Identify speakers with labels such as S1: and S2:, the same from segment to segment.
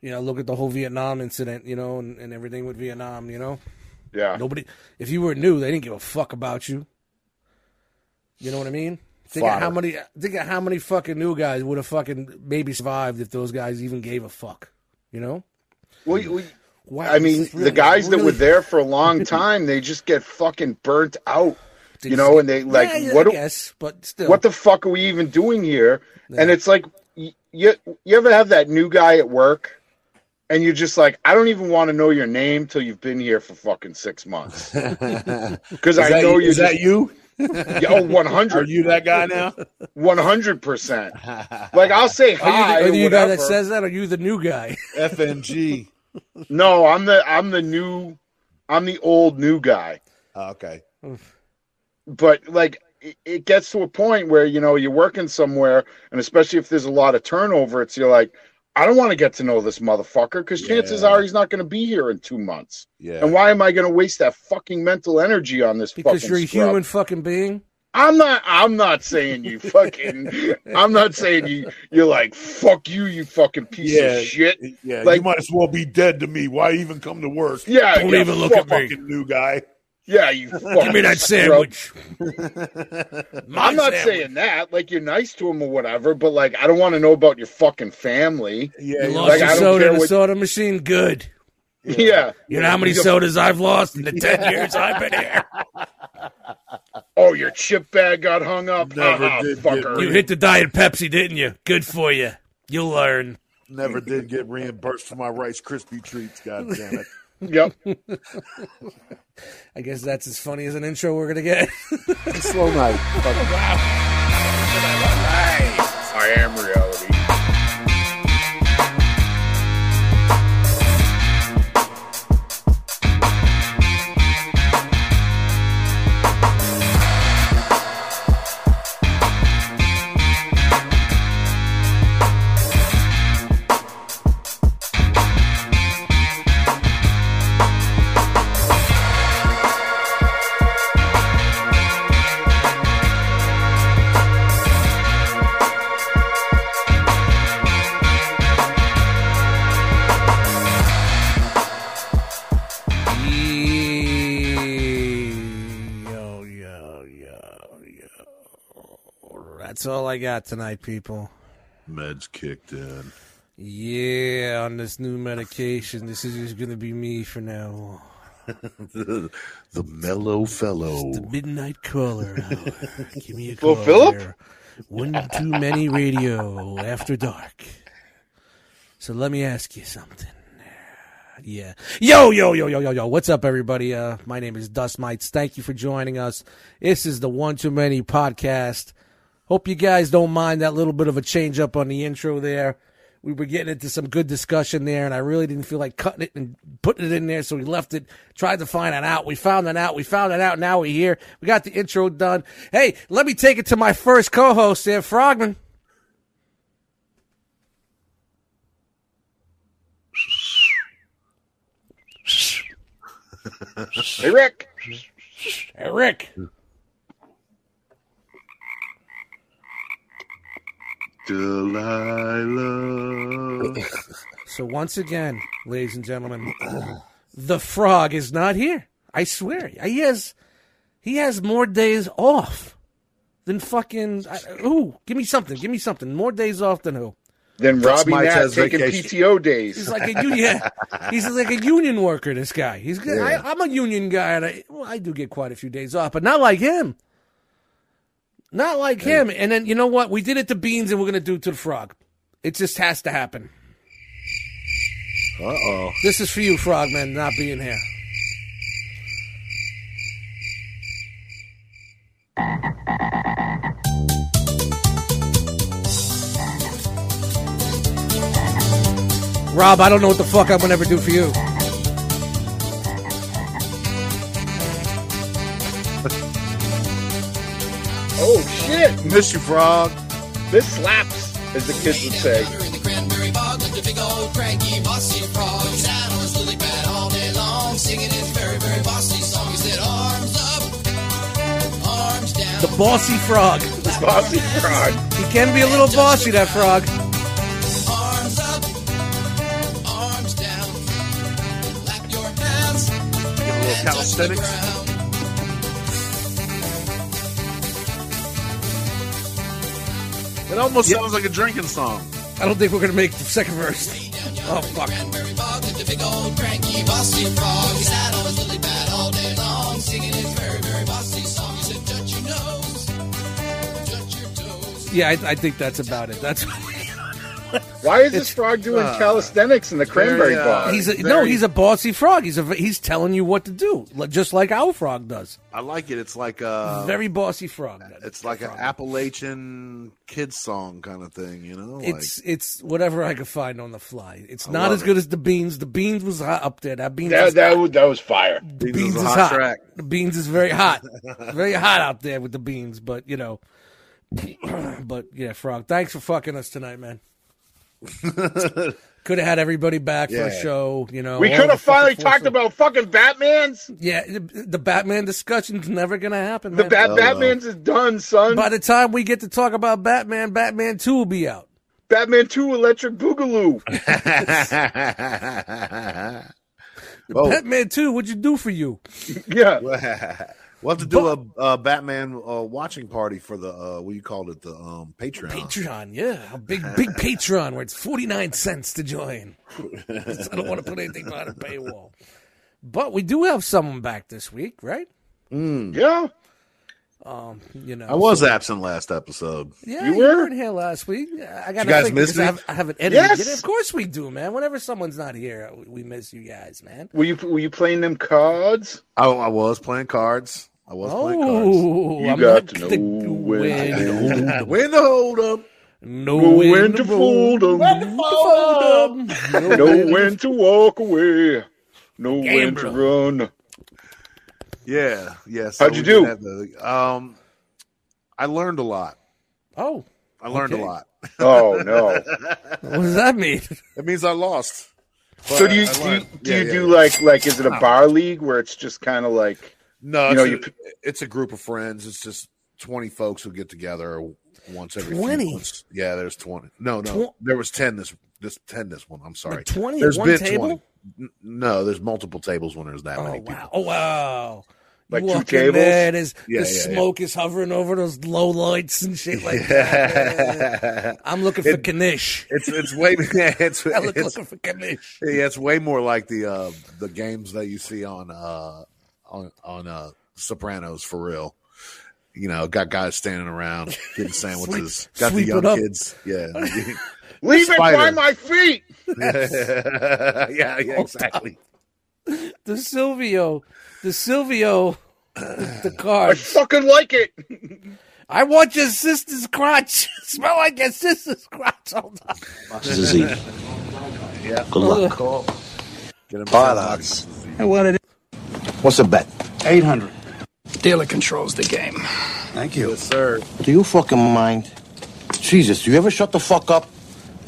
S1: You know, look at the whole Vietnam incident, you know, and, and everything with Vietnam, you know.
S2: Yeah.
S1: Nobody, if you were new, they didn't give a fuck about you. You know what I mean? Think of how
S2: Fodder.
S1: many, think of how many fucking new guys would have fucking maybe survived if those guys even gave a fuck. You know?
S2: Well, you- we,
S1: Wow,
S2: I mean,
S1: this is really-
S2: the guys that were
S1: really-
S2: there for a long time, they just get fucking burnt out.
S1: They
S2: you
S1: just
S2: know,
S1: get-
S2: and they like,
S1: yeah, yeah,
S2: what
S1: I
S2: do,
S1: guess, but still,
S2: what the fuck are we even doing here? And it's like, y- you you ever have that new guy at work, and you're just like, I don't even want to know your name till you've been here for fucking six months because I
S3: that,
S2: know you're
S3: is that
S2: just
S3: you?
S2: oh one
S3: Are
S2: hundred
S3: you that guy now?
S2: one hundred percent. Like I'll say
S1: are you
S2: hi.
S1: the,
S2: or
S1: are you the guy that
S2: whatever.
S1: says that? Or are you the new guy?
S3: FNG.
S2: no. I'm the I'm the new I'm the old new guy.
S3: Oh, okay.
S2: but like it, it gets to a point where you know you're working somewhere and especially if there's a lot of turnover it's you're like i don't want to get to know this motherfucker because chances
S3: Yeah.
S2: are he's not going to be here in two months
S3: Yeah.
S2: and why am i going to waste that fucking mental energy on this
S1: Because
S2: fucking
S1: you're a
S2: scrub?
S1: human fucking being.
S2: i'm not i'm not saying you fucking i'm not saying you you're like fuck you you fucking piece
S3: Yeah.
S2: of shit
S3: Yeah.
S2: Like-
S3: you might as well be dead to me. Why even come to work?
S2: yeah
S1: Don't
S2: yeah,
S1: even look at
S2: fuck-
S1: me.
S3: Fucking new guy.
S2: yeah you fucking
S1: Give me that
S2: scrub.
S1: sandwich. My
S2: i'm not
S1: sandwich.
S2: saying that like you're nice to him or whatever but like i don't want to know about your fucking family
S1: You
S3: Yeah. you're
S1: lost
S2: like,
S3: right.
S1: your
S2: I don't
S1: soda
S2: care
S1: in the
S2: what-
S1: soda machine? Good.
S2: yeah.
S1: You know how many
S2: He's a-
S1: sodas I've lost in the 10 years I've been here?
S2: Oh, your chip bag got hung up.
S3: Never
S2: Ah,
S3: did
S2: fucker.
S1: You hit the Diet Pepsi, didn't you? Good for you. You'll learn.
S3: never did get reimbursed for my Rice Krispie treats. God damn it.
S2: Yep.
S1: I guess that's as funny as an intro we're going to get.
S3: Slow night.
S2: I am reality.
S1: yo, yo, yo, yo. That's all I got tonight, people.
S3: Meds kicked in.
S1: Yeah, on this new medication, this is just going to be me for now on.
S3: the mellow fellow.
S1: The midnight caller. hour. Give me a call.
S2: Well, Philip?
S1: here. One too many radio after dark. So let me ask you something. Yeah. Yo, yo, yo, yo, yo, yo. What's up, everybody? Uh, my name is Dust Mites. Thank you for joining us. This is the One Too Many podcast. Hope you guys don't mind that little bit of a change up on the intro there. We were getting into some good discussion there, and I really didn't feel like cutting it and putting it in there, so we left it, tried to find it out. We found it out. We found it out. Now we're here. We got the intro done. Hey, let me take it to my first co host there, Frogman.
S2: Hey, Rick.
S1: Hey, Rick.
S3: Delilah.
S1: So once again, ladies and gentlemen, the frog is not here. I swear, he has he has more days off than fucking. I, ooh, give me something. Give me something. More days off than who?
S2: Then Robbie Nat
S3: Mites has
S2: taking
S3: vacation.
S2: PTO days.
S1: He's like a union. yeah, he's like a union worker. This guy. He's. good. I, I'm a union guy, and I well, I do get quite a few days off, but not like him. Not like him. And then you know what? We did it to Beans, and we're gonna do it to the frog. It just has to happen.
S3: Uh oh.
S1: This is for you, Frogman, not being here. Rob, I don't know what the fuck I'm gonna ever do for you.
S2: Oh, shit.
S3: Miss you, Frog.
S2: This slaps, as the kids would say.
S4: Down in the cranberry bog lived a big old cranky bossy frog. He sat on his lily pad all day long, singing his very, very bossy song. He said, arms up, arms down.
S1: The bossy frog.
S2: This bossy frog.
S1: He can be a little bossy, that frog.
S4: Arms up,
S3: little
S4: and touch the
S3: calisthenics.
S4: ground.
S3: It almost
S1: Yeah.
S3: sounds like a drinking song.
S1: I don't think we're gonna make the second verse. Oh fuck!
S4: Cranberry bog, with the big old cranky bossy frog. He's out on his lily pad all day long, singing his very, very bossy song. He said, touch your nose, touch your toes.
S1: Yeah, I, I think that's about it. That's
S2: Why is this frog doing
S3: uh,
S2: calisthenics in the cranberry
S3: very, uh,
S2: bog?
S1: he's a, no, he's a bossy frog. He's a he's telling you what to do, li- just like our frog does.
S3: I like it. It's like a
S1: Very bossy frog.
S3: it's like an Appalachian kids song kind of thing, you know. Like,
S1: It's it's whatever I could find on the fly. It's
S3: I
S1: not
S3: love
S1: as good as the beans. The beans was hot up there. That beans
S2: that,
S1: is,
S2: that, was- that was fire.
S1: the
S3: Beans
S1: beans
S3: was
S1: is
S3: a hot
S1: hot.
S3: track.
S1: The beans is very hot, very hot out there with the beans. But you know, but yeah, frog. Thanks for fucking us tonight, man. could have had everybody back for a
S3: Yeah.
S1: show. You know,
S2: We
S1: all
S2: could
S1: the
S2: have finally
S1: fucking
S2: talked
S1: foursome.
S2: about fucking Batman's.
S1: Yeah, the, the Batman discussion's never gonna happen.
S2: The
S1: man.
S2: Bat-
S3: no.
S2: Batman's is done, son.
S1: By the time we get to talk about Batman, Batman Two will be out.
S2: Batman 2 Electric Boogaloo.
S3: oh,
S1: Batman Two, what'd you do for you?
S2: Yeah.
S3: we'll have to do a, a Batman uh, watching party for the uh, what you called it the um, Patreon.
S1: Patreon, yeah, a big big Patreon where it's forty nine cents to join. 'Cause I don't want to put anything behind a paywall. But we do have someone back this week, right?
S2: Yeah.
S1: Um, you know,
S3: I was absent last episode.
S1: Yeah,
S2: You
S1: you
S2: were?
S1: were in here last week. I got
S3: You guys
S1: think,
S3: miss
S1: because
S3: me?
S1: I, have, I haven't edited
S2: Yes!
S1: yet. Of course we do, man. Whenever someone's not here, we- we miss you guys, man.
S2: Were you were you playing them cards?
S3: I, I was playing cards. I was playing
S1: Oh,
S2: You
S1: I'm
S2: got
S1: not
S2: to know
S1: the-
S2: when to
S1: when-
S3: cards. Win the hold up.
S1: No
S2: Know
S1: when
S2: when
S1: to
S2: to
S1: roll,
S2: fold 'em.
S1: when to fold 'em. No
S2: Know
S1: when-
S2: when to walk away. Know when to
S1: Gambler.
S2: run.
S3: Yeah, yeah. so
S2: How'd you
S3: we did
S2: do?
S3: have the- um, I learned a lot.
S1: Oh,
S3: I learned
S1: Okay.
S3: a lot.
S2: Oh no.
S1: what does that mean?
S3: It means I lost.
S2: so
S3: But
S2: do you
S3: I
S2: do you,
S3: learned.
S2: do,
S3: Yeah,
S2: you
S3: yeah,
S2: do
S3: yeah.
S2: like like is it a bar league where it's just kind of like
S3: No,
S2: you know,
S3: it's,
S2: you-
S3: a, it's a group of friends. It's just twenty folks who get together once every few
S1: 20?
S3: months. Yeah, there's twenty. No, no,
S1: Tw-
S3: there was ten this this ten this one. I'm sorry,
S1: Like 20 at
S3: There's
S1: one
S3: been
S1: table?
S3: 20. N- No, there's multiple tables when there's that
S1: Oh
S3: many
S1: wow!
S3: people.
S1: Oh wow!
S2: Like
S1: you
S2: two
S1: walk in there,
S2: tables?
S1: there's,
S3: Yeah,
S1: the
S3: yeah, yeah.
S1: smoke is hovering over those low lights and shit Oh, like that. man. I'm looking for Kanish.
S3: it's it's way it's,
S1: I look
S3: it's
S1: looking for Kanish.
S3: Yeah, it's way more like the uh, the games that you see on uh, on on uh, Sopranos for real. You know, got guys standing around getting sandwiches. got
S1: sweep
S3: the young
S1: it up.
S3: kids. Yeah,
S2: leave it by
S3: Spider.
S2: my feet?
S3: yeah, yeah, exactly.
S1: The Silvio, the Silvio, the
S2: I
S1: card.
S2: fucking like it.
S1: I want your sister's crotch. Smell like your sister's crotch. Hold on.
S5: Zizi.
S3: Yeah.
S5: Good luck.
S3: Get them
S5: Bad
S3: sandwiches.
S1: I wanted it.
S5: What's the bet? 800.
S6: Dealer controls the game.
S5: Thank you.
S3: Yes, sir.
S5: Do you fucking mind? Jesus, do you ever shut the fuck up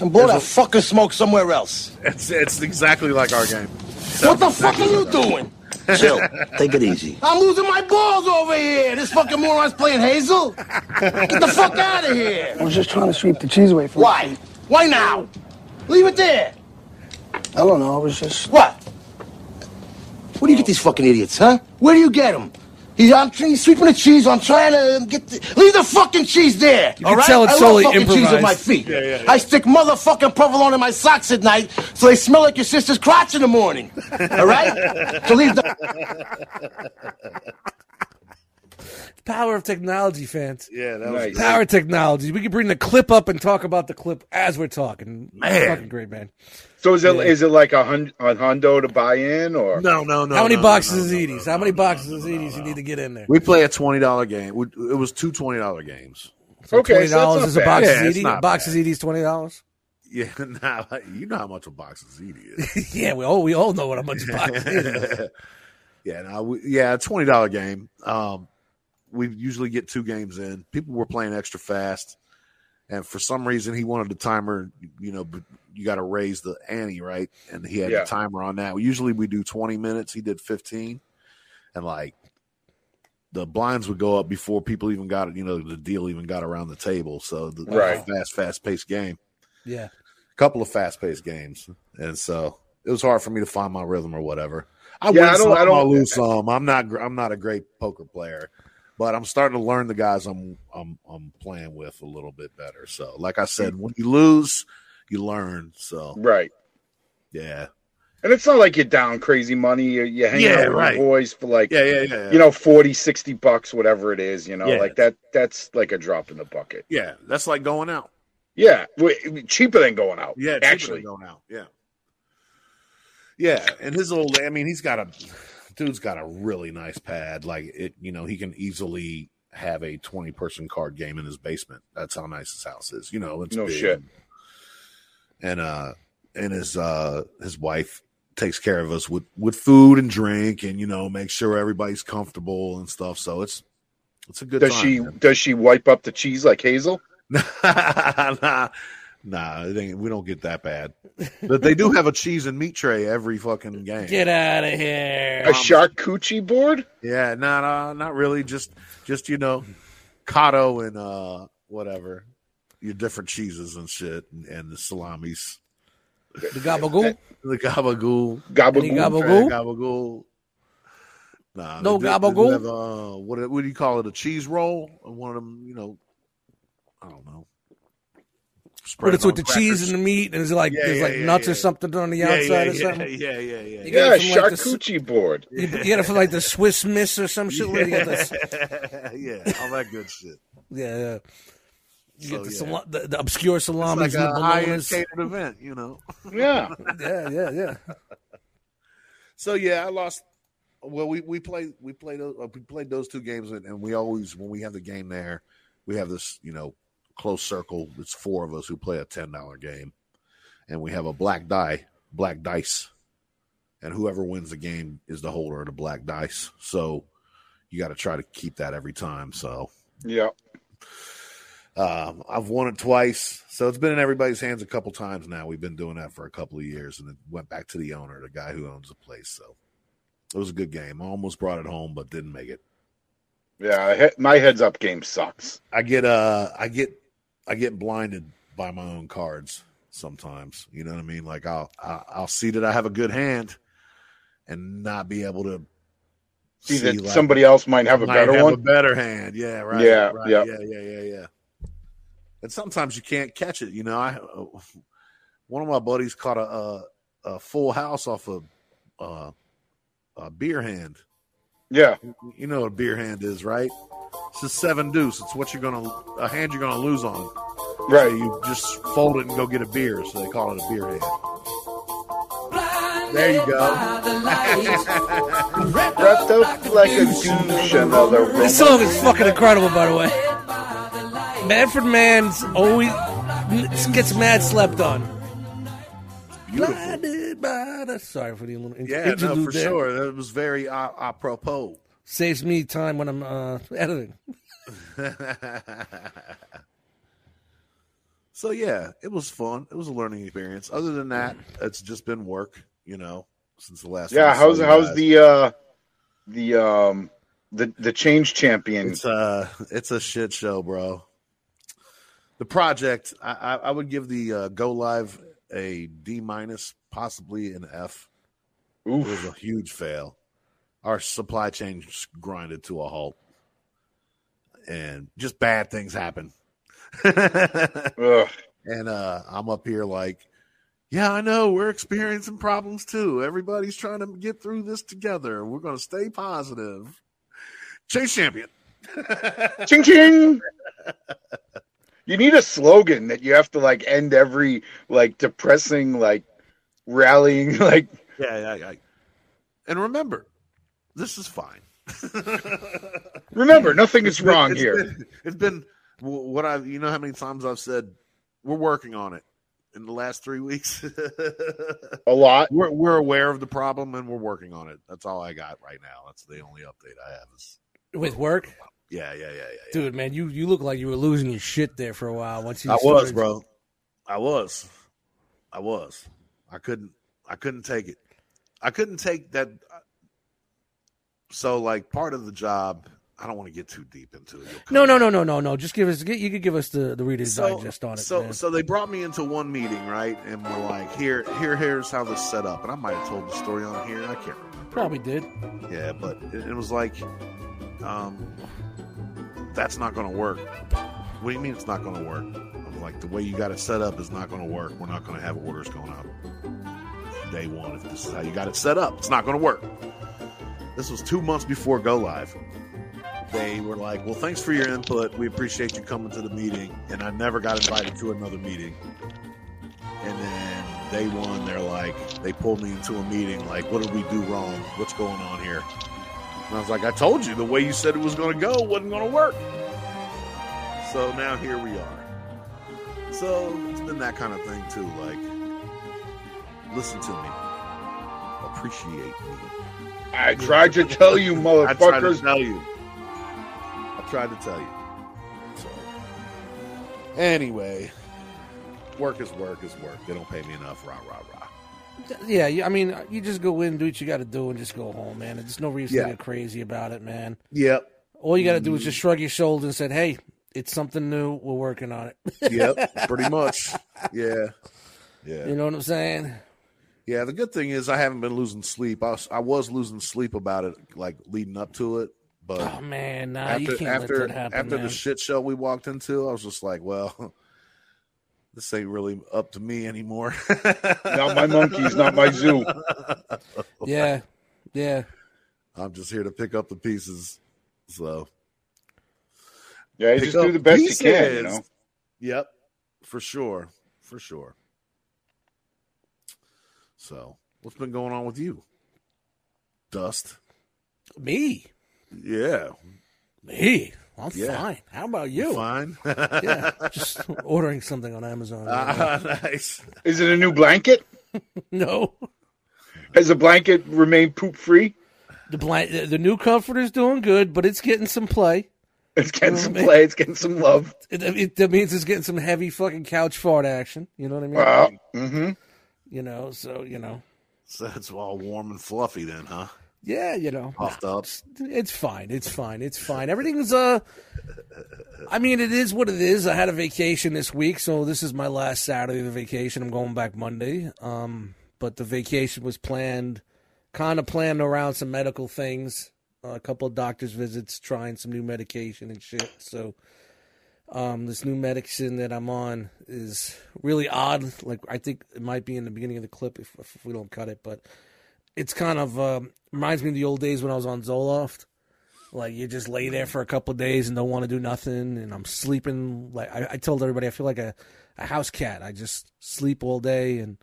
S5: and blow that fucking smoke somewhere else?
S3: It's it's exactly like our game.
S5: what the fuck are you doing? Chill. Take it easy. I'm losing my balls over here. This fucking moron's playing Hazel. Get the fuck out of here.
S6: I was just trying to sweep the cheese away from
S5: Why? Why now? Leave it there.
S6: I don't know. I was just.
S5: What? Where do you get these fucking idiots, huh? Where do you get them? He's, I'm, tr- he's sweeping the cheese. I'm trying to um, get the, leave the fucking cheese there. You
S1: can tell it's solely
S5: I love fucking cheese
S1: improvised.
S5: with my feet. I stick motherfucking provolone in my socks at night, so they smell like your sister's crotch in the morning. All right? so leave the
S1: Power of technology, fans.
S3: Yeah, that
S2: Nice.
S3: was
S1: Power of technology. We can bring the clip up and talk about the clip as we're talking.
S3: Man.
S1: Fucking great, man.
S2: So is it is it like a hun- a hundo to buy in or
S3: no, no, no.
S1: How many
S3: no, no,
S1: boxes
S3: no,
S1: of Edie's?
S3: no,
S1: How many
S3: no,
S1: boxes
S3: no,
S1: of
S3: no,
S1: Edie's
S3: no,
S1: you
S3: no.
S1: need to get in there?
S3: We play a twenty dollar game. We- It was two twenty dollar games.
S1: So
S2: Okay,
S1: twenty
S2: so
S1: dollars
S2: that's
S1: is a
S2: not bad.
S1: box
S3: Yeah,
S1: of
S3: it's
S1: ED.
S3: not
S1: Box of ED is twenty dollars.
S3: Yeah, nah, you know how much a box of ziti is.
S1: yeah, we all we all know what a bunch of box of ED is.
S3: yeah, no, we, yeah, twenty dollar game. Um, we usually get two games in. People were playing extra fast, and for some reason, he wanted the timer. You know, but you got to raise the ante, right? And he had
S2: Yeah.
S3: the timer on that. Usually, we do twenty minutes. He did fifteen, and like the blinds would go up before people even got it. You know, the deal even got around the table. So the
S2: Right.
S3: fast, fast paced game
S1: Yeah.
S3: couple of fast paced games. And so it was hard for me to find my rhythm or whatever. I
S2: Yeah,
S3: win
S2: I don't-
S3: some,
S2: I
S3: I
S2: don't-
S3: lose some. I'm not gr- I'm not a great poker player, but I'm starting to learn the guys I'm I'm I'm playing with a little bit better. So, like I said, when you lose, you learn. So,
S2: Right.
S3: yeah,
S2: And it's not like you're down crazy money. You're, you're hanging
S3: Yeah,
S2: out with
S3: right.
S2: your boys for like,
S3: yeah, yeah, yeah.
S2: you know, 40, 60 bucks, whatever it is, you know,
S3: Yeah.
S2: like that. That's like a drop in the bucket.
S3: yeah, that's like going out.
S2: Yeah. w- cheaper than going out.
S3: Yeah,
S2: Actually.
S3: actually, going out. Yeah, yeah, and his old. I mean, he's got a dude's got a really nice pad. Like it, you know, he can easily have a twenty person card game in his basement. That's how nice his house is. You know, it's
S2: No
S3: big.
S2: shit.
S3: And uh, and his uh, his wife takes care of us with with food and drink, and you know, make sure everybody's comfortable and stuff. So it's it's a good.
S2: Does
S3: time,
S2: she,
S3: man.
S2: does she wipe up the cheese like Hazel?
S3: nah, nah, it ain't, we don't get that bad. But they do have a cheese and meat tray every fucking game.
S1: Get out of here.
S3: Um,
S2: A charcuterie board?
S3: Yeah, nah, nah, not really. Just, just you know, cotto and uh, whatever, your different cheeses and shit, and, and the salamis,
S1: The gabagool?
S3: the gabagool,
S2: Gobble.
S1: Any gobble- Gabagool?
S3: gabagool. Nah,
S1: No
S3: they do- they do
S1: gabagool?
S3: have, uh, what, what do you call it? A cheese roll? One of them, you know, I don't know.
S1: But
S3: Spread
S1: it's
S3: on
S1: with the cheese
S3: crackers.
S1: and the meat, and it's like
S3: Yeah,
S1: there's
S3: yeah,
S1: like
S3: yeah,
S1: nuts
S3: yeah.
S1: or something on the
S3: yeah,
S1: outside
S3: yeah,
S1: or something.
S3: Yeah, yeah, yeah.
S1: You
S2: Yeah,
S1: got it from like the,
S2: charcuterie board.
S1: you get it from like the Swiss Miss or some shit. where you get the-
S3: yeah. yeah, all that good shit.
S1: yeah, yeah. You
S3: So,
S1: get the,
S3: yeah.
S1: sala- the, the obscure
S3: It's like
S1: salamis,
S3: a
S1: the
S3: high end
S1: bolognas.
S3: catered event, you know.
S2: Yeah.
S1: Yeah, yeah, yeah.
S3: So yeah, I lost. Well, we we played we played those we played those two games, and, and we always when we have the game there, we have this you know close circle. It's four of us who play a ten dollar game, and we have a black die, black dice, and whoever wins the game is the holder of the black dice. So you got to try to keep that every time. So
S2: Yeah.
S3: Um, I've won it twice, so it's been in everybody's hands a couple times now. We've been doing that for a couple of years, and it went back to the owner, the guy who owns the place. So it was a good game. I almost brought it home, but didn't make it.
S2: Yeah. I he- My heads up game sucks.
S3: I get uh, I get, I get blinded by my own cards sometimes. You know what I mean? Like I'll, I- I'll see that I have a good hand, and not be able to
S2: See that
S3: like,
S2: somebody else might have a
S3: might
S2: better
S3: have
S2: one.
S3: a better hand. Yeah, right.
S2: Yeah,
S3: right,
S2: yeah.
S3: yeah, yeah, yeah, yeah. And sometimes you can't catch it. You know, I uh, one of my buddies caught a a, a full house off of uh, a beer hand.
S2: yeah.
S3: You know what a beer hand is, right? It's a seven deuce. It's what you're gonna a hand you're gonna lose on. So
S2: Right.
S3: you just fold it and go get a beer. So they call it a beer hand. There you go.
S2: Wrapped up like a douche and other
S1: This song is fucking incredible, by the way. Manfred Mann's always n- gets mad slept on.
S3: Beautiful.
S1: Blinded by the- Sorry for the little in-
S3: Yeah, no,
S1: interlude
S3: for
S1: there.
S3: sure. That was very uh, apropos.
S1: Saves me time when I'm uh, editing.
S3: so yeah, it was fun. It was a learning experience. Other than that, it's just been work, you know, since the last.
S2: Yeah,
S3: time I
S2: how's
S3: saw you
S2: how's
S3: guys.
S2: the uh the um the the change champion?
S3: It's uh, it's a shit show, bro. The project, I, I, I would give the uh, go live a D minus, possibly an F. It was
S2: Oof.
S3: a huge fail. Our supply chain just grinded to a halt, and just bad things happen.
S2: Ugh.
S3: And uh, I'm up here like, yeah, I know we're experiencing problems too. Everybody's trying to get through this together. We're going to stay positive. Chase champion.
S2: Ching ching. You need a slogan that you have to like end every like depressing like rallying like
S3: Yeah, yeah, yeah. And remember, this is fine.
S2: remember nothing is wrong
S3: It's
S2: here.
S3: been- it's been wh- what I, you know, how many times I've said we're working on it in the last three weeks.
S2: A lot.
S3: we're we're aware of the problem and we're working on it. That's all I got right now. That's the only update I have. Is
S1: With work?
S3: yeah, yeah, yeah, yeah. yeah.
S1: Dude, man, you, you look like you were losing your shit there for a while. Once you
S3: I was,
S1: started-
S3: bro. I was. I was. I couldn't. I couldn't take uh, it. I couldn't take that. So, like, part of the job I don't want to get too deep into it.
S1: No,
S3: You'll
S1: no, no, no, no, no. Just give us. You could give us the the Reader's Digest on it.
S3: So
S1: man.
S3: so they brought me into one meeting, right? And we're like, here, here, here's how this set up. And I might have told the story on here. I can't remember.
S1: Probably did.
S3: Yeah, but it, it was like, um, that's not going to work. What do you mean it's not going to work? I'm like, the way you got it set up is not going to work. We're not going to have orders going out day one if this is how you got it set up. It's not going to work. This was two months before go live. They were like, well, thanks for your input. We appreciate you coming to the meeting. And I never got invited to another meeting. And then day one, they're like, they pulled me into a meeting, like, what did we do wrong? What's going on here? And I was like, I told you the way you said it was going to go wasn't going to work. So now here we are. So it's been that kind of thing, too. Like, listen to me, appreciate me.
S2: I tried to tell you,
S3: I tried to
S2: motherfuckers.
S3: tell you. I tried to tell you. So, anyway, work is work is work. They don't pay me enough. Rah rah rah.
S1: Yeah, you- I mean, you just go in, do what you got to do, and just go home, man. There's no reason
S3: Yeah.
S1: to get crazy about it, man.
S3: Yep.
S1: All you got to do is
S3: Mm-hmm.
S1: just shrug your shoulders and said, "Hey, it's something new. We're working on it."
S3: Yep. pretty much. Yeah. Yeah.
S1: you know what I'm saying?
S3: Yeah. The good thing is I haven't been losing sleep. I was, I was losing sleep about it, like leading up to it, but.
S1: Oh man, nah,
S3: after
S1: you can't
S3: after,
S1: let that happen,
S3: after
S1: man.
S3: the shit show we walked into, I was just like, well, this ain't really up to me anymore.
S2: Not my monkeys, not my zoo.
S1: yeah, yeah.
S3: I'm just here to pick up the pieces. So,
S2: Yeah, you
S3: Pick
S2: just do
S3: up
S2: the best you can. You
S3: pieces.
S2: know,
S3: yep, for sure, for sure. So, what's been going on with you, Dust?
S1: Me,
S3: Yeah,
S1: me. I'm
S3: Yeah.
S1: fine. How about you?
S3: fine.
S1: Yeah, just ordering something on Amazon. right now.
S3: Ah, nice.
S2: is it a new blanket?
S1: no,
S2: Has the blanket remained poop free?
S1: the blank, the, the new comforter's doing good, but it's getting some play.
S2: It's getting some play. It's getting some love.
S1: It, it, that means it's getting some heavy fucking couch fart action. You know what I mean?
S3: Ah.
S2: Wow. Mm-hmm.
S1: You know, so you know,
S3: So it's all warm and fluffy, then, huh?
S1: yeah, you know,
S3: Puffed
S2: Ah,
S3: up.
S1: it's, it's fine. It's fine. It's fine. Everything's uh I mean it is what it is. I had a vacation this week, so this is my last Saturday of the vacation. I'm going back Monday. Um but the vacation was planned kind of planned around some medical things, a couple of doctor's visits, trying some new medication and shit. So um this new medicine that I'm on is really odd. Like I think it might be in the beginning of the clip if, if we don't cut it, but it's kind of um, reminds me of the old days when I was on Zoloft. Like you just lay there for a couple of days and don't want to do nothing, and I'm sleeping. Like I, I told everybody, I feel like a, a house cat. I just sleep all day and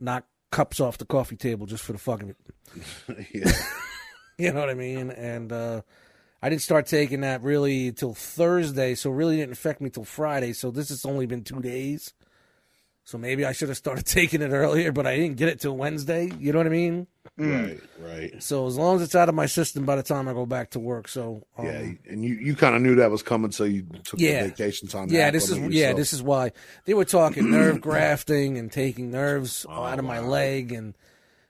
S1: knock cups off the coffee table just for the fuck of it.
S3: yeah.
S1: You know what I mean? And uh, I didn't start taking that really till Thursday, so it really didn't affect me till Friday. So this has only been two days. So maybe I should have started taking it earlier, but I didn't get it till Wednesday. You know what I mean?
S2: mm.
S3: Right. Right.
S1: So as long as it's out of my system by the time I go back to work. So um,
S3: Yeah, you- and you, you kind of knew that was coming, so you took
S1: Yeah.
S3: the vacation time. to
S1: yeah,
S3: act
S1: this
S3: on
S1: is
S3: it
S1: yeah,
S3: yourself.
S1: this is why they were talking nerve grafting and taking nerves
S3: Oh,
S1: out of my leg and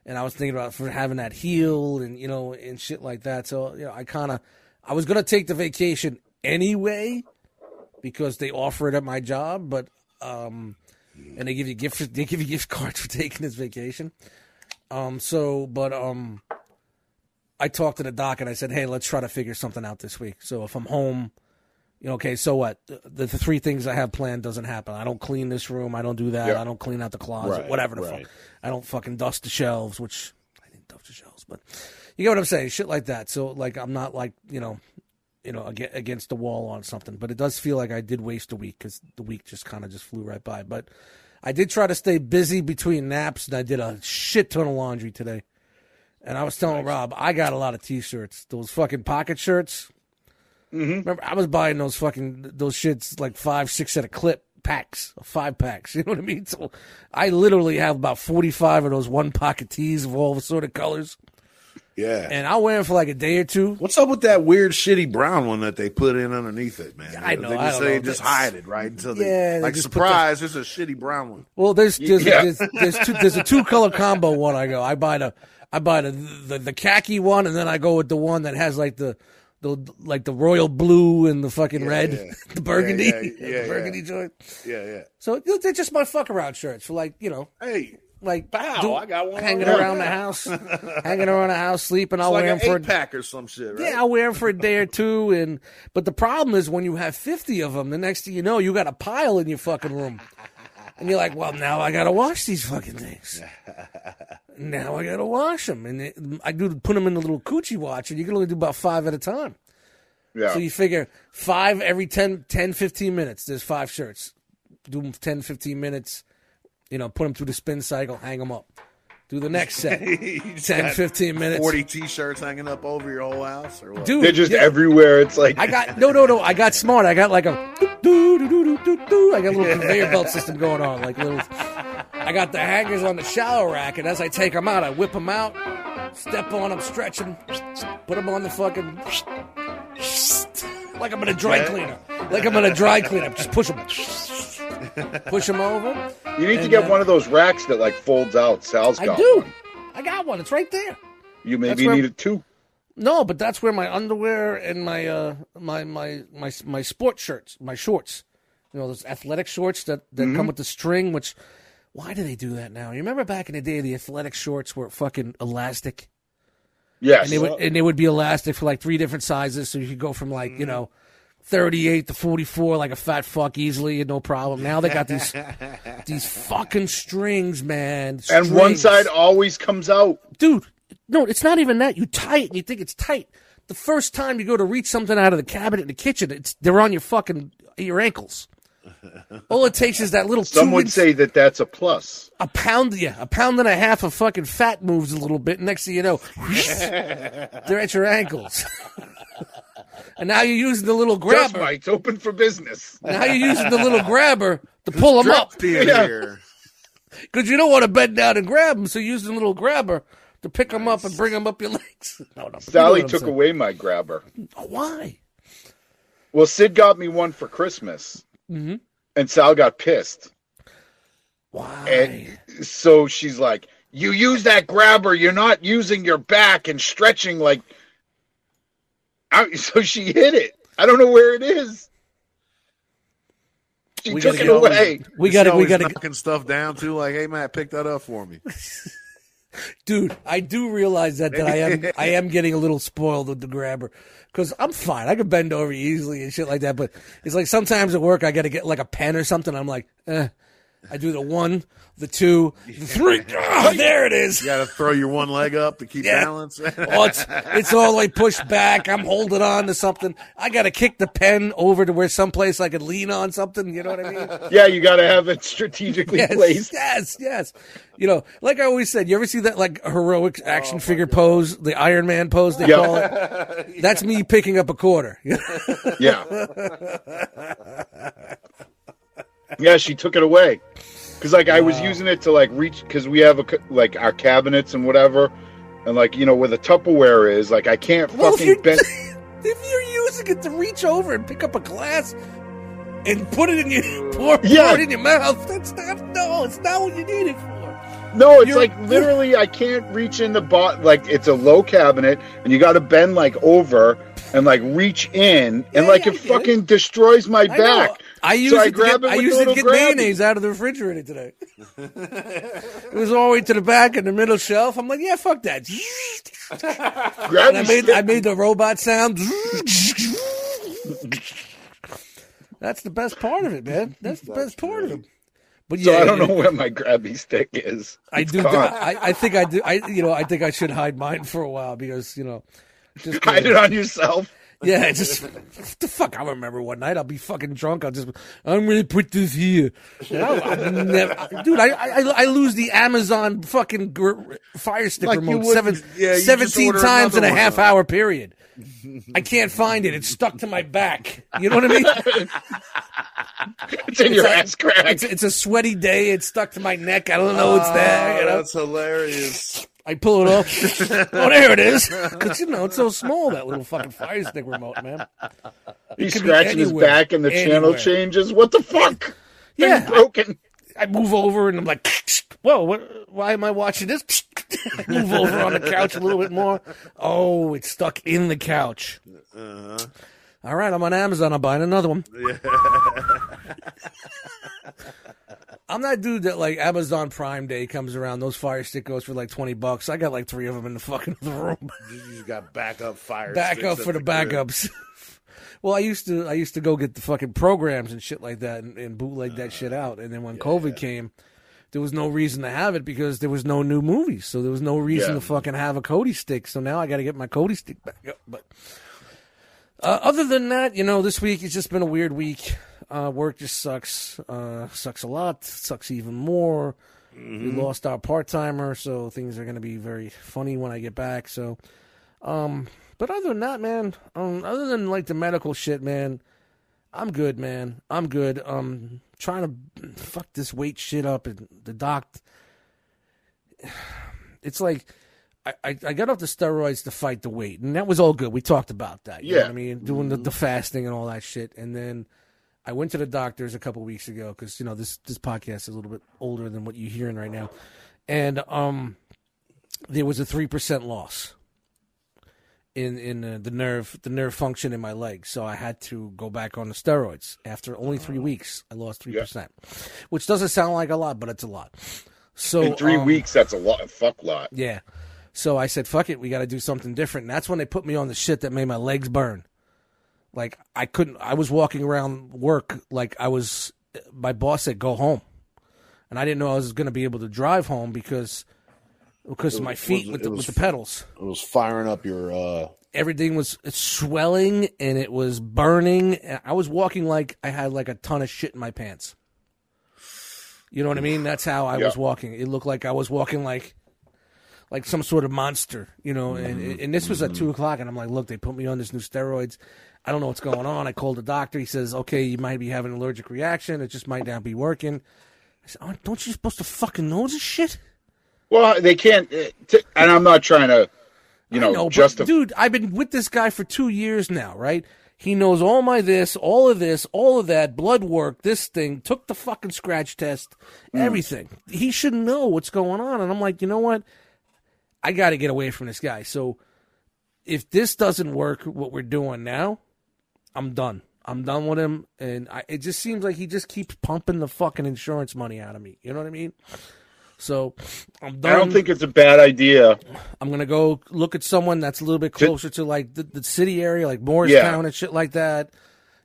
S1: and I was thinking about for having that heal and you know and shit like that. So you know, I kind of I was gonna take the vacation anyway because they offer it at my job, but um, and they give you gift they give you gift cards for taking this vacation. Um, so but um, I talked to the doc and I said, hey, let's try to figure something out this week. So if I'm home you know, okay, so what? The, the three things I have planned doesn't happen. I don't clean this room. I don't do that.
S2: Yeah.
S1: I don't clean out the closet.
S3: Right,
S1: whatever the
S3: right.
S1: fuck. I don't fucking dust the shelves, which I didn't dust the shelves, but you get what I'm saying. Shit like that. So like, I'm not like you know, you know, aga- against the wall on something. But it does feel like I did waste a week because the week just kind of just flew right by. But I did try to stay busy between naps, and I did a shit ton of laundry today. And I was telling Rob, I got a lot of t-shirts. Those fucking pocket shirts. Remember, I was buying those fucking those shits like five, six at a clip packs, five packs. You know what I mean? So I literally have about forty five of those one pocket tees of all sort of colors,
S3: yeah.
S1: and I wear them for like a day or two.
S3: What's up with that weird, shitty brown one that they put in underneath it, man?
S1: I know,
S3: They
S1: I
S3: just,
S1: don't
S3: they
S1: know.
S3: just
S1: That's-
S3: hide it, right? Until they,
S1: Yeah, they
S3: like,
S1: just put
S3: surprise, there's a shitty brown one.
S1: Well, there's there's
S2: Yeah.
S1: there's, there's, two, there's a two color combo one. I go, I buy the I buy the, the the khaki one, and then I go with the one that has like the the like the royal blue and the fucking red,
S3: yeah.
S1: the burgundy,
S3: Yeah, yeah, yeah,
S1: the
S3: yeah.
S1: burgundy joint.
S3: Yeah, yeah.
S1: So they're just my fuck around shirts for like you know
S3: Hey,
S1: like
S3: Wow, I got one
S1: hanging
S3: right
S1: around the
S3: now.
S1: house, hanging around the house, sleeping. I'll
S3: like
S1: wear
S3: an
S1: them for
S3: eight pack or some shit, right?
S1: yeah, I'll wear them for a day or two. And but the problem is when you have fifty of them, the next thing you know, you got a pile in your fucking room, and you're like, well, now I gotta wash these fucking things. Now I gotta wash them, and it, I do put them in the little coochie watch, and you can only do about five at a time.
S2: Yeah.
S1: So you figure five every 10, 10 15 minutes. There's five shirts. Do them 10, 15 minutes. You know, put them through the spin cycle, hang them up. Do the next set. 10, 15 minutes.
S3: Forty t-shirts hanging up over your whole house, or what?
S1: Dude,
S2: They're just
S1: yeah.
S2: everywhere. It's like
S1: I got no, no, no. I got smart. I got like a do do do do do do. I got a little conveyor belt system going on, like little. I got the hangers on the shower rack, and as I take them out, I whip them out, step on them, stretch them, put them on the fucking. Like I'm in a dry cleaner. Like I'm in a dry cleaner. Just push them. Push them over.
S2: you need to
S1: and,
S2: get
S1: uh,
S2: one of those racks that like folds out. Sal's got
S1: I do.
S2: one.
S1: I got one. It's right there.
S2: You
S1: That's
S2: maybe
S1: where-
S2: need a two.
S1: No, but that's where my underwear and my uh my my my my sport shirts, my shorts. You know those athletic shorts that that come
S2: Mm-hmm.
S1: with the string. Which why do they do that now? You remember back in the day, the athletic shorts were fucking elastic,
S2: Yes.
S1: and they would and they would be elastic for like three different sizes, so you could go from like
S2: Mm-hmm.
S1: you know. 38 to 44 like a fat fuck easily and no problem now they got these these fucking strings man
S2: and one
S1: Strings
S2: side always comes out.
S1: dude, no, it's not even that. You tie it and you think it's tight. The first time you go to reach something out of the cabinet in the kitchen, it's they're on your fucking your ankles. All it takes is that little
S2: Some
S1: two
S2: would
S1: inch-
S2: say that that's a plus.
S1: a pound, yeah, a pound and a half of fucking fat moves a little bit. Next thing you know, they're at your ankles, and now you're using the little
S2: Just
S1: grabber.
S2: Mike's open for business.
S1: Now you're using the little grabber to pull them up.
S3: Drop in
S2: Yeah.
S3: here.
S1: Because you don't want to bend down and grab them, so you use the little grabber to pick them up and bring them up your legs. No, no, but you know
S2: Sally
S1: what I'm
S2: took
S1: saying.
S2: away my grabber.
S1: Why?
S2: Well, Sid got me one for Christmas,
S1: Mm-hmm.
S2: and Sal got pissed.
S1: Why?
S2: And so she's like, "You use that grabber. You're not using your back and stretching like." I, so she hit it. I don't know where it is. She
S1: We
S2: took
S1: gotta
S2: it
S1: go.
S2: away.
S1: we
S3: Is
S1: gotta,
S3: he
S1: we
S3: always
S1: gotta,
S3: knocking stuff down too. Like, hey Matt, pick that up for me.
S1: dude. I do realize that that I am, I am getting a little spoiled with the grabber, because I'm fine. I can bend over easily and shit like that. But it's like sometimes at work I gotta get like a pen or something. I'm like, eh. I do the one, the two, the three. Ah, there it is.
S3: You got to throw your one leg up to keep
S1: Yeah.
S3: balance.
S1: Oh, it's, it's all like pushed back. I'm holding on to something. I gotta kick the pen over to where someplace I could lean on something. You know what I mean?
S2: Yeah, you got to have it strategically
S1: yes,
S2: placed.
S1: Yes, yes. You know, like I always said, you ever see that like heroic action figure pose, the Iron Man pose they
S2: Yeah.
S1: call it? That's me picking up a quarter.
S2: Yeah. yeah, she took it away. Cuz like I was using it to like reach cuz we have a c- like our cabinets and whatever and like you know where the Tupperware is, like I can't
S1: well, if you're
S2: fucking bend
S1: if you're using it to reach over and pick up a glass and put it in your pour,
S2: Yeah.
S1: pour it in your mouth, that's not no, it's not what you need it for.
S2: No, it's
S1: you're-
S2: like literally I can't reach in the bot like it's a low cabinet and you got to bend like over and like reach in and
S1: Yeah,
S2: like
S1: yeah, I get
S2: it
S1: it.
S2: fucking destroys my
S1: I know.
S2: back.
S1: I used
S2: so
S1: it
S2: I
S1: to
S2: grab
S1: get,
S2: it
S1: I
S2: with
S1: used
S2: the
S1: it to
S2: little
S1: get
S2: grabby.
S1: mayonnaise out of the refrigerator today. it was all the way to the back in the middle shelf. I'm like, yeah, fuck that.
S2: Grab
S1: And I
S2: your
S1: made
S2: stick.
S1: I made the robot sound. That's the best part of it, man. That's the best part of it. But
S2: so
S1: yeah,
S2: I don't
S1: yeah,
S2: know where my grabby stick is.
S1: I
S2: It's
S1: do.
S2: gone.
S1: I, I think I do. I you know I think I should hide mine for a while because you know. Just
S2: Hide it on yourself.
S1: yeah, it's just what the fuck. I remember one night I'll be fucking drunk. I'll just I'm gonna put this here. No, I've never, dude. I, I I lose the Amazon fucking gr- fire stick
S3: Like you
S1: remote
S3: wouldn't-
S1: seven,
S3: yeah, you just
S1: 17
S3: order
S1: times in a
S3: another one.
S1: half hour period. I can't find it. It's stuck to my back. You know what I mean?
S2: It's in your ass crack.
S1: It's, it's a sweaty day. It's stuck to my neck. I don't know it's there. You know?
S3: Ah, That's hilarious.
S1: I pull it off. oh, there it is. Because you know it's so small that little fucking fire stick remote, man.
S2: He's
S1: could be
S2: scratching his
S1: anywhere,
S2: back and the channel
S1: anywhere.
S2: changes. What the fuck?
S1: Yeah,
S2: Broken.
S1: I move over and I'm like, whoa, what, why am I watching this? Move over on the couch a little bit more. Oh, it's stuck in the couch.
S3: Uh-huh.
S1: All right, I'm on Amazon. I'm buying another one. I'm that dude that like Amazon Prime Day comes around. Those fire stick goes for like twenty bucks. I got like three of them in the fucking other room.
S3: You just got backup fire.
S1: Backup
S3: sticks
S1: for the
S3: at crib.
S1: backups. well, I used to I used to go get the fucking programs and shit like that and, and bootleg that shit out. And then when COVID came, there was no reason to have it because there was no new movies, so there was no reason
S2: Yeah.
S1: to fucking have a Cody stick. So now I got to get my Cody stick back up. But uh, other than that, you know, this week it's just been a weird week. Uh, work just sucks. Uh, sucks a lot. Sucks even more. We lost our part timer, so things are going to be very funny when I get back. So, um, but other than that, man, um, other than like the medical shit, man, I'm good, man. I'm good. Um, trying to fuck this weight shit up, and the doc. It's like. I, I I got off the steroids to fight the weight, and that was all good. We talked about that. You know
S2: Yeah.
S1: what I mean, doing the, the fasting and all that shit, and then I went to the doctors a couple weeks ago because you know this this podcast is a little bit older than what you're hearing right now, and um, there was a three percent loss in in uh, the nerve the nerve function in my leg, so I had to go back on the steroids. After only
S2: Oh.
S1: three weeks, I lost three percent, which doesn't sound like a lot, but it's a lot. So
S2: In three
S1: um,
S2: weeks, that's a lot. Fuck lot.
S1: yeah. So I said, fuck it, we got to do something different. And that's when they put me on the shit that made my legs burn. Like, I couldn't, I was walking around work like I was, my boss said, go home. And I didn't know I was going to be able to drive home because, because of my feet
S3: was-
S1: with,
S3: it
S1: the,
S3: was-
S1: with the pedals.
S3: It was firing up your. uh
S1: Everything was swelling and it was burning. And I was walking like I had like a ton of shit in my pants. You know what I mean? That's how I
S2: Yeah.
S1: was walking. It looked like I was walking like like some sort of monster, you know. And and this was at two o'clock, and I'm like, look, they put me on this new steroids. I don't know what's going on. I called the doctor. He says, okay, you might be having an allergic reaction. It just might not be working. I said, oh, don't you supposed to fucking know this shit?
S2: Well, they can't. uh, T- and I'm not trying to, you know,
S1: I know,
S2: just
S1: but dude, I've been with this guy for two years now, right? He knows all my this, all of this, all of that, blood work, this thing, took the fucking scratch test,
S2: Hmm.
S1: everything. He should know what's going on. And I'm like, you know what? I got to get away from this guy. So if this doesn't work, what we're doing now, I'm done. I'm done with him. And I, it just seems like he just keeps pumping the fucking insurance money out of me. You know what I mean? So I'm done.
S2: I don't think it's a bad idea.
S1: I'm gonna go look at someone that's a little bit closer to like the, the city area, like Morristown and shit like that.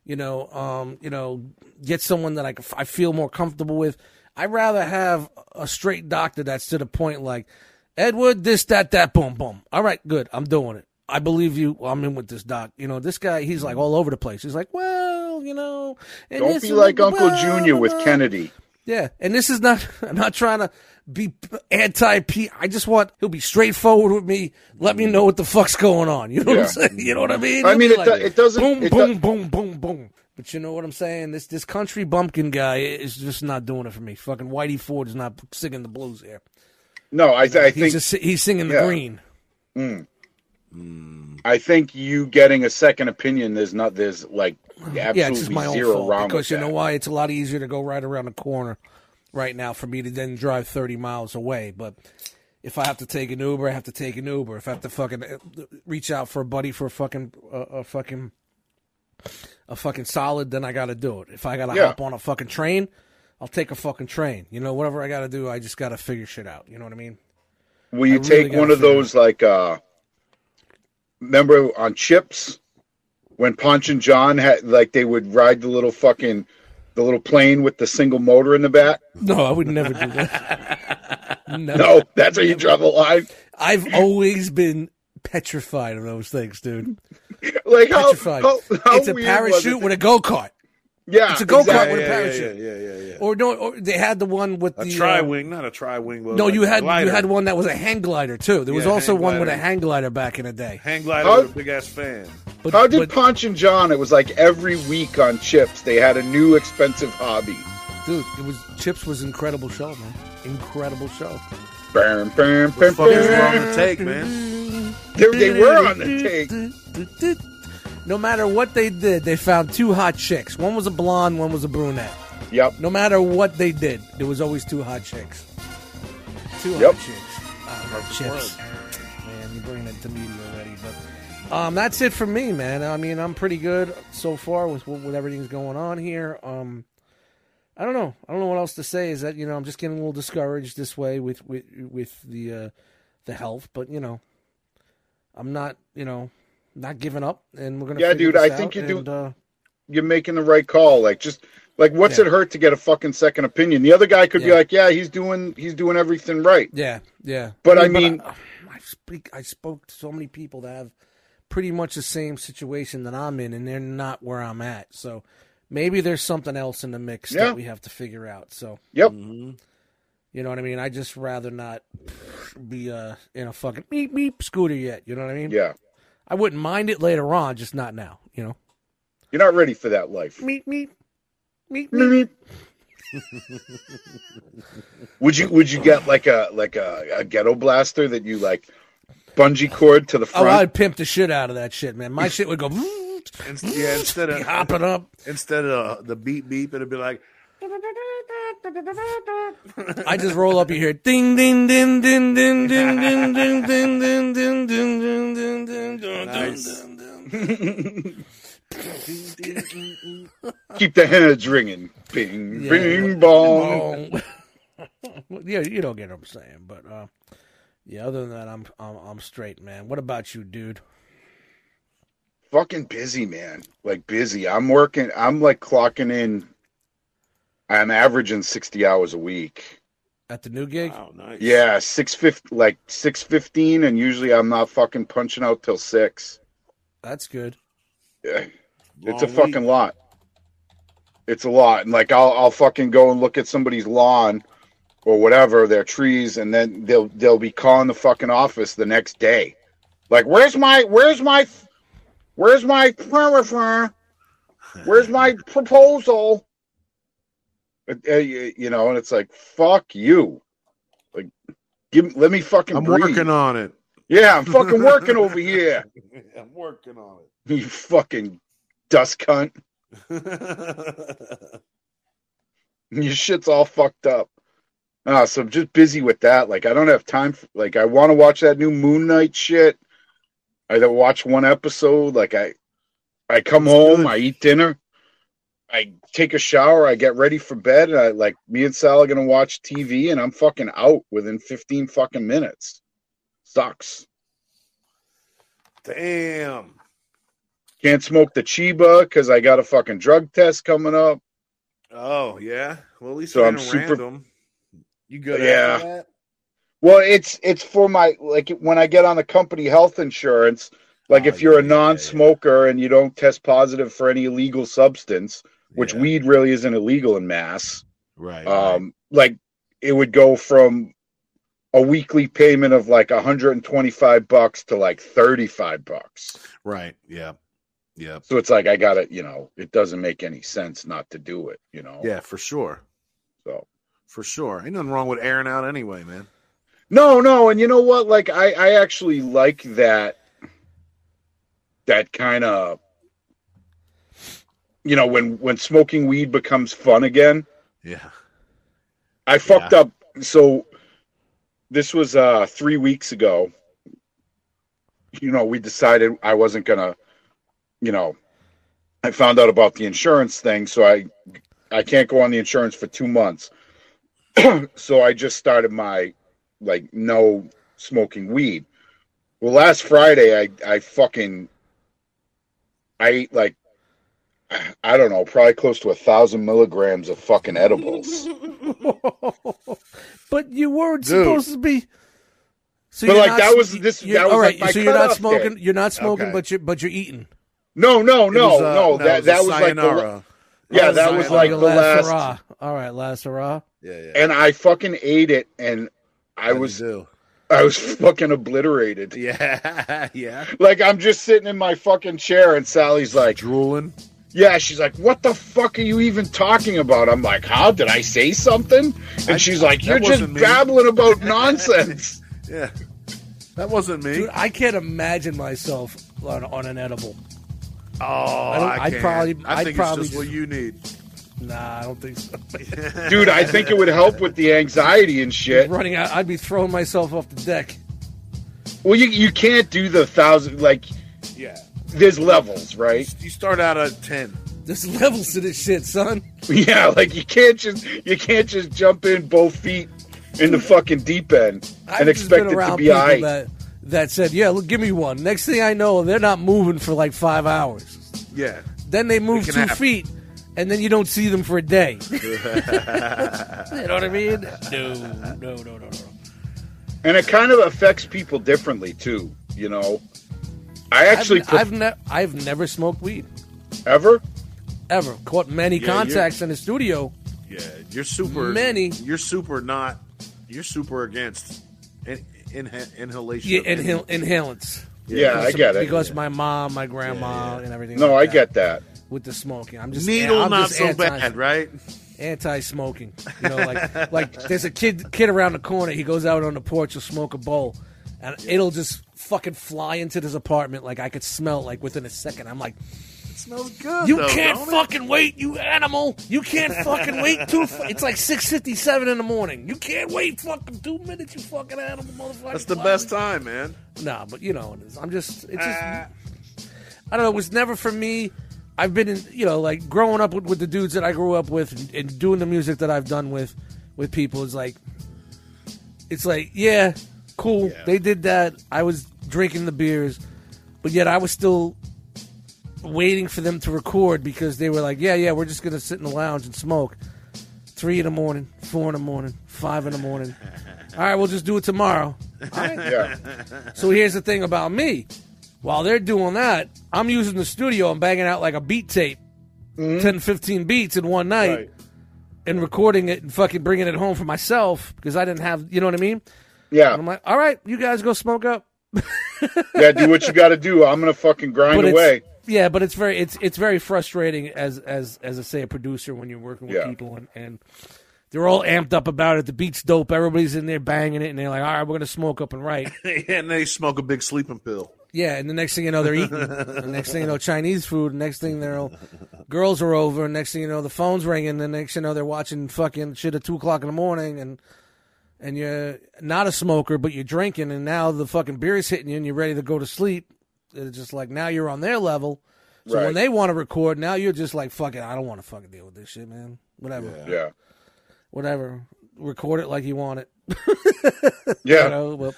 S1: You know, um, you know, get someone that I, can- I feel more comfortable with. I'd rather have a straight doctor that's to the point, like Edward, this, that, that, boom, boom. All right, good, I'm doing it. I believe you. I'm in with this doc. You know, this guy, he's like all over the place. He's like, well, you know, and
S2: Mm-hmm. Don't
S1: this
S2: be
S1: and
S2: like
S1: that,
S2: Uncle
S1: well,
S2: Junior with
S1: well.
S2: Kennedy.
S1: Yeah, and this is not. I'm not trying to be p- anti P. I just want he'll be straightforward with me. Let me know what the fuck's going on. You know what I'm
S2: Yeah.
S1: saying? You know what I mean?
S2: I
S1: He'll
S2: mean,
S1: be
S2: it do- it doesn't-
S1: Boom,
S2: it
S1: boom, boom, boom, boom. But you know what I'm saying? This this country bumpkin guy is just not doing it for me. Fucking Whitey Ford is not singing the blues here.
S2: No, I, I
S1: He's
S2: think
S1: just he's singing the
S2: yeah.
S1: green.
S2: I think you getting a second opinion. There's not. There's like absolutely
S1: Yeah, it's just my own
S2: zero
S1: fault
S2: wrong
S1: because
S2: with
S1: you know
S2: that.
S1: why? It's a lot easier to go right around the corner right now for me to then drive 30 miles away. But if I have to take an Uber, I have to take an Uber. If I have to fucking uh, reach out for a buddy for a fucking uh, a fucking a fucking solid, then I got to do it. If I got to
S2: Yeah.
S1: hop on a fucking train, I'll take a fucking train. You know, whatever I got to do, I just got to figure shit out. You know what I mean?
S2: Will you
S1: really
S2: take
S1: gotta
S2: one of
S1: figure it
S2: those like uh remember on chips when Ponch and John had like they would ride the little fucking the little plane with the single motor in the back?
S1: No, I would never do that. Never.
S2: No, that's how you draw the line.
S1: I've always been petrified of those things, dude.
S2: Like how,
S1: petrified.
S2: how, how
S1: it's a
S2: weird was
S1: parachute
S2: it?
S1: with a go kart,
S2: yeah,
S1: it's a go-kart
S2: exactly.
S1: with a
S3: yeah,
S1: parachute.
S3: Yeah, yeah, yeah. yeah.
S1: or no, or they had the one with
S3: A
S1: the
S3: tri
S1: uh,
S3: wing, not a tri wing.
S1: no, you had you had one that was a hang glider too. There was
S3: Yeah,
S1: also
S3: hang
S1: one with a
S3: glider.
S1: hang glider back in the day.
S3: hang glider
S2: How-
S3: with a big ass fan.
S1: But,
S2: How did
S1: but,
S2: Ponch and John? It was like every week on Chips, they had a new expensive hobby.
S1: dude? It was Chips was incredible show, man. Incredible show.
S2: Bam, bam,
S3: What the
S2: bam,
S3: fuck is wrong
S2: bam.
S3: with take, man?
S2: They, they were on the take.
S1: No matter what they did, they found two hot chicks. One was a blonde, one was a brunette.
S2: Yep.
S1: No matter what they did, there was always two hot chicks. Two hot
S2: Yep.
S1: chicks. Oh,
S2: Perfect
S1: chips. Man, you bringing it to media already, but um, that's it for me, man. I mean, I'm pretty good so far with with everything's going on here. Um, I don't know. I don't know what else to say. Is that you know I'm just getting a little discouraged this way with with with the uh, the health, but you know, I'm not you know not giving up, and we're gonna
S2: Yeah,
S1: figure
S2: dude,
S1: this
S2: I think
S1: out,
S2: you do-
S1: and, Uh,
S2: You're making the right call. Like just like what's
S1: Yeah.
S2: it hurt to get a fucking second opinion? The other guy could be
S1: Yeah.
S2: like, yeah, he's doing he's doing everything right.
S1: Yeah, yeah.
S2: But I mean-
S1: I, I speak. I spoke to so many people that have pretty much the same situation that I'm in, and they're not where I'm at. So maybe there's something else in the mix
S2: Yeah.
S1: that we have to figure out. So
S2: Yep.
S1: Mm-hmm. you know what I mean. I just rather not be uh, in a fucking meep meep scooter yet. You know what I mean?
S2: Yeah.
S1: I wouldn't mind it later on, just not now. You know,
S2: You're not ready for that life.
S1: meep meep meep meep.
S2: would you would you get like a like a, a ghetto blaster that you like bungee cord to the
S1: Oh,
S2: front?
S1: I'd pimp the shit out of that shit, man. My shit would go.
S3: In- yeah, instead
S1: be
S3: of
S1: hopping up.
S3: instead of the beep beep, it'd be like
S1: I just roll up. You hear ding ding ding ding ding ding ding ding ding ding ding ding ding ding ding ding.
S3: Nice.
S1: ding, ding, ding.
S2: Keep the heads ringing. Bing,
S1: Yeah.
S2: bing, bong.
S1: Well, Yeah, you don't get what I'm saying, but uh, yeah. Other than that, I'm I'm I'm straight, man. What about you, dude?
S2: Fucking busy, man. Like busy. I'm working. I'm like clocking in. I'm averaging sixty hours a week.
S1: At the new gig?
S3: Oh,
S7: Wow, nice.
S2: Yeah, six fifty, like six fifteen, and usually I'm not fucking punching out till six.
S1: That's good.
S2: Yeah.
S7: Long
S2: it's a fucking
S7: week.
S2: lot. It's a lot, and like I'll I'll fucking go and look at somebody's lawn or whatever their trees, and then they'll they'll be calling the fucking office the next day, like where's my where's my where's my where's my proposal? Uh, uh, You you know, and it's like fuck you, like give let me fucking.
S3: I'm
S2: breathe.
S3: working on it.
S2: Yeah, I'm fucking working over here.
S3: I'm working on
S2: You fucking dust cunt.
S3: it.
S2: your shit's all fucked up. Ah, so I'm just busy with that. Like I don't have time. For, like I want to watch that new Moon Knight shit. I don't watch one episode. Like I, I come home, I eat dinner, I take a shower, I get ready for bed, and I like me and Sal are gonna watch TV, and I'm fucking out within 15 fucking minutes. Sucks.
S3: Damn.
S2: Can't smoke the Chiba because I got a fucking drug test coming up.
S3: Oh yeah. Well, at least
S2: So
S3: it
S2: I'm
S3: ain't
S2: super-
S3: random. You good?
S2: Yeah.
S3: After that?
S2: Well, it's it's for my like when I get on the company health insurance, like
S3: Oh,
S2: if you're
S3: yeah,
S2: a
S3: yeah, yeah.
S2: non-smoker and you don't test positive for any illegal substance, which
S3: Yeah.
S2: weed really isn't illegal in mass,
S3: right. right.
S2: um, like it would go from a weekly payment of like 125 bucks to like 35 bucks.
S3: Right. Yeah. Yeah.
S2: So it's like I got to, you know, it doesn't make any sense not to do it, you know.
S3: Yeah. For sure.
S2: So
S3: For sure. Ain't nothing wrong with airing out anyway, man.
S2: No, no, and you know what? Like I, I actually like that that kind of you know, when when smoking weed becomes fun again.
S3: Yeah.
S2: I fucked up so this was uh three weeks ago. You know, we decided I wasn't gonna you know I found out about the insurance thing, so I I can't go on the insurance for two months. so I just started my like no smoking weed. Well, last Friday I I fucking I ate like I don't know, probably close to a thousand milligrams of fucking edibles.
S1: but you weren't
S2: Dude.
S1: supposed to be. So
S2: But,
S1: you're
S2: like,
S1: not
S2: that
S1: s-
S2: was- this-
S1: you're-
S2: that was,
S1: all right.
S2: like, my
S1: so you're not
S2: cutoff
S1: smoking.
S2: day.
S1: You're not smoking,
S3: Okay.
S1: but you are but you're eating.
S2: No, no,
S3: It
S2: no,
S3: was, uh,
S2: no.
S3: it
S2: That that
S3: a
S2: was like the, la-
S3: sayonara.
S2: yeah,
S3: was a
S2: that was
S3: sayonara.
S2: like the
S1: Your
S2: last,
S1: hurrah. All right, last hurrah.
S3: Yeah. Yeah.
S2: and I fucking ate it, and I
S3: How'd you
S2: was
S3: do?
S2: I was fucking obliterated.
S3: Yeah. Yeah.
S2: Like I'm just sitting in my fucking chair, and Sally's like,
S3: Drooling.
S2: "Yeah," she's like, "What the fuck are you even talking about?" I'm like, "How did I say something?" And she's like,
S3: that
S2: "You're just
S3: wasn't me."
S2: babbling about nonsense."
S3: Yeah. That wasn't me.
S1: Dude, I can't imagine myself on, on an edible.
S3: oh,
S1: don't-
S3: I,
S1: I'd
S3: can't.
S1: probably-
S3: I
S1: I'd
S3: think it's
S1: probably
S3: just, what you need.
S1: Nah, I don't think so.
S2: Dude, I think it would help with the anxiety and shit.
S1: Running out, I'd be throwing myself off the deck.
S2: Well, you you can't do the thousand like
S3: Yeah.
S2: there's levels, right?
S3: You start out at 10.
S1: There's levels to this shit, son.
S2: Yeah, like you can't just you can't just jump in both feet in the fucking deep end and
S1: I've just
S2: expect
S1: been
S2: it to
S1: around
S2: be
S1: people
S2: alright.
S1: that, that said, "Yeah, look, give me one." Next thing I know, they're not moving for like five hours.
S3: Yeah.
S1: Then they move
S3: It
S1: two
S3: can happen.
S1: feet, and then you don't see them for a day. you know what I mean? No, no, no, no, no.
S2: And it kind of affects people differently too, you know. I actually
S1: I've, I've, ne- I've never smoked weed
S2: ever
S1: ever. Caught many
S3: Yeah,
S1: contacts in the studio.
S3: Yeah. You're super.
S1: Many.
S3: You're super not. You're super against in, in, inhalation.
S1: Yeah,
S3: of any-
S1: inhal- inhalants.
S2: Yeah, I
S1: Because-
S2: get it.
S1: Because my mom, my grandma, and everything.
S2: No, I
S1: like that
S2: get that.
S1: with the smoking. I'm just
S3: Needle
S1: I'm
S3: not
S1: just
S3: so
S1: anti-
S3: bad, right?
S1: anti-smoking. You know, like like there's a kid kid around the corner. He goes out on the porch to smoke a bowl, and it'll just fucking fly into this apartment. Like I could smell it, like within a second. I'm like,
S3: It smells good.
S1: you
S3: though,
S1: can't
S3: don't it?
S1: fucking wait, you animal. You can't fucking wait two. F- it's like six fifty seven in the morning. You can't wait fucking two minutes. You fucking animal, motherfucker.
S3: That's the best time, man.
S1: Nah, but you know, it is. I'm just. It's just. I don't know. It was never for me. I've been in, you know, like growing up with, with the dudes that I grew up with and, and doing the music that I've done with with people is like, it's like, yeah, cool.
S3: Yeah.
S1: They did that. I was drinking the beers, but yet I was still waiting for them to record because they were like, yeah, yeah, we're just gonna sit in the lounge and smoke. Three in the morning, four in the morning, five in the morning. All right, we'll just do it tomorrow.
S2: Yeah.
S1: So here's the thing about me. While they're doing that, I'm using the studio and banging out like a beat tape, ten, fifteen 10, 15 beats in one night
S3: Right.
S1: and recording it and fucking bringing it home for myself because I didn't have, you know what I mean?
S2: Yeah.
S1: And I'm like, all right, you guys go smoke up.
S2: yeah, do what you got to do. I'm gonna fucking grind
S1: it's-
S2: away.
S1: Yeah, but it's very it's it's very frustrating as as as I say a producer when you're working with
S2: Yeah.
S1: people and, and they're all amped up about it. The beat's dope. Everybody's in there banging it, and they're like, "All right, we're gonna smoke up and write."
S3: and they smoke a big sleeping pill.
S1: Yeah, and the next thing you know, they're eating. the next thing you know, Chinese food. The next thing you know, girls are over. And next thing you know, the phone's ringing. The next thing you know, they're watching fucking shit at two o'clock in the morning. And and you're not a smoker, but you're drinking. And now the fucking beer's hitting you, and you're ready to go to sleep. It's just like now you're on their level. So when
S2: Right.
S1: they want to record, now you're just like fucking. I don't want to fucking deal with this shit, man. Whatever,
S2: Yeah.
S1: whatever. Record it like you want it.
S2: Yeah.
S1: You know, but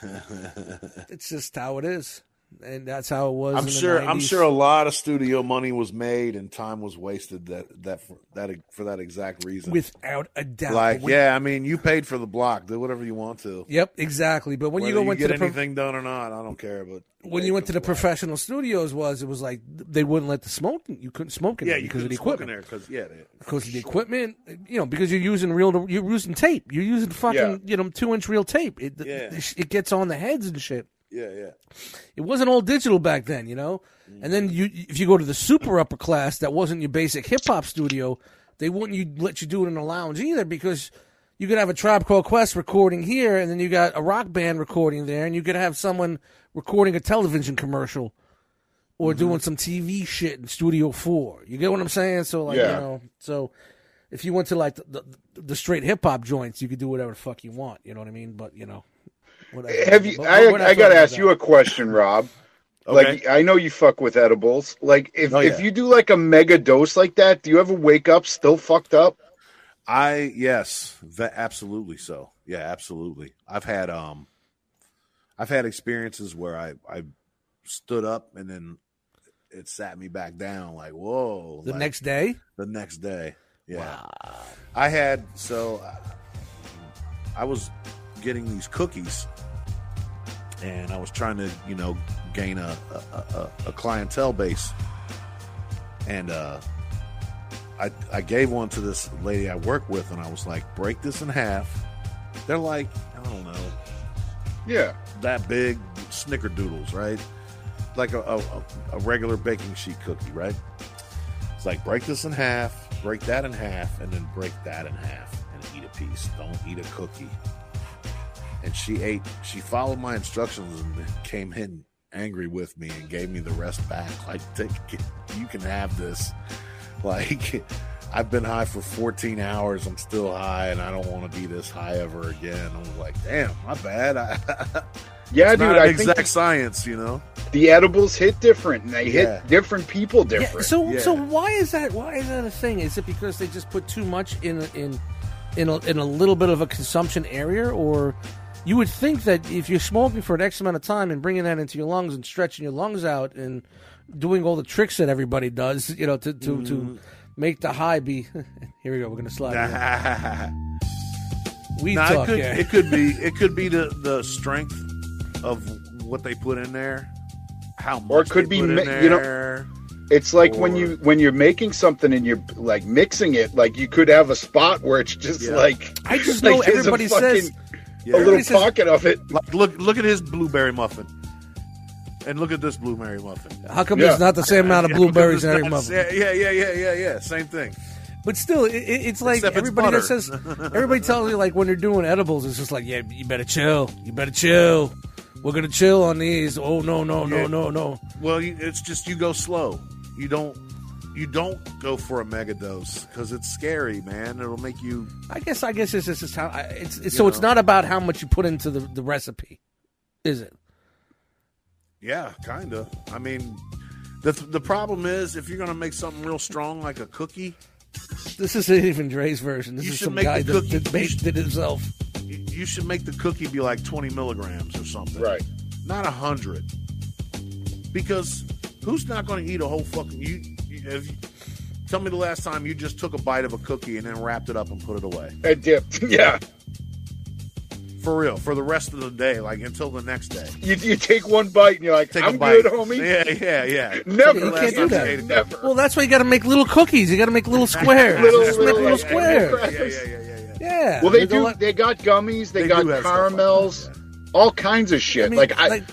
S1: it's just how it is, and that's how it was. in
S3: I'm
S1: the
S3: sure. I'm
S1: 90s.
S3: sure a lot of studio money was made and time was wasted that that for that for that exact reason.
S1: without a doubt.
S3: like,
S1: But when-
S3: yeah, I mean, you paid for the block. Do whatever you want to.
S1: Yep, exactly. But when
S3: Whether
S1: you
S3: you
S1: go into
S3: get
S1: the pro-
S3: anything done or not, I don't care. But
S1: when
S3: paid
S1: you
S3: for
S1: went to the
S3: block.
S1: professional studios, was it was like they wouldn't let the smoke. You couldn't smoke in
S3: yeah,
S1: there
S3: you
S1: because of
S3: could
S1: the
S3: smoke in
S1: equipment.
S3: there because yeah, they-
S1: Because of the equipment, you know, because you're using real, to- you're using tape. You're using fucking,
S2: Yeah.
S1: you know, two inch real tape. It,
S3: Yeah.
S1: it gets on the heads and shit.
S3: yeah, yeah.
S1: It wasn't all digital back then, you know. And then you, if you go to the super upper class, that wasn't your basic hip hop studio. They wouldn't you let you do it in a lounge either because you could have a Tribe Called Quest recording here, and then you got a rock band recording there, and you could have someone recording a television commercial or
S2: Mm-hmm.
S1: doing some TV shit in Studio Four. You get what I'm saying? So like,
S2: Yeah.
S1: you know, so if you went to like the the, the straight hip hop joints, you could do whatever the fuck you want. You know what I mean? But you know. Whatever.
S2: Have you?
S1: But- but
S2: I,
S1: we're not
S2: I gotta
S1: talking
S2: ask
S1: about
S2: you a question, Rob. Like
S3: Okay.
S2: I know you fuck with edibles. Like if
S3: Oh,
S2: if
S3: yeah.
S2: you do like a mega dose like that, do you ever wake up still fucked up?
S3: I yes, that absolutely so. Yeah, absolutely. I've had um, I've had experiences where I I stood up and then it sat me back down. Like whoa,
S1: the
S3: like,
S1: next day.
S3: the next day. Yeah. I had so I, I was getting these cookies and I was trying to, you know, gain a a, a, a clientele base. And uh I I gave one to this lady I work with and I was like, "Break this in half." They're like, I don't know,
S2: Yeah.
S3: that big snickerdoodles, right? Like a, a, a- a regular baking sheet cookie, right? It's like break this in half, break that in half, and then break that in half and eat a piece. Don't eat a cookie. And she ate, she followed my instructions and then came in angry with me and gave me the rest back. Like, take it, you can have this. Like, I've been high for 14 hours. I'm still high, and I don't want to be this high ever again. I was like, damn, my bad. I,
S2: Yeah,
S3: It's
S2: dude.
S3: not an
S2: I
S3: exact
S2: think
S3: science, you know.
S2: the edibles hit different, and they
S3: Yeah.
S2: hit different people
S1: Yeah,
S2: different.
S1: so
S3: Yeah.
S1: so why is that? Why is that a thing? Is it because they just put too much in in in a, in a little bit of a consumption area, or you would think that if you're smoking for an X amount of time and bringing that into your lungs and stretching your lungs out and doing all the tricks that everybody does, you know, to to, to make the high be. Here we go. We're gonna slide. it in. We
S3: Nah, it
S1: talk.
S3: could
S1: yeah.
S3: it could be it could be the the strength of what they put in there, how much
S2: Or it could be
S3: they put in
S2: mi- you know-
S3: there.
S2: It's like when
S3: Or-
S2: you when you're making something and you're like mixing it, like you could have a spot where it's just
S3: Yeah.
S2: like
S1: I just
S2: like
S1: know
S2: there's a
S1: everybody
S2: fucking-
S1: says
S3: Yeah.
S2: a little
S1: Everybody says-
S2: pocket of it.
S3: Like, look look at his blueberry muffin, and look at this blueberry muffin.
S1: How come
S2: Yeah.
S1: there's not the same amount of
S3: Yeah, look at
S1: blueberries in
S3: this
S1: every
S3: guy.
S1: muffin?
S3: Yeah, yeah, yeah, yeah, yeah, yeah. Same thing.
S1: But still, it, it- it's like
S3: Except it's
S1: everybody that
S3: butter.
S1: says everybody tells you like when you're doing edibles, it's just like yeah, you better chill, you better chill. We're gonna chill on these. Oh no no no
S3: Yeah.
S1: no no.
S3: Well, you, it's just you go slow. You don't you don't go for a mega dose because it's scary, man. It'll make you
S1: I guess I guess this, this is how I, it's, it's so. It's
S3: know.
S1: not about how much you put into the, the recipe, is it?
S3: yeah, kind of. I mean, the the problem is if you're gonna make something real strong like a cookie,
S1: This isn't even Dre's version. This
S3: You
S1: is
S3: should
S1: some
S3: make
S1: guy
S3: the
S1: that,
S3: cookie-
S1: that
S3: you
S1: made
S3: should-
S1: it himself.
S3: you, you should make the cookie be like 20 milligrams or something,
S2: Right.
S3: Not a hundred, because who's not gonna eat a whole fucking you? you if, tell me the last time you just took a bite of a cookie and then wrapped it up and put it away.
S2: I dipped. Yeah.
S3: For real, for the rest of the day, like until the next day.
S2: You, you take one bite and you're like,
S3: Take
S2: I'm
S3: a bite.
S2: good, homie.
S3: Yeah, yeah, yeah.
S2: Never.
S1: You
S3: Last
S1: can't do
S3: time
S1: that.
S3: you ate it.
S2: Never.
S1: Well, that's why you got to make little cookies. You got to make little squares.
S2: Little-
S1: Just make
S2: little,
S1: little
S2: like,
S1: squares.
S2: crackers.
S3: Yeah, yeah, yeah, yeah, yeah.
S1: Yeah.
S2: Well, they
S1: There's a
S2: do.
S1: lot-
S2: They got gummies. They,
S3: They
S2: got
S3: do have stuff like that,
S2: caramels. all kinds of shit.
S1: I mean,
S2: like I,
S1: like-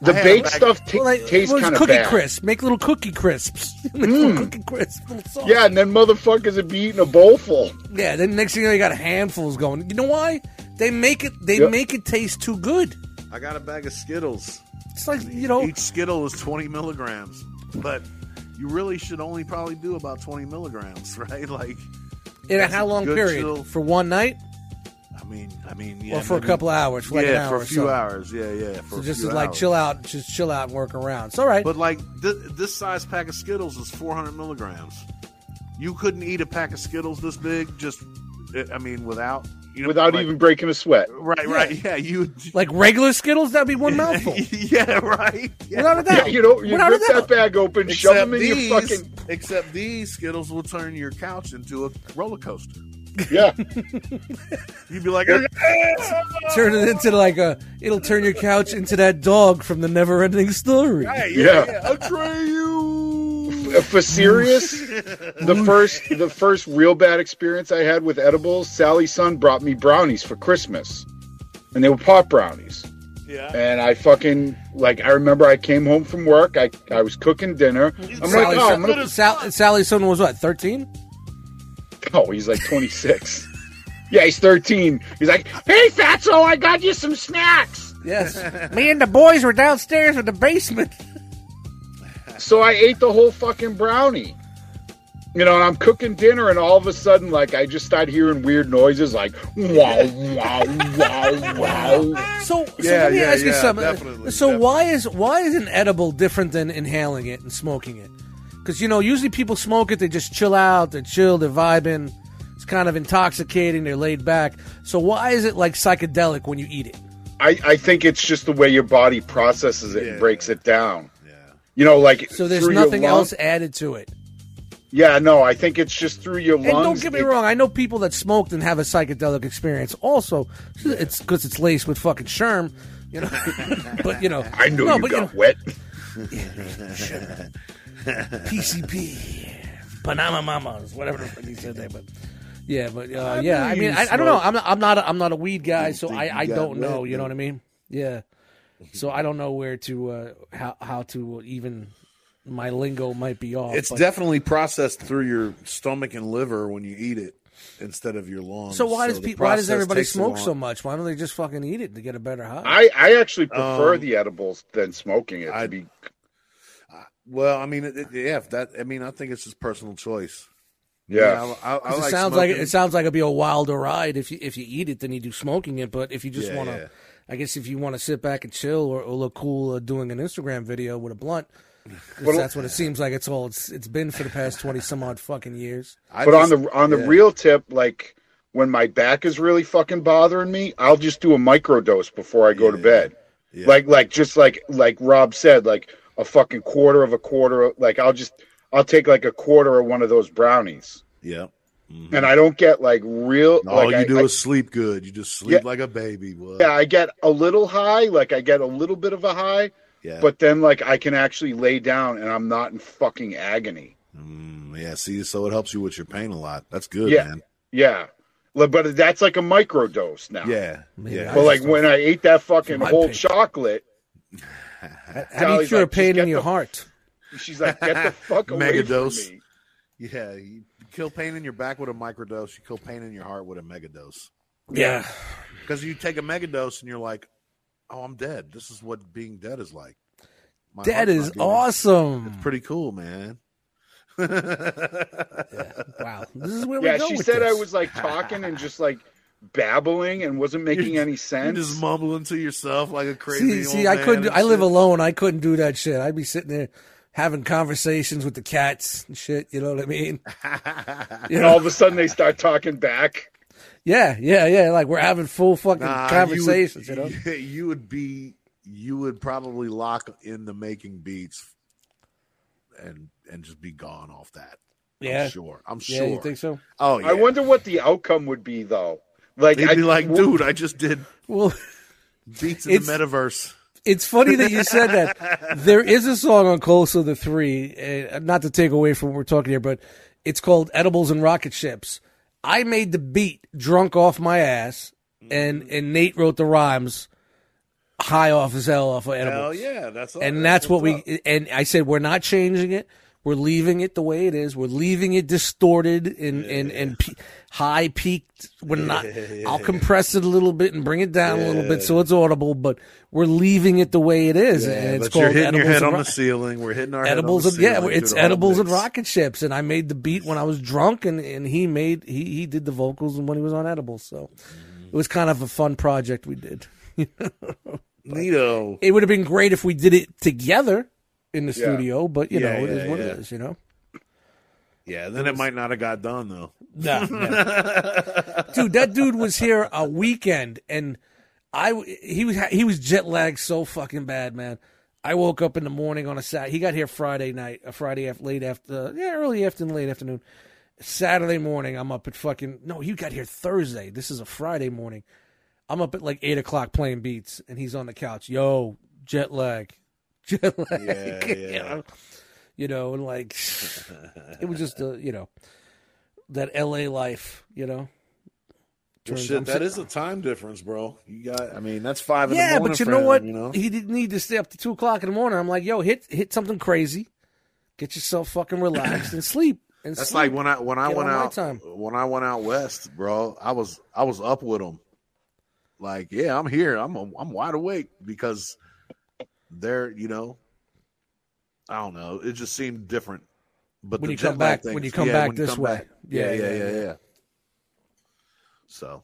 S2: the
S3: I had
S2: baked
S3: like-
S2: stuff ta-
S1: Well, like,
S2: tastes
S1: well, it's
S2: kind of
S1: cookie
S2: bad.
S1: crisp. Make little cookie crisps. Make
S3: Mm.
S1: little cookie crisps. Little sauce.
S2: Yeah, and then motherfuckers would be eating a bowl full.
S1: yeah. Then next thing you know, you got handfuls going. You know why? They make it. They
S2: Yep.
S1: make it taste too good.
S3: I got a bag of Skittles.
S1: It's like you know.
S3: Each Skittle is 20 milligrams, but you really should only probably do about 20 milligrams, right? Like,
S1: in a
S3: that's
S1: how
S3: a
S1: long
S3: good
S1: period?
S3: chill.
S1: For one night
S3: I mean, I mean, yeah.
S1: or for
S3: maybe-
S1: a couple hours? For like
S3: yeah,
S1: an hour
S3: for
S1: or
S3: a few
S1: so.
S3: hours. Yeah, yeah. For
S1: So
S3: a
S1: just
S3: few
S1: is like
S3: hours.
S1: chill out, just chill out and work around. It's all right.
S3: But like th- this size pack of Skittles is 400 milligrams. You couldn't eat a pack of Skittles this big, just I mean, without you know,
S2: without
S3: like-
S2: even breaking a sweat.
S3: right, right, yeah, you,
S1: like regular Skittles, that'd be one mouthful.
S3: yeah, right, yeah.
S1: Without a doubt.
S2: Yeah, you know, you
S1: Without a
S2: rip that
S1: doubt.
S2: bag open, shove them in your fucking
S3: except these Skittles will turn your couch into a roller coaster.
S2: yeah.
S3: You'd be like,
S1: Turn it into like a. It'll turn your couch into that dog from the Never-Ending Story.
S3: hey,
S2: Yeah.
S3: yeah, yeah, Atreyu.
S2: Uh, For serious, the first the first real bad experience I had with edibles, Sally's son brought me brownies for Christmas, and they were pop brownies.
S3: Yeah,
S2: And I fucking like I remember I came home from work. I I was cooking dinner. I'm like,
S1: Sally's
S2: oh,
S1: son,
S2: I'm gonna,
S1: Sal- Sally's son was what? Thirteen.
S2: oh, he's like 26. yeah, he's 13. He's like, hey, fatso, I got you some snacks.
S1: Yes. Me and the boys were downstairs in the basement.
S2: So I ate the whole fucking brownie. You know, and I'm cooking dinner, and all of a sudden, like, I just start hearing weird noises, like, wow, wow, wow, wow.
S1: So, so
S3: Yeah,
S1: let me
S3: yeah,
S1: ask you
S3: yeah,
S1: something.
S3: definitely,
S1: so
S3: definitely.
S1: why is why is an edible different than inhaling it and smoking it? Because you know, usually people smoke it, they just chill out, they're chill, they're vibing. It's kind of intoxicating, they're laid back. So why is it like psychedelic when you eat it?
S2: I, I think it's just the way your body processes it and
S3: Yeah.
S2: breaks it down.
S3: yeah.
S2: You know, like,
S1: So there's
S2: through your
S1: nothing else
S2: lungs-
S1: added to it.
S2: Yeah, no, I think it's just through your lungs.
S1: And don't get me
S2: it-
S1: wrong, I know people that smoked and have a psychedelic experience. Also, it's because it's laced with fucking sherm, you know. but you know,
S2: I knew
S1: no,
S2: you
S1: but,
S2: got
S1: know,
S2: wet.
S1: PCP, Panama Mamas, whatever the fuck he said there. But yeah, but uh, yeah,
S3: I knew
S1: I
S3: you
S1: mean, I, I don't know.
S3: smoked.
S1: I'm not, I'm not, a, I'm not a weed guy, so
S3: think
S1: I,
S3: you
S1: I
S3: got
S1: don't know.
S3: lit,
S1: You know
S3: then.
S1: what I mean? Yeah. So I don't know where to, uh, how, how to uh, even my lingo might be off.
S3: It's
S1: but-
S3: definitely processed through your stomach and liver when you eat it instead of your lungs.
S1: So why does
S3: the
S1: pe- why does
S3: process
S1: everybody
S3: takes
S1: smoke so
S3: long-
S1: much? Why don't they just fucking eat it to get a better high?
S2: I, I actually prefer
S3: Um,
S2: the edibles than smoking it.
S3: I-
S2: to be,
S3: Well, I mean, it, it- yeah, if that. I mean, I think it's just personal choice.
S2: yeah.
S3: I, I, I
S1: 'Cause it
S3: like
S1: sounds like
S3: smoking.
S1: it sounds like it'd be a wilder ride if you if you eat it than you do smoking it. But if you just
S3: Yeah,
S1: want to
S3: yeah.
S1: I guess if you want to sit back and chill or, or look cool uh, doing an Instagram video with a blunt, 'cause
S2: Well,
S1: that's what it seems like. It's all it's, it's been for the past twenty some odd fucking years.
S3: I
S2: but
S3: just-
S2: on the on the
S3: yeah.
S2: real tip, like when my back is really fucking bothering me, I'll just do a microdose before I go to bed.
S3: Yeah.
S2: Like like just like like Rob said, like a fucking quarter of a quarter. Like I'll just I'll take like a quarter of one of those brownies,
S3: yeah.
S2: and I don't get like real.
S3: Mm-hmm. All
S2: like,
S3: you
S2: I-
S3: do
S2: I-
S3: is sleep good. You just sleep
S2: Yeah.
S3: like a baby. Well,
S2: yeah, I get a little high. Like I get a little bit of a high,
S3: yeah.
S2: but then like I can actually lay down and I'm not in fucking agony.
S3: Mm, yeah, see, so it helps you with your pain a lot. That's good,
S2: Yeah.
S3: man.
S2: Yeah, Like, but that's like a microdose now.
S3: Yeah,
S1: Maybe
S3: yeah.
S1: I
S2: But like
S1: just-
S2: when I ate that fucking
S1: My
S2: whole
S1: pain.
S2: chocolate,
S1: How do you
S2: Sally's
S1: cure
S2: like,
S1: pain
S2: "Just
S1: in
S2: get
S1: your
S2: the-
S1: heart?
S2: she's like, "Get the fuck away
S3: Mega
S2: from
S3: dose.
S2: me."
S3: yeah, you kill pain in your back with a microdose. You kill pain in your heart with a megadose.
S1: Yeah,
S3: Because you take a megadose and you're like, oh, I'm dead. This is what being dead is like. My
S1: that
S3: heart's
S1: is
S3: not beating.
S1: awesome.
S3: Pretty cool, man.
S1: Wow, this is where we
S2: Yeah,
S1: go
S2: she
S1: with
S2: said
S1: this.
S2: I was like talking and just like babbling and wasn't making any
S3: You're
S2: sense.
S3: just mumbling to yourself like a
S1: See,
S3: crazy.
S1: see,
S3: old
S1: I
S3: man
S1: couldn't.
S3: and
S1: I live
S3: shit.
S1: alone. I couldn't do that shit. I'd be sitting there having conversations with the cats and shit. You know what I mean? You
S2: and
S1: know?
S2: all of a sudden they start talking back.
S1: Yeah, yeah, yeah. Like we're having full fucking
S3: Nah,
S1: conversations. You,
S3: You would,
S1: know?
S3: you would be. You would probably lock in the making beats, and and just be gone off that.
S1: Yeah.
S3: I'm sure. I'm
S1: Yeah,
S3: sure.
S1: you think so?
S3: Oh yeah.
S2: I wonder what the outcome would be though. Like,
S3: They'd
S2: I,
S3: be like,
S2: w-
S3: dude, I just did
S1: Well,
S3: beats in the
S1: It's-
S3: metaverse.
S1: it's funny that you said that. There is a song on Coast of the Three, uh, not to take away from what we're talking here, but it's called Edibles and Rocket Ships. I made the beat drunk off my ass, and,
S3: Mm.
S1: and Nate wrote the rhymes high off as hell off of edibles.
S3: Hell yeah, that's all-
S1: and that's what
S3: what's up.
S1: we and I said we're not changing it. We're leaving it the way it is. We're leaving it distorted and and and pe- high peaked. We're not. I'll compress it a little bit and bring it down a little bit so it's audible. But we're leaving it the way it is, and it's
S3: but you're
S1: called
S3: hitting your
S1: edibles
S3: head
S1: and
S3: on
S1: Ro-
S3: the ceiling. We're hitting our
S1: edibles
S3: Head on
S1: and
S3: the ceiling
S1: yeah,
S3: through
S1: it's
S3: the whole
S1: edibles and
S3: mix.
S1: rocket ships. And I made the beat when I was drunk, and and he made he he did the vocals and when he was on edibles. So it was kind of a fun project we did.
S3: Neato.
S1: it would have been great if we did it together in the
S2: Yeah.
S1: studio, but you
S3: Yeah,
S1: know, it is
S3: yeah,
S1: what
S3: yeah.
S1: it is, you know?
S3: Yeah, then it might not have got done though.
S1: No, dude, that dude was here a weekend and I, w- he was, he was jet lagged so fucking bad, man. I woke up in the morning on a Saturday. He got here Friday night, a Friday after, late after, yeah, early afternoon, late afternoon. Saturday morning, I'm up at fucking, no, you got here Thursday. This is a Friday morning. I'm up at like eight o'clock playing beats and he's on the couch. Yo, jet lag, jet lag.
S3: Yeah,
S1: you,
S3: yeah.
S1: know, You know, and like it was just uh, you know that L.A. life, you know.
S3: Well,
S1: Turns-
S3: shit,
S1: I'm
S3: that
S1: si-
S3: is the time difference, bro. You got, I mean, that's five in the
S1: yeah,
S3: morning.
S1: but you
S3: for
S1: know
S3: him,
S1: what?
S3: You know,
S1: He didn't need to stay up to two o'clock in the morning. I'm like, yo, hit hit something crazy, get yourself fucking relaxed and sleep. And
S3: that's
S1: sleep.
S3: like when I when I
S1: Get
S3: went
S1: on my
S3: out
S1: time.
S3: when I went out west, bro. I was I was up with him. Like, yeah, I'm here. I'm I'm wide awake because they're you know, I don't know. It just seemed different. But
S1: When
S3: the
S1: you come
S3: jet lag
S1: back-
S3: thing-
S1: when you come
S3: yeah,
S1: back
S3: when you
S1: this
S3: come
S1: way. Yeah,
S3: yeah, yeah,
S1: yeah,
S3: yeah, yeah. So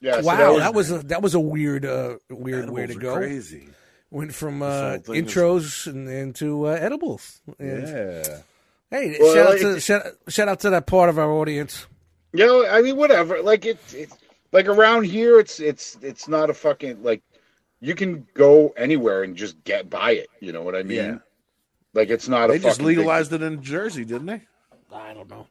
S2: yeah, so
S1: wow,
S2: that was-
S1: that was, a that was a weird uh, weird way to
S3: animals are
S1: go.
S3: Crazy.
S1: Went from
S3: This
S1: uh,
S3: whole thing is-
S1: intros and into uh, edibles. And,
S3: Yeah.
S1: Hey,
S2: Well,
S1: shout out
S2: it-
S1: to shout, shout out to that part of our audience.
S2: you know, I mean, whatever. Like it, it's like around here, it's it's it's not a fucking like you can go anywhere and just get buy it. You know what I mean?
S3: Yeah.
S2: Like it's not
S3: They
S2: a
S3: just
S2: fucking big-
S3: legalized it in Jersey, didn't they?
S1: I don't know.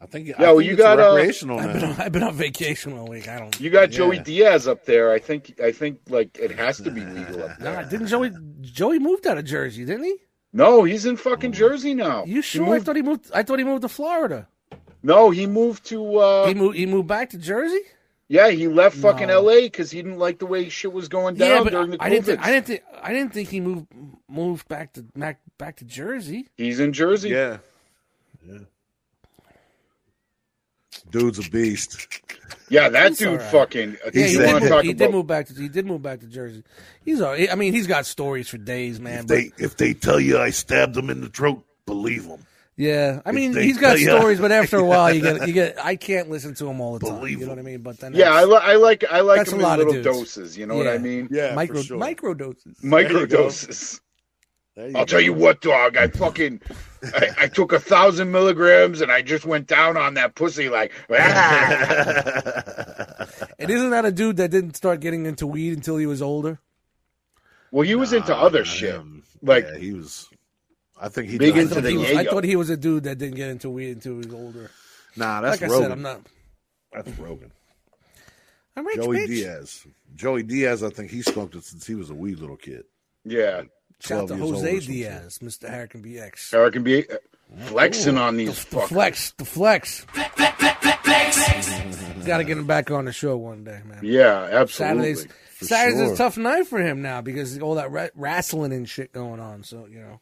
S3: I think. Yeah, I
S2: well,
S3: think
S2: you
S3: it's
S2: got, uh,
S3: recreational
S1: I've been
S3: now.
S1: on, I've been on vacation all week. I don't.
S2: You got Joey
S3: Yeah.
S2: Diaz up there. I think I think like it has to be legal up there.
S1: Nah, didn't Joey Joey moved out of Jersey, didn't he?
S2: No, he's in
S3: Mm.
S2: fucking Jersey now.
S1: You sure?
S2: He
S1: I
S2: moved,
S1: thought he moved. I thought he moved to Florida.
S2: no, he moved to. uh
S1: he moved. He moved back to Jersey.
S2: Yeah, he left fucking
S1: No.
S2: L.A. because he didn't like the way shit was going down during the COVID.
S1: I didn't. Think, I didn't think. I didn't think he moved moved back to back, back to Jersey.
S2: He's in Jersey.
S3: Yeah. Yeah. Dude's a beast.
S2: Yeah, that
S1: He's all
S2: dude
S1: right.
S2: fucking. uh,
S1: Yeah, he,
S2: you
S3: said-
S1: did
S2: want to
S1: move,
S2: talk
S1: he
S2: about?
S1: did move back to. He did move back to Jersey. He's all. I mean, he's got stories for days, man.
S3: if they tell you I stabbed him in the throat, believe him.
S1: but Yeah, I mean
S3: they
S1: he's got
S3: tell ya.
S1: stories, but after a while you get you get. I can't listen to him all the time. You know what I mean? But then
S2: Yeah, I, li- I like I like
S1: That's a
S2: them
S1: lot
S2: in
S1: of
S2: little
S1: dudes.
S2: doses. You know what
S1: Yeah.
S2: I mean?
S3: Yeah, for
S1: micro
S3: sure.
S1: micro doses.
S3: you go.
S2: Microdoses.
S3: There you
S2: I'll tell
S3: go.
S2: you what, dog. I fucking I, I took a thousand milligrams and I just went down on that pussy like. "Ah."
S1: And isn't that a dude that didn't start getting into weed until he was older?
S2: well, he was into other
S3: Not
S2: shit.
S3: him.
S2: Like-
S3: Yeah, he was. I think he
S2: Big
S3: died.
S2: into
S1: I thought
S2: the
S1: he was- I
S2: yayo.
S1: thought he was a dude that didn't get into weed until he was older.
S3: Nah, that's
S1: like I
S3: Rogan.
S1: said, I'm not.
S3: That's Rogan.
S1: I'm rich,
S3: Joey
S1: bitch.
S3: Diaz. Joey Diaz. I think he smoked it since he was a wee little kid.
S2: Yeah,
S1: Shout out
S3: 12
S1: to
S3: years old or
S1: Jose
S3: some shit.
S1: Diaz, Mr. Hurricane BX.
S2: Eric can be uh, flexing on
S1: The, the
S2: these fuckers.
S1: flex, the flex. Got to get him back on the show one day, man.
S2: Yeah, absolutely.
S1: Saturdays, Saturdays is
S3: sure.
S1: a tough night for him now because all that ra- wrestling and shit going on. So you know,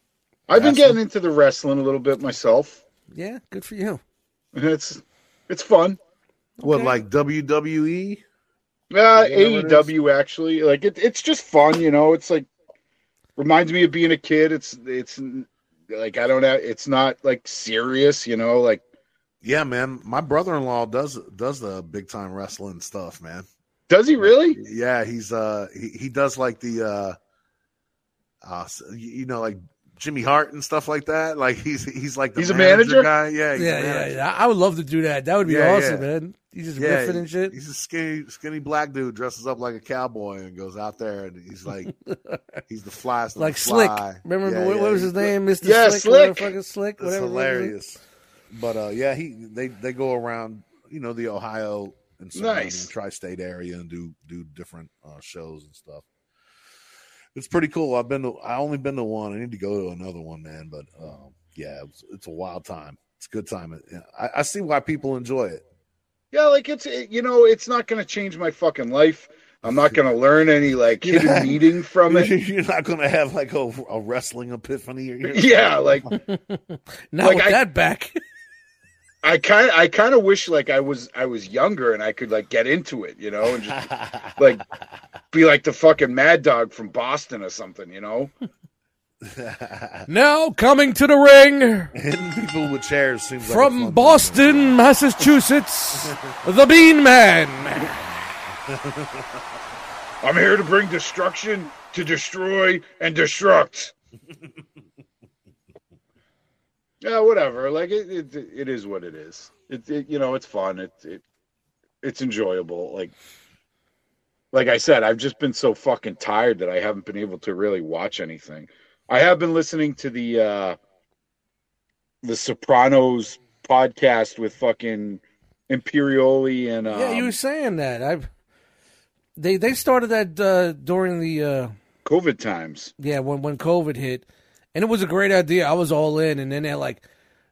S2: I've been getting into the wrestling a little bit myself.
S1: yeah, good for you.
S2: It's it's fun.
S3: What like E?
S2: Uh,
S3: WWE? that what it is?
S2: AEW actually, like it, it's just fun, you know. It's like reminds me of being a kid. It's it's like I don't know. It's not like serious, you know. Like
S3: Yeah, man. My brother in law does does the big time wrestling stuff, man.
S2: does he really?
S3: Yeah, he's uh he, he does like the uh uh s- you- you know like Jimmy Hart and stuff like that. Like he's he's like the
S2: He's a manager?
S3: guy. Yeah, he's a
S1: Yeah, yeah,
S3: manager.
S1: yeah. I would love to do that. That would be
S3: Yeah,
S1: awesome,
S3: yeah.
S1: man. You just
S3: Yeah,
S1: riffing and shit.
S3: He's a skinny skinny black dude dresses up like a cowboy and goes out there and he's like he's the flyest of
S1: Like
S3: the
S1: Slick.
S3: fly.
S1: Remember
S3: Yeah,
S1: what,
S3: yeah,
S1: what was
S3: he's
S1: his name? Mr.
S2: Yeah,
S1: Slick,
S2: Slick.
S1: Whatever, Slick.
S3: It's
S1: Whatever.
S3: hilarious. But uh, yeah, he they they go around you know the Ohio and surrounding
S2: Nice.
S3: tri-state area and do do different uh, shows and stuff. It's pretty cool. I've been to, I only been to one. I need to go to another one, man. But um, yeah, it's, it's a wild time. It's a good time. I, I see why people enjoy it.
S2: Yeah, like it's it, you know, it's not gonna change my fucking life. I'm not gonna learn any like
S3: You're
S2: hidden
S3: not-
S2: meaning from it.
S3: You're not gonna have like a, a wrestling epiphany. Or,
S2: Yeah, like
S1: Now
S2: Like,
S1: with
S2: I-
S1: that back.
S2: I kind I kind of wish like I was I was younger and I could like get into it, you know, and just like be like the fucking Mad Dog from Boston or something, you know.
S1: now coming to the ring
S3: hitting people with chairs seems like a fun
S1: from
S3: thing.
S1: Boston, Massachusetts, the Bean Man.
S2: I'm here to bring destruction, to destroy and destruct. yeah, whatever. Like it, it, it is what it is. It, it you know, it's fun. It, it, it's enjoyable. Like, like I said, I've just been so fucking tired that I haven't been able to really watch anything. I have been listening to the, uh, the Sopranos podcast with fucking Imperioli and um,
S1: yeah, you were saying that. I they they started that uh, during the uh,
S2: COVID times.
S1: yeah when when COVID hit, and it was a great idea. I was all in, and then they're like.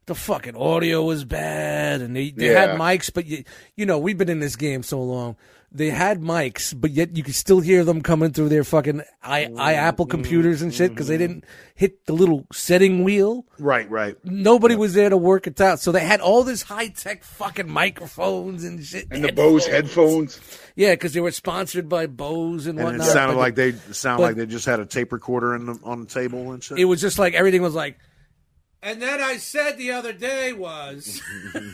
S1: The fucking audio was bad, and they, they
S2: Yeah.
S1: had mics, but you, you know we've been in this game so long. They had mics, but yet you could still hear them coming through their fucking i i Apple computers and shit because they didn't hit the little setting wheel.
S3: Right, right.
S1: Nobody was there to work it out, so they had all this high tech fucking microphones and shit,
S2: And the Bose headphones.
S1: Yeah, because they were sponsored by Bose and
S3: And
S1: whatnot.
S3: it sounded
S1: but
S3: like they sound
S1: but-
S3: like they just had a tape recorder in the, on the table and shit.
S1: it was just like everything was like. And then I said the other day was,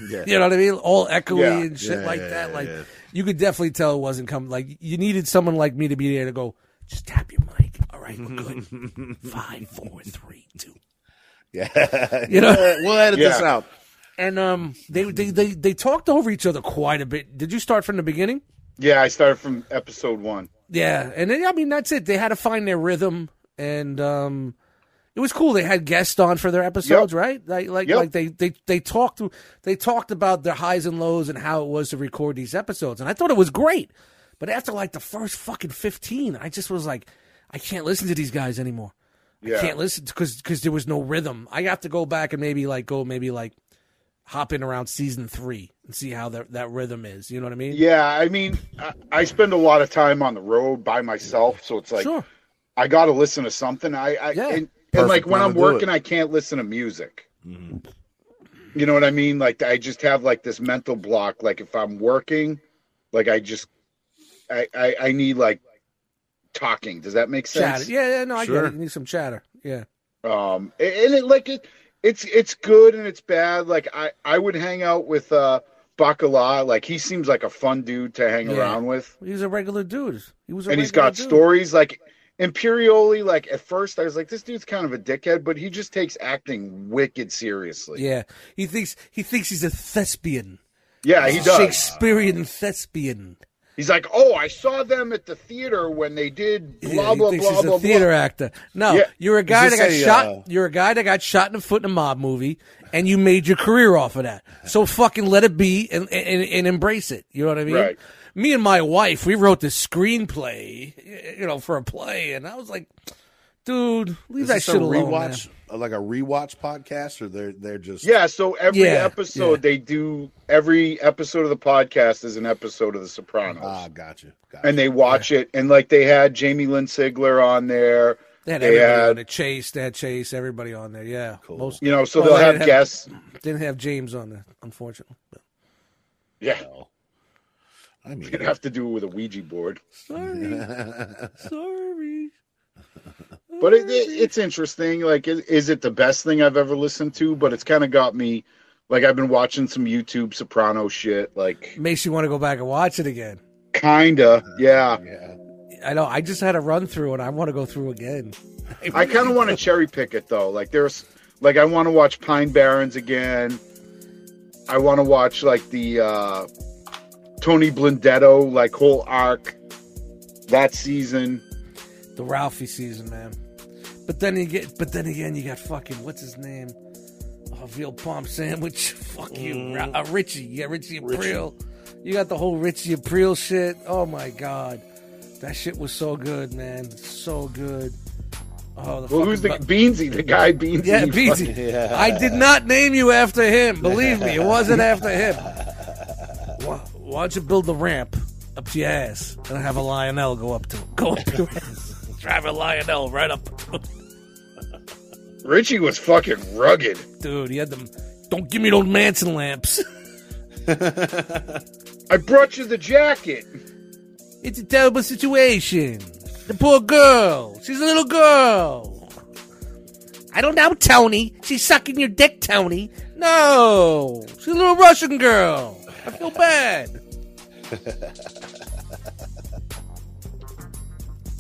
S3: Yeah.
S1: you know what I mean, all echoey
S2: Yeah.
S1: and shit
S3: Yeah,
S1: like
S3: yeah,
S1: that.
S3: yeah,
S1: like
S3: yeah.
S1: you could definitely tell it wasn't coming. Like you needed someone like me to be there to go. Just tap your mic. All right, we're good. Five, four, three, two.
S3: yeah.
S1: You know,
S3: we'll edit this
S2: Yeah.
S3: out.
S1: and um, they, they they they talked over each other quite a bit. Did you start from the beginning?
S2: Yeah, I started from episode one.
S1: Yeah, and then, I mean that's it. They had to find their rhythm, and um, it was cool. They had guests on for their episodes, right? Like like
S2: Yep.
S1: like they they they talked they talked about their highs and lows and how it was to record these episodes, and I thought it was great. But after like the first fucking fifteen, I just was like, I can't listen to these guys anymore.
S2: Yeah.
S1: I can't listen because because there was no rhythm. I have to go back and maybe like go maybe like hop in around season three and see how that that rhythm is. You know what I mean?
S2: Yeah, I mean, I, I spend a lot of time on the road by myself, so it's like
S1: sure.
S2: I got to listen to something. I, I
S1: Yeah.
S2: and, and
S3: Perfect
S2: like when
S3: time
S2: I'm
S3: to do it. Mm-hmm.
S2: working, I can't listen to music. You know what I mean? Like I just have like this mental block. Like if I'm working, like I just, I, I, I need like talking. Does that make sense?
S1: Chatter. Yeah, yeah, no, I
S3: Sure.
S1: get it. You need some chatter. Yeah.
S2: Um, and it like it, it's it's good and it's bad. Like I I would hang out with uh Bacala. Like he seems like a fun dude to hang
S1: Yeah.
S2: around with,
S1: He was a regular dude. He was, a
S2: and he's
S1: regular
S2: got
S1: dude.
S2: stories like. Imperioli, like at first, I was like, this dude's kind of a dickhead, but he just takes acting wicked seriously.
S1: Yeah, he thinks he thinks he's a thespian.
S2: Yeah, he does.
S1: Shakespearean thespian.
S2: He's like, oh, I saw them at the theater when they did blah
S1: Yeah, he
S2: blah
S1: thinks
S2: blah
S1: he's
S2: blah
S1: a theater
S2: blah.
S1: actor. No,
S2: Yeah.
S1: you're a guy that
S3: this
S1: got
S3: a,
S1: shot.
S3: uh,
S1: You're a guy that got shot in the foot in a mob movie, and you made your career off of that. So fucking let it be and and, and embrace it. You know what I mean?
S2: Right.
S1: Me and my wife, we wrote this screenplay, you know, for a play, and I was like, dude, leave
S3: Is
S1: that
S3: this
S1: shit
S3: a
S1: alone. man.
S3: rewatch, uh, like a rewatch podcast, or they're they're just
S2: Yeah, so every
S1: Yeah,
S2: episode
S1: yeah.
S2: they do every episode of the podcast is an episode of The Sopranos,
S3: Ah, gotcha. gotcha.
S2: and they watch it. And like they had Jamie Lynn Sigler on there,
S1: They had
S2: They
S1: everybody
S2: had-
S1: on there. Chase, they had Chase, everybody on there. Yeah, most
S2: you know, so
S1: Oh,
S2: they'll
S1: they
S2: have
S1: have-
S2: guests.
S1: didn't have James on there, unfortunately. But-
S2: Yeah,
S3: I mean,
S2: you'd have to do it with a Ouija board,
S1: Sorry, sorry.
S2: but it, it,
S1: Mm.
S2: it's interesting. Like, is, is it the best thing I've ever listened to? But it's kind of got me. Like, I've been watching some YouTube Soprano shit. Like,
S1: Makes you want to go back and watch it again.
S2: kinda, yeah.
S3: yeah.
S1: I know. I just had a run through, and I want to go through again.
S2: I kind of want to cherry pick it though. Like there's, like I want to watch Pine Barrens again. I want to watch like the uh, Tony Blindetto like whole arc that season.
S1: The Ralphie season, man. But then you get. But then again, you got fucking what's his name? Oh, veal pomp sandwich. Fuck you,
S2: Mm.
S1: Ra- uh, Richie. Yeah, Richie April. You got the whole Richie April shit. Oh my god, that shit was so good, man. So good. Oh, the
S2: Well, who's the
S1: fucking bu-
S2: Beansy? The guy Beansy.
S1: Yeah, Beansy. I did not name you after him. Believe me, it wasn't after him. Why, why don't you build the ramp up to your ass and have a Lionel go up to go up your ass? Drive a Lionel right up,
S2: Richie was fucking rugged.
S1: dude. He had them. Don't give me those Manson lamps.
S2: I brought you the jacket.
S1: It's a terrible situation. The poor girl. She's a little girl. I don't know, Tony. She's sucking your dick, Tony. No. She's a little Russian girl. I feel bad.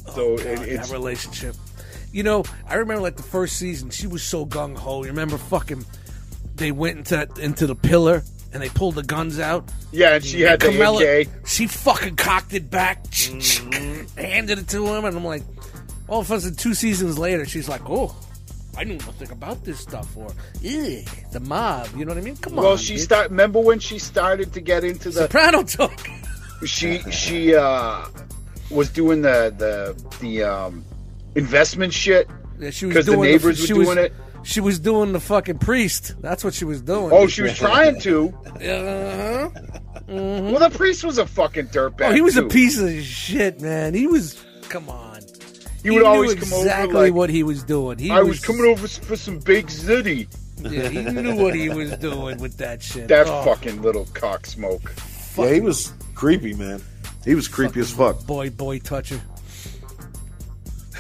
S1: Oh,
S2: So it,
S1: that
S2: it's
S1: relationship. You know, I remember like the first season, she was so gung ho. You remember fucking they went into that, into the pillar and they pulled the guns out.
S2: yeah. And she had the AK.
S1: she fucking cocked it back,
S2: Mm-hmm.
S1: handed it to him, and I'm like, all of a sudden, two seasons later, she's like, oh. I knew nothing about this stuff, or Ew, the mob. You know what I mean? Come on.
S2: Well, she
S1: dude.
S2: start. Remember when she started to get into the
S1: Soprano talk.
S2: she she uh was doing the the the um investment shit
S1: Yeah, she was
S2: 'Cause the
S1: doing
S2: neighbors were
S1: she was,
S2: doing it?
S1: She was doing the fucking priest. That's what she was doing.
S2: oh she was trying to
S1: Uh-huh.
S2: well the priest was a fucking dirtbag
S1: Oh, he was a
S2: too.
S1: piece of shit, man. He was. Come on.
S2: he would always
S1: knew
S2: come
S1: exactly
S2: over like
S1: what he was doing. He
S2: i was coming over s- for some big zitty
S1: Yeah, he knew what he was doing with that shit.
S2: that
S1: Oh,
S2: fucking little cock smoke
S3: yeah, he was creepy, man. He was creepy as fuck.
S1: boy, boy toucher.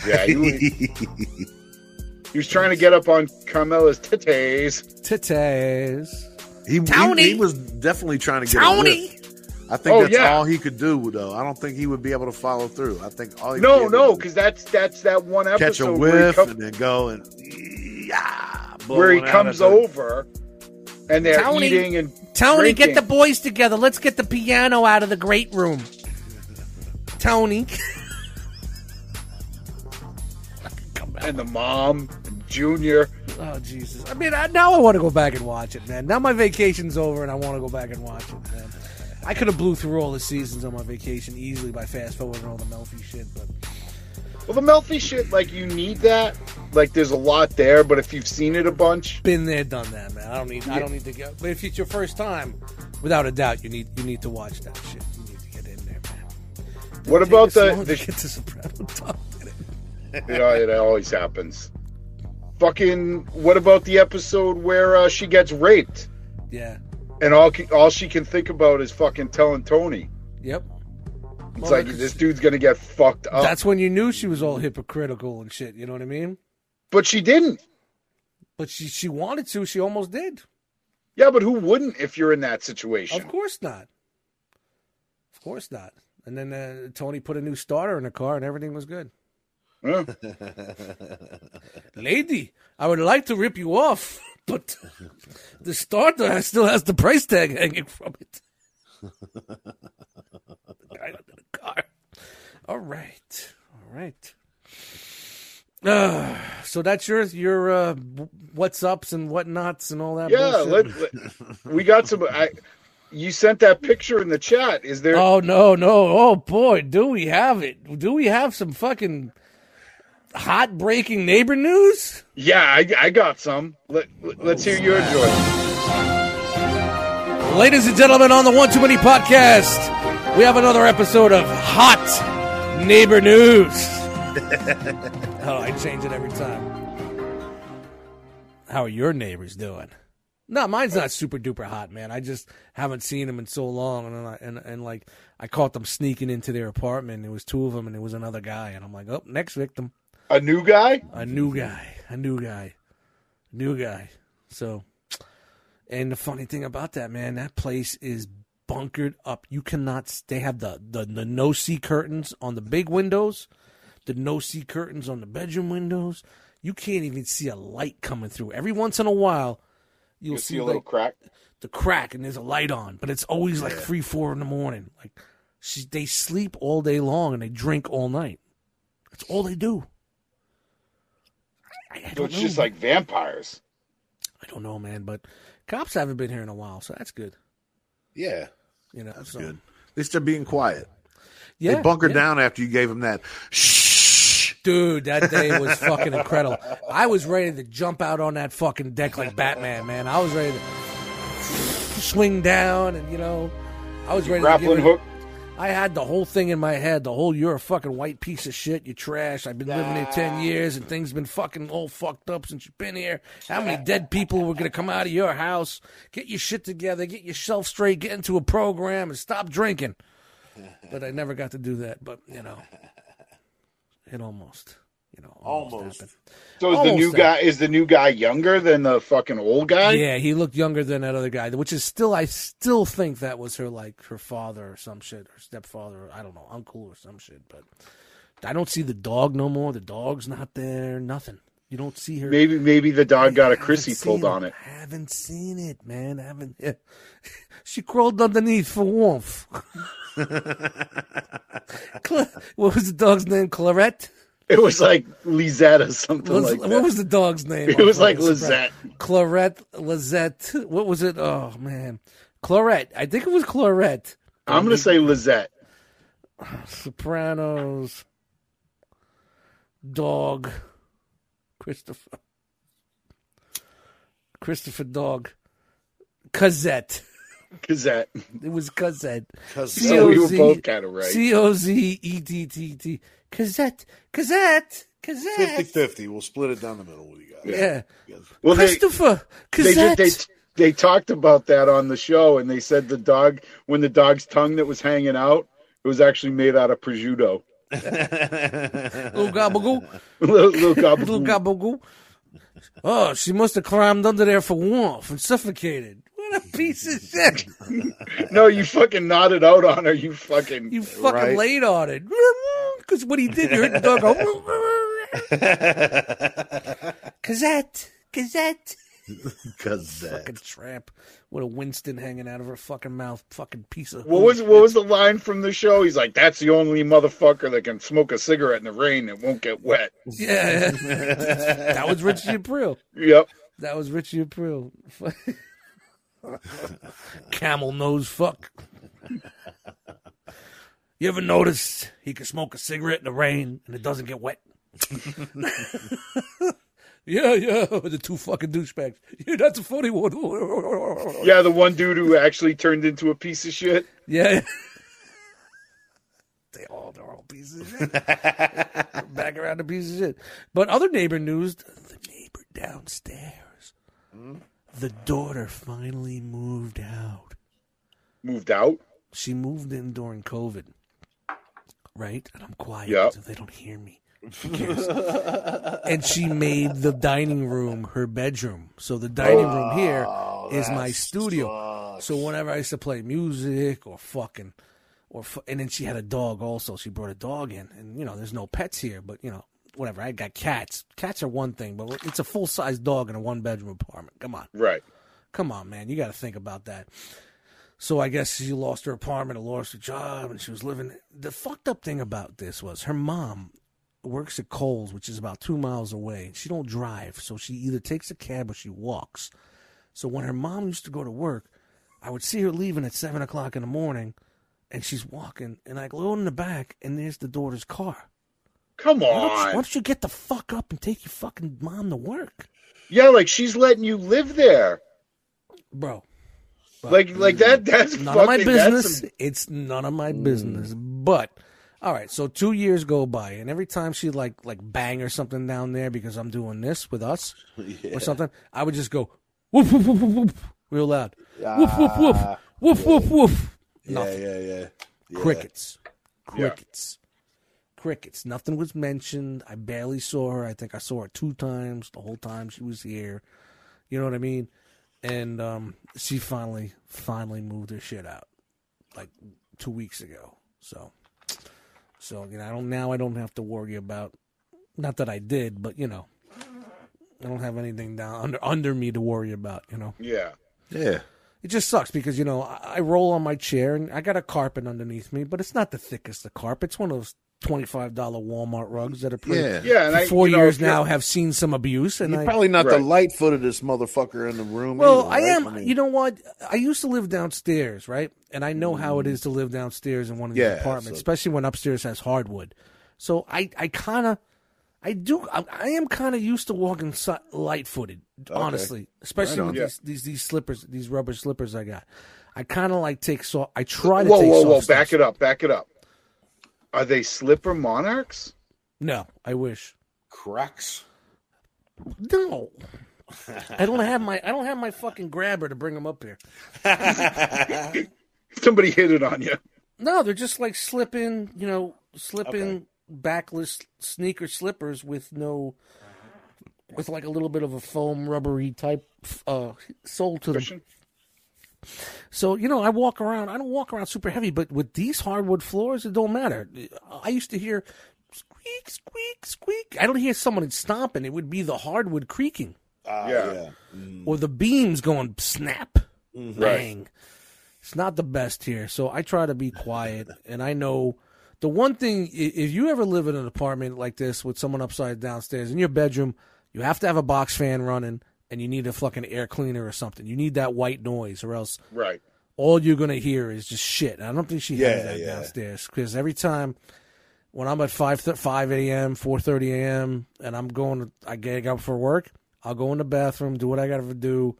S2: yeah he was, he was trying to get up on carmela's titties
S1: Titties.
S3: He,
S1: Tony!
S3: he, he was definitely trying to get a
S1: Tony.
S3: lift. I think
S2: Oh,
S3: that's
S2: yeah.
S3: all he could do, though. I don't think he would be able to follow through. I think all he
S2: no
S3: would be able
S2: no
S3: to do
S2: because that's that's that one
S3: is
S2: episode
S3: catch a
S2: where he,
S3: whiff
S2: come-
S3: and then go and yeah, blow
S2: where he
S3: one out
S2: comes
S3: at the-
S2: over and they're
S1: Tony.
S2: eating and
S1: Tony,
S2: drinking.
S1: get the boys together. Let's get the piano out of the great room. Tony.
S2: and the mom and junior
S1: Oh Jesus! I mean, I, now I want to go back and watch it, man. Now my vacation's over, and I want to go back and watch it, man. I could have blew through all the seasons on my vacation easily by fast forwarding all the Melfi shit, but
S2: Well, the Melfi shit, like you need that. Like there's a lot there, but if you've seen it a bunch,
S1: been there, done that, man. I don't need, I don't need to go. But if it's your first time, without a doubt, you need you need to watch that shit. You need to get in there, man.
S2: what
S1: Take
S2: about
S1: us long to
S2: the? the
S1: get to Soprano Talk?
S2: you know, it always happens. Fucking. What about the episode where uh, she gets raped
S1: Yeah.
S2: and all ca- all she can think about is fucking telling Tony.
S1: Yep.
S2: It's
S1: Well,
S2: like
S1: that's-
S2: this dude's gonna get fucked up.
S1: That's when you knew she was all hypocritical and shit. You know what I mean?
S2: But she didn't.
S1: But she she wanted to. She almost did.
S2: Yeah, but who wouldn't if you're in that situation?
S1: Of course not. Of course not. And then uh, Tony put a new starter in the car, and everything was good.
S2: Yeah.
S1: Lady, I would like to rip you off, but the starter has- still has the price tag hanging from it. the guy under the car. All right, all right. Uh, so that's your your uh, what's ups and whatnots and all that.
S2: Yeah,
S1: bullshit?
S2: let, let- we got some. I, you sent that picture in the chat. Is there?
S1: Oh no, no. Oh boy, do we have it? Do we have some fucking hot breaking neighbor news?
S2: yeah, I, I got some. Let, let, us hear
S1: Oh,
S2: your joy.
S1: Ladies and gentlemen, on the One Too Many podcast, we have another episode of Hot Neighbor News. oh, I change it every time. How are your neighbors doing? No, mine's not super duper hot, man. I just haven't seen them in so long, and I, and and like I caught them sneaking into their apartment. There was two of them, and it was another guy, and I'm like, oh, next victim.
S2: A new guy?
S1: a new guy, a new guy, new guy. So, and the funny thing about that man, that place is bunkered up. You cannot. s- They have the the, the no see curtains on the big windows, the no see curtains on the bedroom windows. You can't even see a light coming through. Every once in a while, you'll,
S2: You
S1: see,
S2: see a little
S1: like,
S2: crack?
S1: the crack and there's a light on, but it's always like three, four in the morning. Like she, they sleep all day long and they drink all night. That's all they do. I, I
S2: So
S1: don't
S2: it's
S1: know.
S2: just like vampires.
S1: I don't know, man. But cops haven't been here in a while, so that's good.
S7: Yeah.
S1: You know, that's
S3: Good. At least they're being quiet.
S1: Yeah,
S3: they bunkered
S1: yeah.
S3: down after you gave them that. Shh.
S1: Dude, that day was fucking incredible. I was ready to jump out on that fucking deck like Batman, man. I was ready to swing down, and you know, I was ready to
S2: Grappling
S1: give it-
S2: hook.
S1: I had the whole thing in my head. The whole you're a fucking white piece of shit. You trash. I've been living here ten years, and things been fucking all fucked up since you've been here. How many dead people were gonna come out of your house? Get your shit together. Get yourself straight. Get into a program and stop drinking. But I never got to do that. But you know, it almost, you know, almost.
S7: Almost.
S1: happened.
S2: So is the
S1: Almost
S2: new
S1: that.
S2: guy? Is the new guy younger than the fucking old guy?
S1: Yeah, he looked younger than that other guy, which is still I still think that was her like her father or some shit, her stepfather, or I don't know, uncle or some shit. But I don't see the dog no more. The dog's not there. Nothing. You don't see her.
S2: Maybe maybe the dog got a
S1: I haven't
S2: Chrissy pulled
S1: seen
S2: on it.
S1: I haven't seen it, man. I haven't. Yeah. She crawled underneath for warmth. Cla- what was the dog's name? Clarette.
S2: It was like Lisette or something
S1: Was-
S2: like that.
S1: what was the dog's name?
S2: It was
S1: I'm
S2: like
S1: fucking
S2: Lisette.
S1: Clarette Lizette. What was it? Oh man, Clarette. I think it was Clarette.
S2: I'm gonna say Lisette.
S1: Sopranos. Dog. Christopher. Christopher Dog. Cosette.
S2: Gazette.
S1: It was Cosette.
S7: Because
S2: So we were
S1: C-O-Z-
S2: both kind of right.
S1: C O Z E T T T. Cosette. Cosette. Cosette.
S7: 50 50. We'll split it down the middle with you guys.
S1: Yeah.
S2: well, they,
S1: Christopher.
S2: they,
S1: Cosette.
S2: did- they they talked about that on the show, and they said the dog when the dog's tongue that was hanging out, it was actually made out of prosciutto.
S1: Little gobble
S2: little, little gobble-
S1: little gabagoo. Oh, she must have climbed under there for warmth and suffocated. What a piece of shit.
S2: No, you fucking nodded out on her. You fucking.
S1: You fucking
S7: Right.
S1: laid on it. Because what he did, you heard the dog go. Gazette. Gazette.
S3: Because that.
S1: Fucking tramp. What a Winston hanging out of her fucking mouth. Fucking piece of.
S2: what was what was the line from the show? He's like, "That's the only motherfucker that can smoke a cigarette in the rain and won't get wet."
S1: Yeah. that was Richie April.
S2: Yep.
S1: That was Richie April. Camel nose fuck. you ever notice he can smoke a cigarette in the rain and it doesn't get wet? yeah, yeah. The two fucking douchebags. Yeah, that's a funny one.
S2: Yeah, the one dude who actually turned into a piece of shit.
S1: Yeah. they all they're all pieces of shit. Back around to pieces of shit. But other neighbor news the neighbor downstairs. The daughter finally moved out.
S2: Moved out.
S1: She moved in during COVID. Right? And I'm quiet
S2: Yep.
S1: so they don't hear me. and she made the dining room her bedroom. So the dining room here is my studio. So whenever I used to play music or fucking, or fu- and then she had a dog also. She brought a dog in, and you know, there's no pets here, but you know, whatever. I got cats. Cats are one thing, but it's a full size dog in a one bedroom apartment. Come on,
S2: Right.
S1: come on, man. You got to think about that. So I guess she lost her apartment, or lost her job, and she was living. The fucked up thing about this was her mom works at Coles, which is about two miles away. She don't drive, so she either takes a cab or she walks. So when her mom used to go to work, I would see her leaving at seven o'clock in the morning, and she's walking, and I go in the back, and there's the daughter's car.
S2: Come
S1: Why don't, you, why
S2: on.
S1: don't you get the fuck up and take your fucking mom to work,
S2: Yeah, like she's letting you live there.
S1: bro?
S2: Like like that that's
S1: none
S2: fucking
S1: of my
S2: that's
S1: business.
S2: some- Mm.
S1: It's none of my business. But all right, so two years go by, and every time she like like bang or something down there because I'm doing this with us or something, I would just go woof woof woof woof woof real loud, woof woof woof woof woof woof.
S7: Yeah,
S1: Nothing.
S7: yeah, yeah. yeah.
S1: Crickets, crickets, crickets. Nothing was mentioned. I barely saw her. I think I saw her two times the whole time she was here. You know what I mean? And um, she finally, finally moved her shit out like two weeks ago. So, so you know, I don't now. I don't have to worry about. Not that I did, but you know, I don't have anything down under under me to worry about. You know,
S2: Yeah.
S3: Yeah.
S1: it just sucks because you know I, I roll on my chair and I got a carpet underneath me, but it's not the thickest of carpet. It's one of those twenty five dollar Walmart rugs that are pretty.
S3: Yeah.
S2: Yeah, and
S1: For
S2: I,
S1: four
S2: you know,
S1: years
S2: if you're-
S1: now, have seen some abuse, and
S7: You're
S1: I
S7: probably not the
S2: Right.
S7: light footedest motherfucker in the room. either,
S1: Well, I
S7: right?
S1: am.
S7: mean,
S1: you know what? I used to live downstairs, right? And I know how it is to live downstairs in one of these
S7: Yeah,
S1: apartments,
S7: so-
S1: especially when upstairs has hardwood. So I, I kind of, I do, I, I am kind of used to walking so, light-footed, honestly, especially
S3: on.
S1: with
S2: Yeah.
S1: these, these these slippers, these rubber slippers I got. I kind of like take so I try to
S2: Whoa,
S1: take
S2: whoa,
S1: soft
S2: whoa,
S1: steps.
S2: back it up, back it up. Are they slipper monarchs?
S1: No, I wish.
S7: Crocs.
S1: No. I don't have my I don't have my fucking grabber to bring them up here.
S2: Somebody hit it on you.
S1: No, they're just like slipping, you know, slipping backless sneaker slippers with no, with like a little bit of a foam rubbery type uh, sole to them.
S2: Christian?
S1: So you know, I walk around. I don't walk around super heavy, but with these hardwood floors, it don't matter. I used to hear squeak, squeak, squeak. I don't hear someone stomping. It would be the hardwood creaking
S3: uh,
S7: Ah,
S2: Yeah.
S7: yeah.
S1: or the beams going snap, bang. It's not the best here, so I try to be quiet. and I know the one thing: i- if you ever live in an apartment like this with someone upside downstairs in your bedroom, you have to have a box fan running, and you need a fucking air cleaner or something. You need that white noise, or else
S2: Right.
S1: all you're gonna hear is just shit. And I don't think she
S7: Yeah,
S1: has that
S7: yeah.
S1: downstairs because every time when I'm at five th- five a.m., four thirty a.m., and I'm going, to, I get up for work. I'll go in the bathroom, do what I gotta do,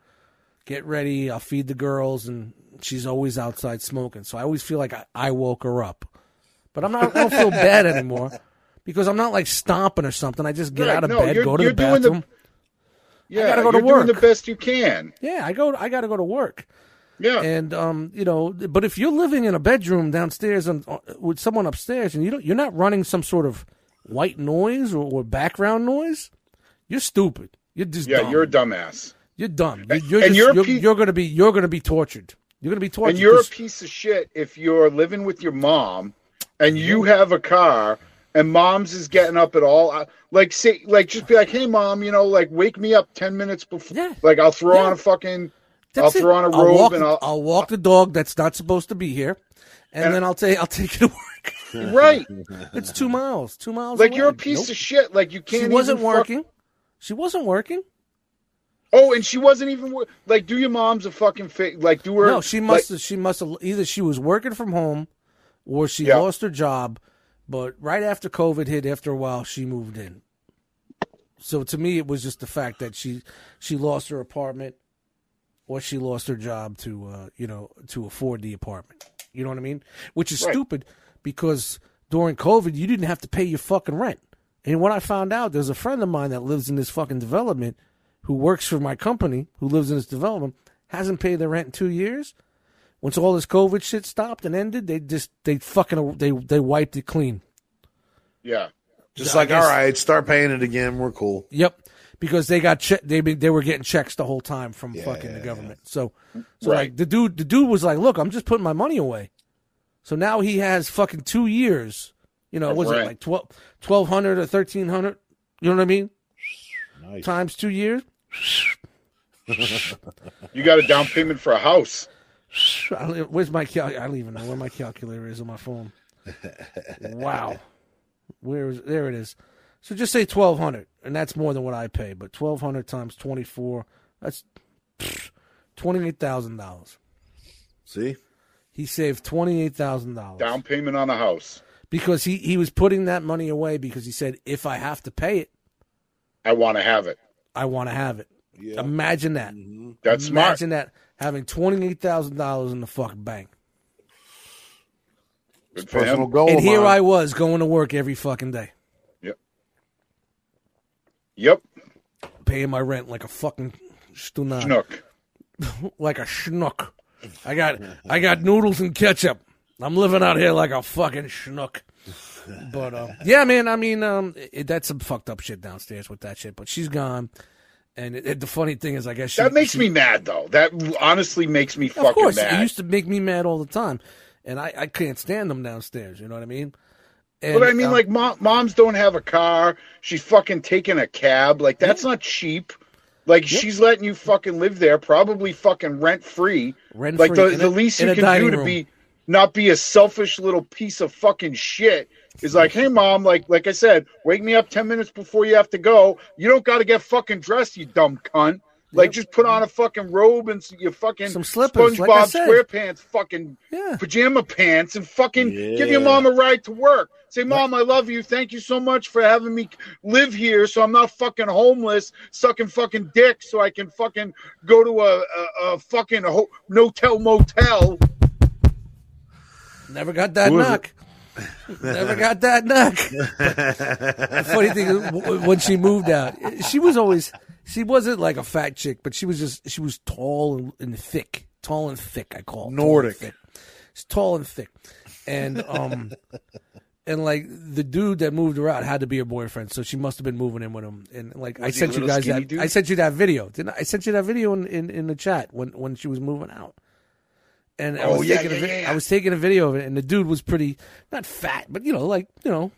S1: get ready. I'll feed the girls, and she's always outside smoking. So I always feel like I, I woke her up, but I'm not. I don't feel bad anymore. Because I'm not like stomping or something. I just get
S2: Right,
S1: out of
S2: no,
S1: bed,
S2: you're-
S1: go to the
S2: you're doing the-
S1: bathroom.
S2: Yeah,
S1: gotta go to
S2: you're doing
S1: work.
S2: the best you can.
S1: Yeah, I go. I got to go to work.
S2: Yeah.
S1: and um, you know, but if you're living in a bedroom downstairs and uh, with someone upstairs, and you don't, you're not running some sort of white noise or, or background noise, you're stupid. You're just
S2: yeah,
S1: dumb.
S2: you're a dumbass.
S1: you're dumb. You're, you're, just,
S2: and you're
S1: you're,
S2: a pe-
S1: you're gonna be you're gonna be tortured. You're gonna be tortured.
S2: And you're a
S1: 'cause-
S2: piece of shit if you're living with your mom and you have a car and mom's is getting up at all like say like just be like, "Hey mom, you know, like wake me up 10 minutes before
S1: Yeah.
S2: like I'll throw
S1: Yeah.
S2: on a fucking
S1: that's
S2: I'll throw on a
S1: I'll
S2: robe
S1: walk,
S2: and I'll-
S1: I'll walk the dog that's not supposed to be here, and,
S2: And-
S1: then I'll take I'll take you to work.
S2: right.
S1: it's two miles. Two miles.
S2: Like
S1: away.
S2: you're a piece
S1: Nope.
S2: of shit. Like you can't
S1: She wasn't
S2: even fuck-
S1: working. She wasn't working.
S2: Oh, and she wasn't even wor- like do your mom's a fucking fa- like do her
S1: No, she must have. She must have. Either she was working from home, or she
S2: Yeah.
S1: lost her job. But right after COVID hit, after a while, she moved in. So to me, it was just the fact that she she lost her apartment, or she lost her job to uh, you know to afford the apartment. You know what I mean? Which is
S2: Right.
S1: stupid because during COVID, you didn't have to pay your fucking rent. And when I found out, there's a friend of mine that lives in this fucking development who works for my company, who lives in this development, hasn't paid their rent in two years. Once all this COVID shit stopped and ended, they just they fucking they they wiped it clean.
S2: yeah.
S3: Just
S1: I
S3: like, all
S1: guess-
S3: right, start paying it again. We're cool.
S1: Yep, because they got che- they been- they were getting checks the whole time from fucking the government. So, so like
S2: Right.
S1: the dude the dude was like, look, I'm just putting my money away. So now he has fucking two years. You know,
S2: Of
S1: was it
S2: rent.
S1: like 12, 1200 or thirteen hundred? You know what I mean?
S7: Nice.
S1: Times two years.
S2: You got a down payment for a house.
S1: I don't- Where's my cal- I don't even know where my calculator is on my phone. Wow, where is there? It is. So just say twelve hundred, and that's more than what I pay. But twelve hundred times twenty four, that's twenty eight thousand dollars.
S3: See?
S1: He saved twenty eight thousand dollars
S2: Down payment on a house.
S1: because he he was putting that money away because he said if I have to pay it,
S2: I want to have it.
S1: I want to have it.
S7: Yeah.
S1: Imagine that.
S2: That's smart.
S1: Imagine that having twenty eight thousand dollars in the fucking bank.
S2: Good for
S3: Personal
S2: him.
S3: goal.
S1: and here
S3: mine.
S1: I was going to work every fucking day.
S2: Yep.
S1: paying my rent like a fucking stuna,
S2: Schnook.
S1: like a schnook. I got I got noodles and ketchup. I'm living out here like a fucking schnook. But um, yeah, man. I mean, um, it, that's some fucked up shit downstairs with that shit. But she's gone, and it, it- the funny thing is, I guess she,
S2: That makes
S1: she-
S2: me mad, though. That honestly makes me
S1: Of
S2: fucking
S1: course,
S2: mad.
S1: it used to make me mad all the time, and I, I can't stand them downstairs. You know what I mean? And,
S2: But I mean,
S1: um,
S2: like, mom, moms don't have a car. She's fucking taking a cab. Like, that's not cheap. Like, she's letting you fucking live there, probably fucking rent free.
S1: Rent
S2: Like,
S1: free
S2: the,
S1: in
S2: the
S1: a-
S2: least
S1: in
S2: you
S1: a
S2: can
S1: dining
S2: do to
S1: room.
S2: be not be a selfish little piece of fucking shit is like, hey, mom, like, like I said, wake me up ten minutes before you have to go. You don't got to get fucking dressed, you dumb cunt. Like, just put on a fucking robe and s- your fucking
S1: Some slippers, like I
S2: SpongeBob
S1: said.
S2: SquarePants fucking
S1: Yeah.
S2: pajama pants and fucking give your
S7: Yeah.
S2: mom a ride to work. Say, mom, I love you. Thank you so much for having me live here, so I'm not fucking homeless, sucking fucking dick, so I can fucking go to a a, a fucking ho- no-tell motel.
S1: Never got that
S3: Who is
S1: knock. Never got that knock. But the funny thing is, w- w- when she moved out, she was always she wasn't like a fat chick, but she was just she was tall and, and thick, tall and thick. I call it.
S3: Nordic.
S1: Tall and thick. She's tall and thick, and um, and like the dude that moved her out had to be her boyfriend, so she must have been moving in with him. And like I
S2: Was he
S1: sent
S2: a
S1: you
S2: little
S1: guys
S2: skinny
S1: that
S2: dude?
S1: I sent you that video. Didn't I, I sent you that video in, in, in the chat when when she was moving out? and I
S2: Oh,
S1: was
S2: yeah,
S1: taking a
S2: yeah,
S1: vi-
S2: yeah, yeah.
S1: I was taking a video of it, and the dude was pretty not fat, but you know, like you know,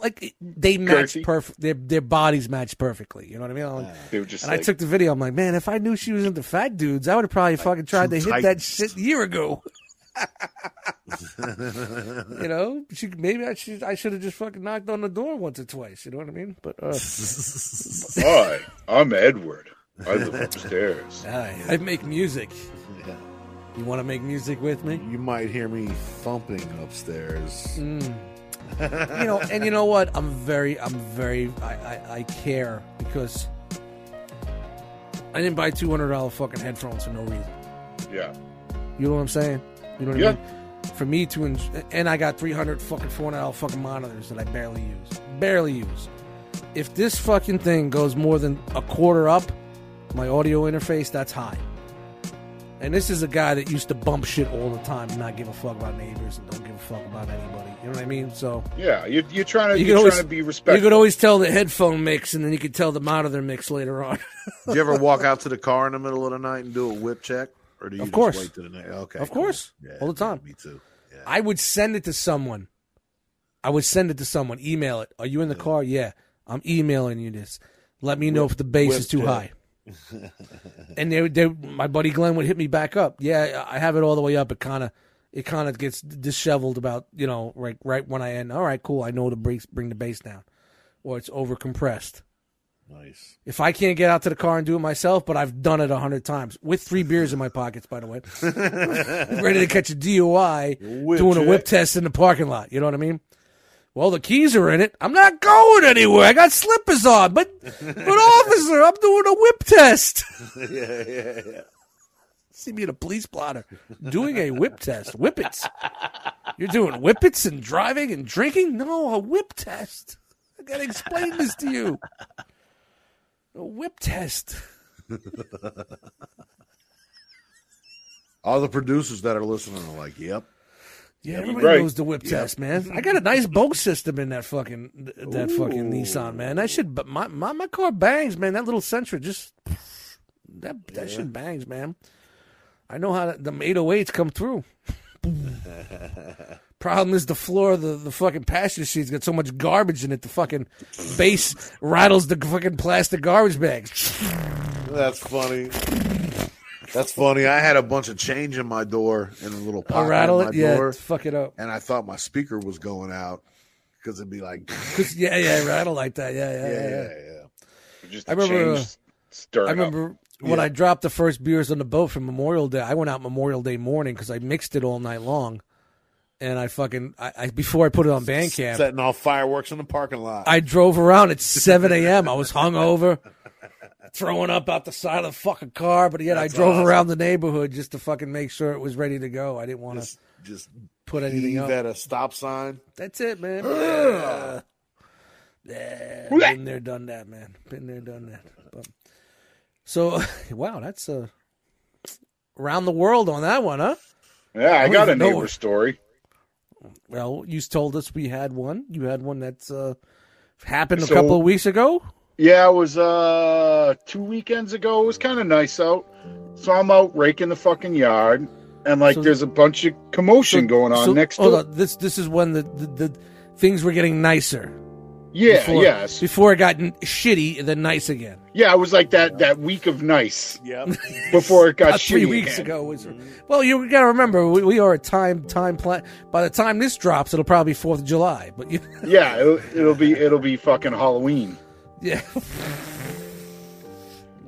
S1: like they matched
S2: Girthy.
S1: perfect. Their their bodies matched perfectly. You know what I mean? I'm like-
S2: They were just
S1: and I
S2: like,
S1: took the video. I'm like, man, if I knew she was into fat dudes, I would have probably fucking tried to hit that
S3: titans.
S1: shit a year ago. you know, she maybe I should I should have just fucking knocked on the door once or twice. You know what I mean? But uh,
S2: "Hi, I'm Edward. I live upstairs."
S1: I, I make music. You want to make music with me?
S3: You might hear me thumping upstairs.
S1: Mm. you know, and you know what? I'm very, I'm very, I, I, I care because I didn't buy two hundred dollar fucking headphones for no reason.
S2: Yeah,
S1: You know what I'm saying? You know what I
S2: Yeah.
S1: mean? For me to, en- and I got three hundred fucking four hundred dollar fucking monitors that I barely use, barely use. If this fucking thing goes more than a quarter up, my audio interface, that's high. And this is a guy that used to bump shit all the time and not give a fuck about neighbors and don't give a fuck about anybody. You know what I mean? So
S2: yeah. You're, you're trying to
S1: you
S2: you are
S1: can always
S2: trying to be
S1: You could
S2: respectful.
S1: always tell the headphone mix, and then you could tell the monitor mix later on.
S3: Did you ever walk out to the car in the middle of the night and do a whip check? Or do you
S1: Of
S3: just
S1: course.
S3: wait to the next? Okay.
S1: Of
S3: cool.
S1: course. All the
S3: yeah,
S1: time.
S3: Me too. Yeah.
S1: I would send it to someone. I would send it to someone. Email it. Are you in the car? Yeah, I'm emailing you this. Let me know if the bass is
S7: whipped
S1: too
S7: it.
S1: high. and they, they, my buddy Glenn would hit me back up. Yeah, I have it all the way up. It kind of, it kind of gets disheveled about you know right right when I end. All right, cool. I know to bring bring the bass down, or it's over compressed.
S7: Nice.
S1: If I can't get out to the car and do it myself, but I've done it a hundred times with three beers in my pockets, by the way, ready to catch a DUI,
S7: Whip
S1: doing a whip
S7: check.
S1: test in the parking lot. You know what I mean? Well, the keys are in it. I'm not going anywhere. I got slippers on, but but officer, I'm doing a whip test.
S7: yeah, yeah, yeah.
S1: See me in a police blotter doing a whip test. Whippets. You're doing whippets and driving and drinking? No, a whip test. I gotta explain this to you. A whip test.
S3: All the producers that are listening are like, yep.
S1: Yeah,
S2: That'd be
S1: everybody
S2: great.
S1: knows the whip test, man. I got a nice boat system in that fucking th- that fucking Nissan, man. That should but my, my my car bangs, man. That little Sentra just that that shit bangs, man. I know how that, them 808s come through. Problem is the floor of the, the fucking passenger seat's got so much garbage in it. The fucking base rattles the fucking plastic garbage bags.
S3: That's funny. That's funny. I had a bunch of change in my door and a little
S1: I'll
S3: pocket
S1: rattle
S3: in my
S1: it, yeah,
S3: door,
S1: fuck it up.
S3: and I thought my speaker was going out because it'd be like,
S1: 'Cause- yeah, yeah, rattle like that. yeah,
S3: yeah,
S1: yeah. yeah. yeah.
S3: yeah, yeah.
S2: Just
S1: I remember,
S2: change,
S1: uh,
S2: stir
S1: I
S2: it up.
S1: remember when I dropped the first beers on the boat from Memorial Day. I went out Memorial Day morning because I mixed it all night long, and I fucking I, I before I put it on Bandcamp,
S7: Setting off fireworks in the parking lot.
S1: I drove around at seven a.m. I was hungover, throwing up out the side of the fucking car, but yet I drove around the neighborhood just to fucking make sure it was ready to go. I didn't want to
S7: just, just
S1: put anything
S7: heave
S1: up.
S7: at a stop sign.
S1: That's it, man. Yeah. Yeah, been there, done that, man. Been there, done that. But, so, wow, that's uh, around the world on that one, huh?
S2: yeah, I,
S1: don't
S2: got a
S1: even know
S2: neighbor
S1: it.
S2: story.
S1: Well, you told us we had one. You had one that's uh, happened a
S2: So-
S1: couple of weeks ago.
S2: Yeah, it was uh two weekends ago. It was kind of nice out, so I'm out raking the fucking yard, and like
S1: So-
S2: there's a bunch of commotion going on
S1: So-
S2: next
S1: hold
S2: door.
S1: on, This this is when the, the, the things were getting nicer.
S2: Yeah,
S1: before,
S2: yes,
S1: Before it got n- shitty, and then nice again.
S2: yeah. It was like that that week of nice
S7: Yep.
S2: before it got
S1: About three
S2: shitty
S1: weeks
S2: again.
S1: ago was. Well, you got to remember we, we are a time time plan. By the time this drops, it'll probably be Fourth of July. But you,
S2: Yeah, it'll, it'll be it'll be fucking Halloween.
S1: yeah,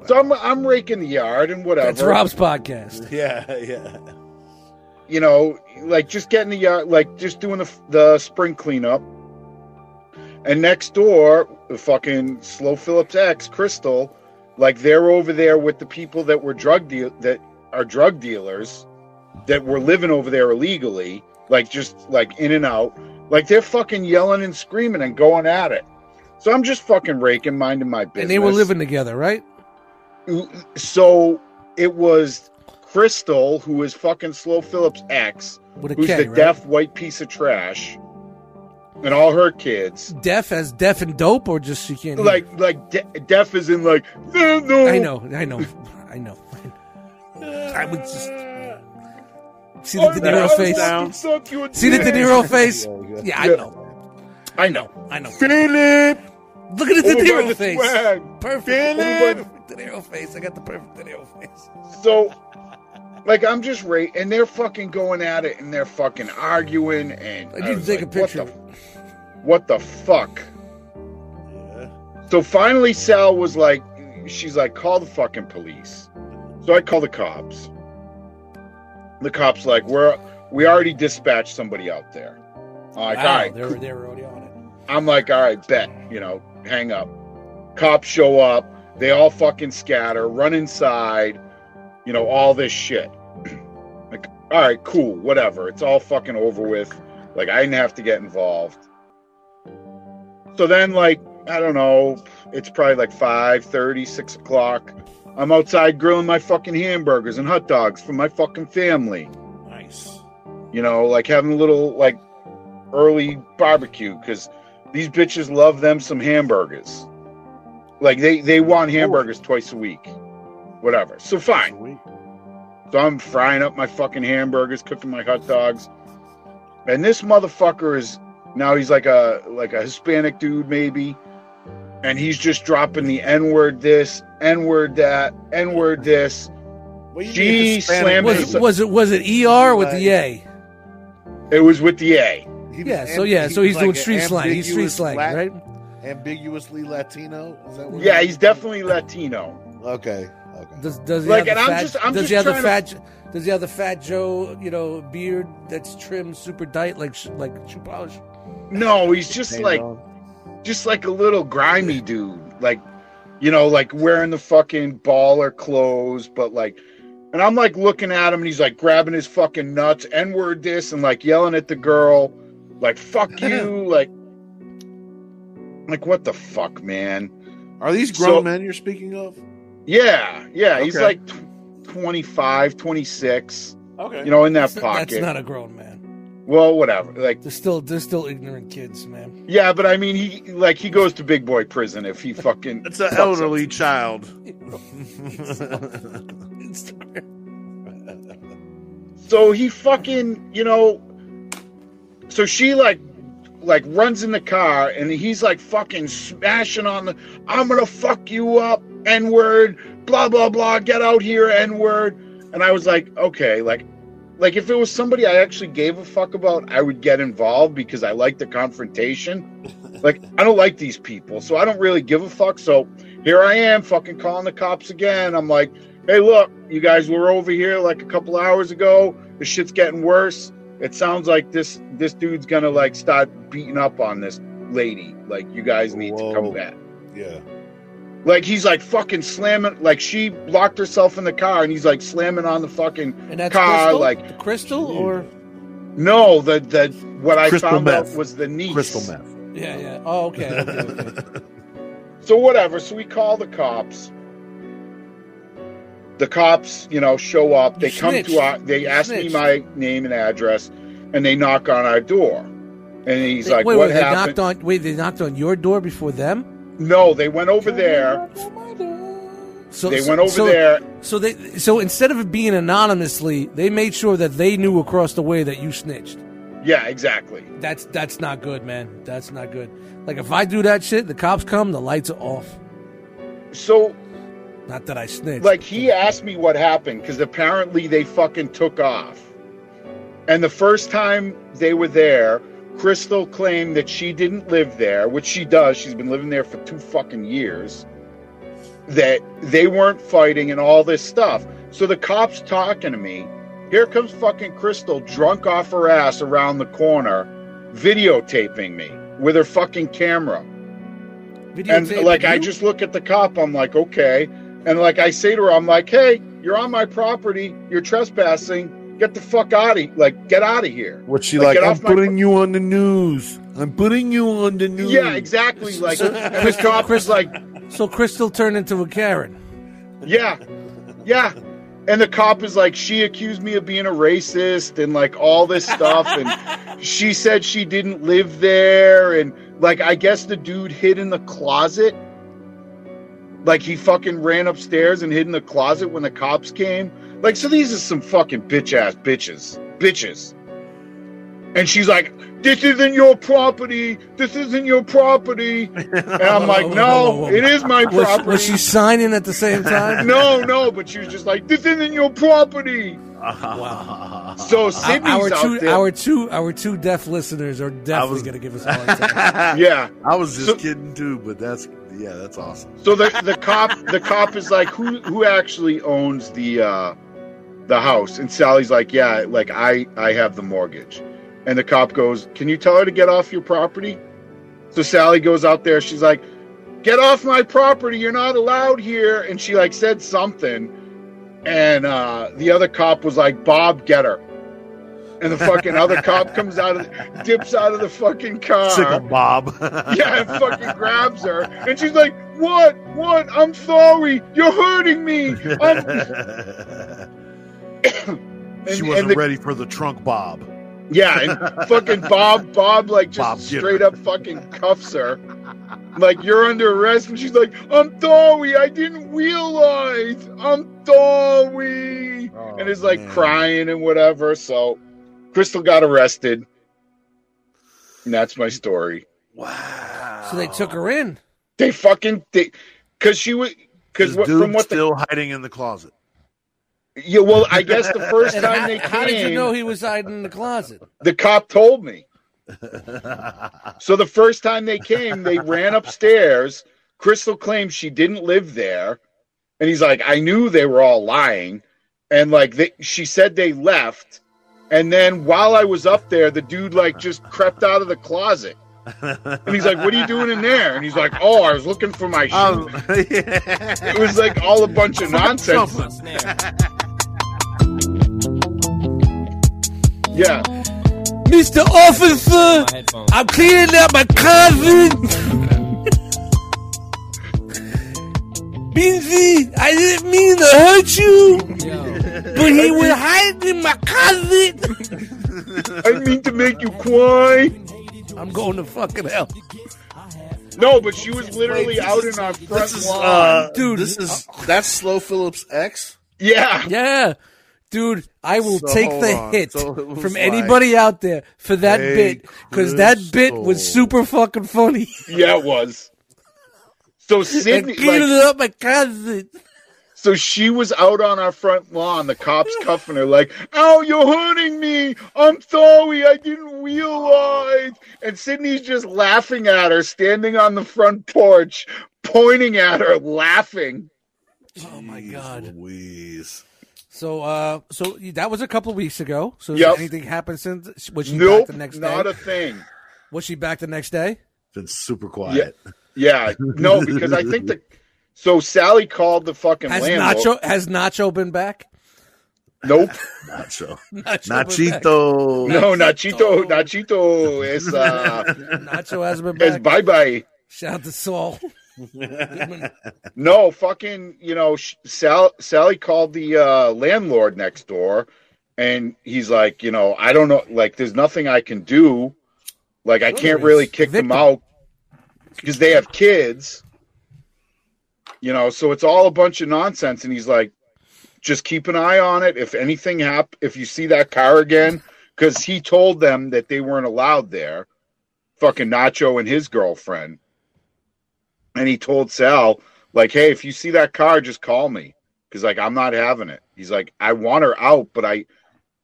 S2: So I'm I'm raking the yard and whatever.
S1: that's Rob's podcast.
S7: yeah, yeah.
S2: you know, like just getting the yard, like just doing the the spring cleanup. And next door, the fucking slow Phillips X Crystal, like they're over there with the people that were drug deal that are drug dealers that were living over there illegally, like just like in and out, like they're fucking yelling and screaming and going at it. So I'm just fucking raking, minding my business.
S1: And they were living together, right?
S2: So it was Crystal, who is fucking slow Phillips X,
S1: With a
S2: who's
S1: K,
S2: the
S1: right?
S2: deaf white piece of trash, and all her kids.
S1: Deaf as deaf and dope, or just she can't. hear?
S2: Like, like de- deaf is in like no, no.
S1: I know, I know, I know. I would just see the
S2: I'm
S1: De Niro
S2: not-
S1: face.
S2: I can suck your
S1: See the De
S2: dick.
S1: Niro face.
S7: Yeah,
S1: Yeah, I
S2: Yeah.
S1: know,
S2: I know.
S1: I know.
S2: Philip,
S1: Look at the De
S2: over
S1: Niro
S2: the
S1: face.
S2: swag.
S1: Perfect.
S2: Over
S1: De Niro face. I got the perfect De Niro face.
S2: So, like, I'm just right, and they're fucking going at it, and they're fucking arguing, and
S1: I need to
S2: was
S1: take
S2: like,
S1: a picture.
S2: What the what the fuck? So finally, Sal was like, she's like, call the fucking police. So I call the cops. The cops like, we're we already dispatched somebody out there. I'm like, all
S1: Wow,
S2: right,
S1: they were they were already on it.
S2: I'm like, all right, bet, you know, hang up. Cops show up, they all fucking scatter, run inside, you know, all this shit. like, all right, cool, whatever. It's all fucking over with. Like, I didn't have to get involved. So then, like, I don't know, it's probably like 5 6 o'clock. I'm outside grilling my fucking hamburgers and hot dogs for my fucking family
S7: Nice.
S2: you know, like having a little like early barbecue because these bitches love them some hamburgers. Like they they want hamburgers twice a week, whatever. So fine.
S7: Sweet.
S2: So I'm frying up my fucking hamburgers, cooking my hot dogs, and this motherfucker is now he's like a like a Hispanic dude maybe, and he's just dropping the n word this, n word that, n word this.
S7: Well, you
S2: She
S7: mean Hispanic
S2: slammed
S7: dude.
S2: his
S1: Was it, was it was it ER with the A?
S2: It was with the A.
S7: He was
S1: Yeah, so
S7: amb-
S1: yeah,
S7: he
S1: so
S7: was
S1: he's
S7: like
S1: doing
S7: an
S1: street slang. He's street
S7: ambiguous
S1: slang,
S7: Lat-
S1: right?
S7: Ambiguously Latino. Is that what
S2: Yeah,
S7: it
S2: he's
S7: is?
S2: definitely Latino.
S7: okay. Okay.
S1: Does does he have
S2: Like,
S1: the
S2: and I'm
S1: fat?
S2: just- I'm
S1: does
S2: just
S1: he have the fat?
S2: trying
S1: Jo- Does he have the fat Joe? You know, beard that's trimmed super tight, like sh- like shoe polish.
S2: No, he's just like just like a little grimy dude, like you know, like wearing the fucking baller clothes, but like, and I'm like looking at him, and he's like grabbing his fucking nuts, n word this, and like yelling at the girl, like fuck you, like, like what the fuck, man?
S7: Are these grown
S2: So-
S7: men you're speaking of?
S2: Yeah, yeah, he's
S7: Okay.
S2: like tw- 25, 26,
S7: Okay.
S2: you know, in that
S1: That's
S2: pocket.
S1: not a grown man.
S2: Well, whatever. Like,
S1: They're still they're still ignorant kids, man.
S2: yeah, but I mean, he like he goes to big boy prison if he fucking.
S3: It's an
S2: fucks up.
S3: elderly child.
S2: So he fucking, you know. So she like, like runs in the car, and he's like fucking smashing on the. I'm gonna fuck you up, n word, blah blah blah. Get out here, n word. And I was like, okay, like, like if it was somebody I actually gave a fuck about, I would get involved because I like the confrontation. Like I don't like these people, so I don't really give a fuck. So here I am, fucking calling the cops again. I'm like, hey, look, you guys were over here like a couple hours ago. This shit's getting worse. It sounds like this this dude's gonna like start beating up on this lady. Like you guys need to
S7: Whoa.
S2: come back.
S7: Yeah.
S2: Like he's like fucking slamming. Like she locked herself in the car, and he's like slamming on the fucking
S1: And that's
S2: car.
S1: crystal?
S2: Like
S1: The crystal or
S2: no, the the what I
S3: Crystal
S2: found
S3: meth.
S2: out was the niece.
S3: Crystal meth.
S1: yeah yeah oh okay. okay, okay.
S2: So whatever. So we call the cops. The cops, you know, show up. They
S1: You
S2: come
S1: snitched.
S2: to our. They
S1: You
S2: ask
S1: snitched.
S2: me my name and address, and they knock on our door. And he's
S1: They-
S2: like,
S1: wait,
S2: "What
S1: wait, They
S2: happened?"
S1: knocked on wait they knocked on your door before them.
S2: no, they went over there.
S1: So
S2: They
S1: so-
S2: went over
S1: so-
S2: there.
S1: So they so instead of it being anonymously, they made sure that they knew across the way that you snitched.
S2: Yeah, exactly.
S1: That's that's not good, man. That's not good. Like if I do that shit, the cops come, the lights are off.
S2: So
S1: Not that I snitched.
S2: like he asked me what happened because apparently they fucking took off and the first time they were there crystal claimed that she didn't live there which she does she's been living there for two fucking years that they weren't fighting and all this stuff so the cops talking to me here comes fucking crystal drunk off her ass around the corner videotaping me with her fucking camera and
S1: Videotape
S2: like
S1: of
S2: I
S1: you?
S2: just look at the cop, I'm like, okay. And like I say to her, I'm like, hey, you're on my property, you're trespassing, get the fuck out of like get out of here.
S7: What's she
S2: Like,
S7: like?
S2: get
S7: I'm
S2: off my
S7: putting you on the news. I'm putting you on the news.
S2: Yeah, exactly. Like and the cop was like,
S1: so Crystal turned into a Karen.
S2: yeah, yeah. And the cop is like, she accused me of being a racist and like all this stuff. And she said she didn't live there. And like, I guess the dude hid in the closet. Like, he fucking ran upstairs and hid in the closet when the cops came. Like, so these are some fucking bitch ass bitches. Bitches. And she's like, this isn't your property. This isn't your property. And I'm like,
S1: Oh,
S2: no, it is my
S1: Was,
S2: property
S1: was she signing at the same time?
S2: no, no, but she was just like, this isn't your property. So
S1: Our-
S2: Sydney's
S1: Our
S2: out
S1: two,
S2: there.
S1: our two, our two deaf listeners are definitely
S3: was-
S1: going to give us a hard time.
S2: yeah.
S3: I was just
S2: So-
S3: kidding too, but that's yeah, that's awesome.
S2: So the, the cop the cop is like, who who actually owns the uh, the house? And Sally's like, yeah, like I I have the mortgage. And the cop goes, can you tell her to get off your property? So Sally goes out there. She's like, get off my property. You're not allowed here. And she like said something. And uh, the other cop was like, Bob, get her. And the fucking other cop comes out of, dips out of the fucking car
S3: Sickle Bob.
S2: yeah, and fucking grabs her, and she's like, "What? What? I'm sorry. You're hurting me." I'm...
S3: she
S2: and
S3: wasn't
S2: the-
S3: ready for the trunk Bob.
S2: Yeah, and fucking Bob, Bob, like just
S3: Bob, get
S2: straight up fucking cuffs her, like you're under arrest, and she's like, "I'm sorry. I didn't realize. I'm sorry," and is like
S3: man.
S2: crying and whatever. So, Crystal got arrested, and that's my story.
S3: Wow.
S1: So they took her in.
S2: They fucking they, because she was because
S3: This
S2: what,
S3: dude's
S2: from what the
S3: still hiding in the closet.
S2: Yeah, well, I guess the first
S1: And
S2: time
S1: how,
S2: they came,
S1: how did you know he was hiding in the closet?
S2: the cop told me. so the first time they came, they ran upstairs. Crystal claimed she didn't live there, and he's like, "I knew they were all lying," and like they, she said they left, and then while I was up there, the dude like just crept out of the closet, and he's like, "What are you doing in there?" And he's like, "Oh, I was looking for my shoes."
S3: Oh, yeah.
S2: it was like all a bunch of nonsense. Yeah.
S1: Mr. Officer, I'm cleaning out my closet. Binzy, I didn't mean to hurt you, but he was hiding in my closet.
S2: I mean to make you cry.
S1: I'm going to fucking hell.
S2: No, but she was literally out in our front
S3: This is,
S2: lawn.
S3: uh,
S1: Dude.
S3: dude. This is that's Slow Phillips' ex.
S2: yeah.
S1: Yeah. Dude, I will
S3: So,
S1: take the
S3: hold on.
S1: hit
S3: So it was
S1: from
S3: like,
S1: anybody out there for that
S3: "Hey,
S1: bit because that bit was
S3: Crystal."
S1: super fucking funny.
S2: Yeah, it was. So
S1: I
S2: Sydney,
S1: cleaned
S2: like,
S1: it up my cousin.
S2: so she was out on our front lawn. The cops cuffing her, like, "Ow, you're hurting me! I'm sorry, I didn't realize." And Sydney's just laughing at her, standing on the front porch, pointing at her, laughing.
S1: Oh my
S3: Jeez
S1: god.
S3: Louise.
S1: So, uh, so that was a couple weeks ago. So,
S2: Yep.
S1: did anything happen since? Was she back
S2: nope,
S1: the next
S2: not
S1: day?
S2: a thing.
S1: Was she back the next day?
S3: Been super quiet.
S2: Yeah, no, because I think the. So Sally called the fucking
S1: Has
S2: landlord.
S1: Nacho has Nacho been back?
S2: Nope.
S3: Nacho.
S1: Nacho been back.
S3: Nachito.
S2: No, Nachito. Nachito is uh,
S1: Nacho hasn't
S2: is
S1: been back.
S2: bye bye.
S1: Shout out to Saul.
S2: No, fucking, you know, sh- Sal- Sally called the uh, landlord next door, and he's like, you know, I don't know, like, there's nothing I can do, like, I can't really kick them
S1: Victim.
S2: out because they have kids, you know, so it's all a bunch of nonsense. And he's like, just keep an eye on it. If anything hap, if you see that car again, because he told them that they weren't allowed there, fucking Nacho and his girlfriend, and he told Sal like, hey, if you see that car, just call me. Cause like I'm not having it. He's like, I want her out, but I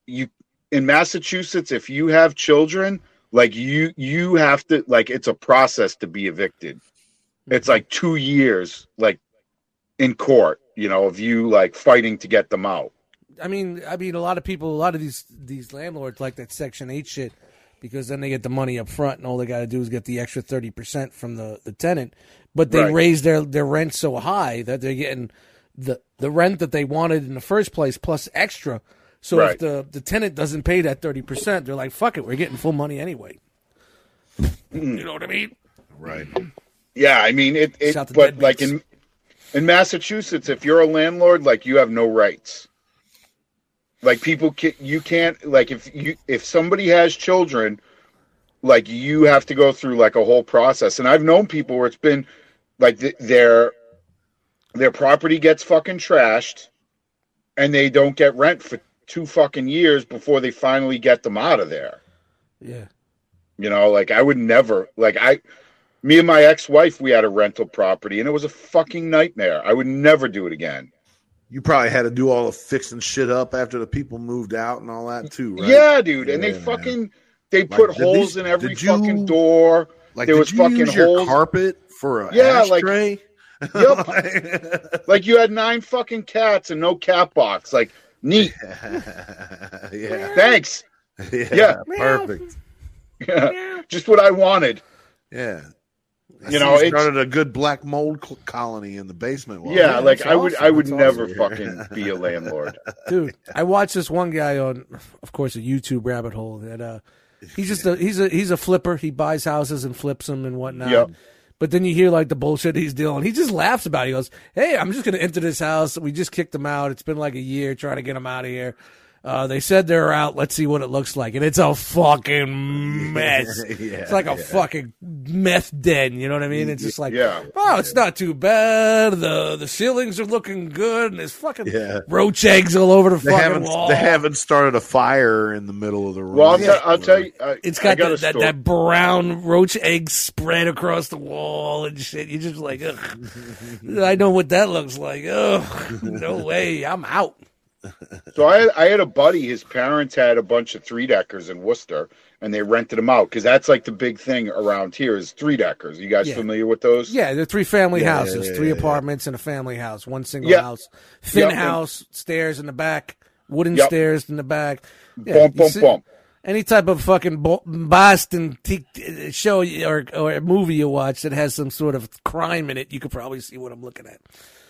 S2: you in Massachusetts, if you have children, like you you have to like it's a process to be evicted. It's like two years, like in court, you know, of you like fighting to get them out.
S1: I mean, I mean, a lot of people, a lot of these these landlords like that Section Eight shit because then they get the money up front, and all they got to do is get the extra thirty percent from the the tenant. But they
S2: Right.
S1: raise their their rent so high that they're getting the the rent that they wanted in the first place plus extra. So if
S2: Right.
S1: the the tenant doesn't pay that thirty percent, they're like, "Fuck it, we're getting full money anyway." You know what I mean?
S3: Right.
S2: Yeah, I mean it, it
S1: Shout to
S2: but
S1: deadbeats.
S2: like in in Massachusetts, if you're a landlord, like you have no rights. Like people can you can't like if you if somebody has children, like you have to go through like a whole process. And I've known people where it's been like th- their their property gets fucking trashed and they don't get rent for two fucking years before they finally get them out of there.
S1: Yeah.
S2: You know, like I would never like I me and my ex-wife we had a rental property and it was a fucking nightmare. I would never do it again.
S3: You probably had to do all the fixing shit up after the people moved out and all that too, right?
S2: Yeah, dude, and
S3: Yeah,
S2: they
S3: man.
S2: fucking they put
S3: did
S2: holes
S3: these-
S2: in every
S3: did you-
S2: fucking door.
S3: Like
S2: there
S3: did
S2: was
S3: you
S2: fucking
S3: use your
S2: holes.
S3: carpet for a
S2: Yeah, like-
S3: ashtray.
S2: Yep.
S3: Like,
S2: like you had nine fucking cats and no cat box. Like neat.
S3: yeah. yeah.
S2: Thanks. Yeah.
S3: Perfect.
S2: Just what I wanted.
S3: Yeah. I
S2: You
S3: see
S2: know,
S3: you
S2: it's-
S3: started a good black mold cl- colony in the basement. while
S2: yeah,
S3: you-
S2: like
S1: that's
S2: I would
S1: awesome.
S2: I would
S1: That's
S2: never
S3: awesome.
S2: fucking be a landlord.
S1: dude. I watched this one guy on, of course, a YouTube rabbit hole that uh, he's just a he's a he's a flipper. He buys houses and flips them and whatnot.
S2: Yep.
S1: But then you hear like the bullshit he's dealing. He just laughs about. it. He goes, "Hey, I'm just gonna enter this house. We just kicked them out. It's been like a year trying to get them out of here. Uh, they said they're out. Let's see what it looks like. And it's a fucking mess.
S3: Yeah,
S1: it's like a fucking meth den. You know what I mean? It's just like,
S2: Yeah.
S1: oh, it's not too bad. the The ceilings are looking good, and there's fucking
S3: Yeah.
S1: roach eggs all over the
S3: They
S1: fucking
S3: haven't
S1: wall.
S3: they haven't started a fire in the middle of the room.
S2: Well, I'll, tell I'll tell you. I,
S1: it's
S2: I
S1: got,
S2: got
S1: the-
S2: a
S1: that,
S2: story.
S1: that brown roach egg spread across the wall and shit. You're just like, ugh. I know what that looks like. Ugh, no way. I'm out.
S2: So I, I had a buddy. His parents had a bunch of three deckers in Worcester, and they rented them out because that's like the big thing around here is three deckers. You guys
S1: Yeah.
S2: familiar with those?
S1: Yeah, they're three family
S3: Yeah,
S1: houses,
S3: yeah,
S1: three
S3: yeah, yeah.
S1: apartments and a family house, one single
S2: Yeah.
S1: house, thin
S2: Yep.
S1: house, stairs in the back, wooden
S2: Yep.
S1: stairs in the back. Yeah,
S2: Bump,
S1: you
S2: bump,
S1: see-
S2: bump.
S1: Any type of fucking Bo- Boston t- t- show you- or or movie you watch that has some sort of crime in it, you could probably see what I'm looking at.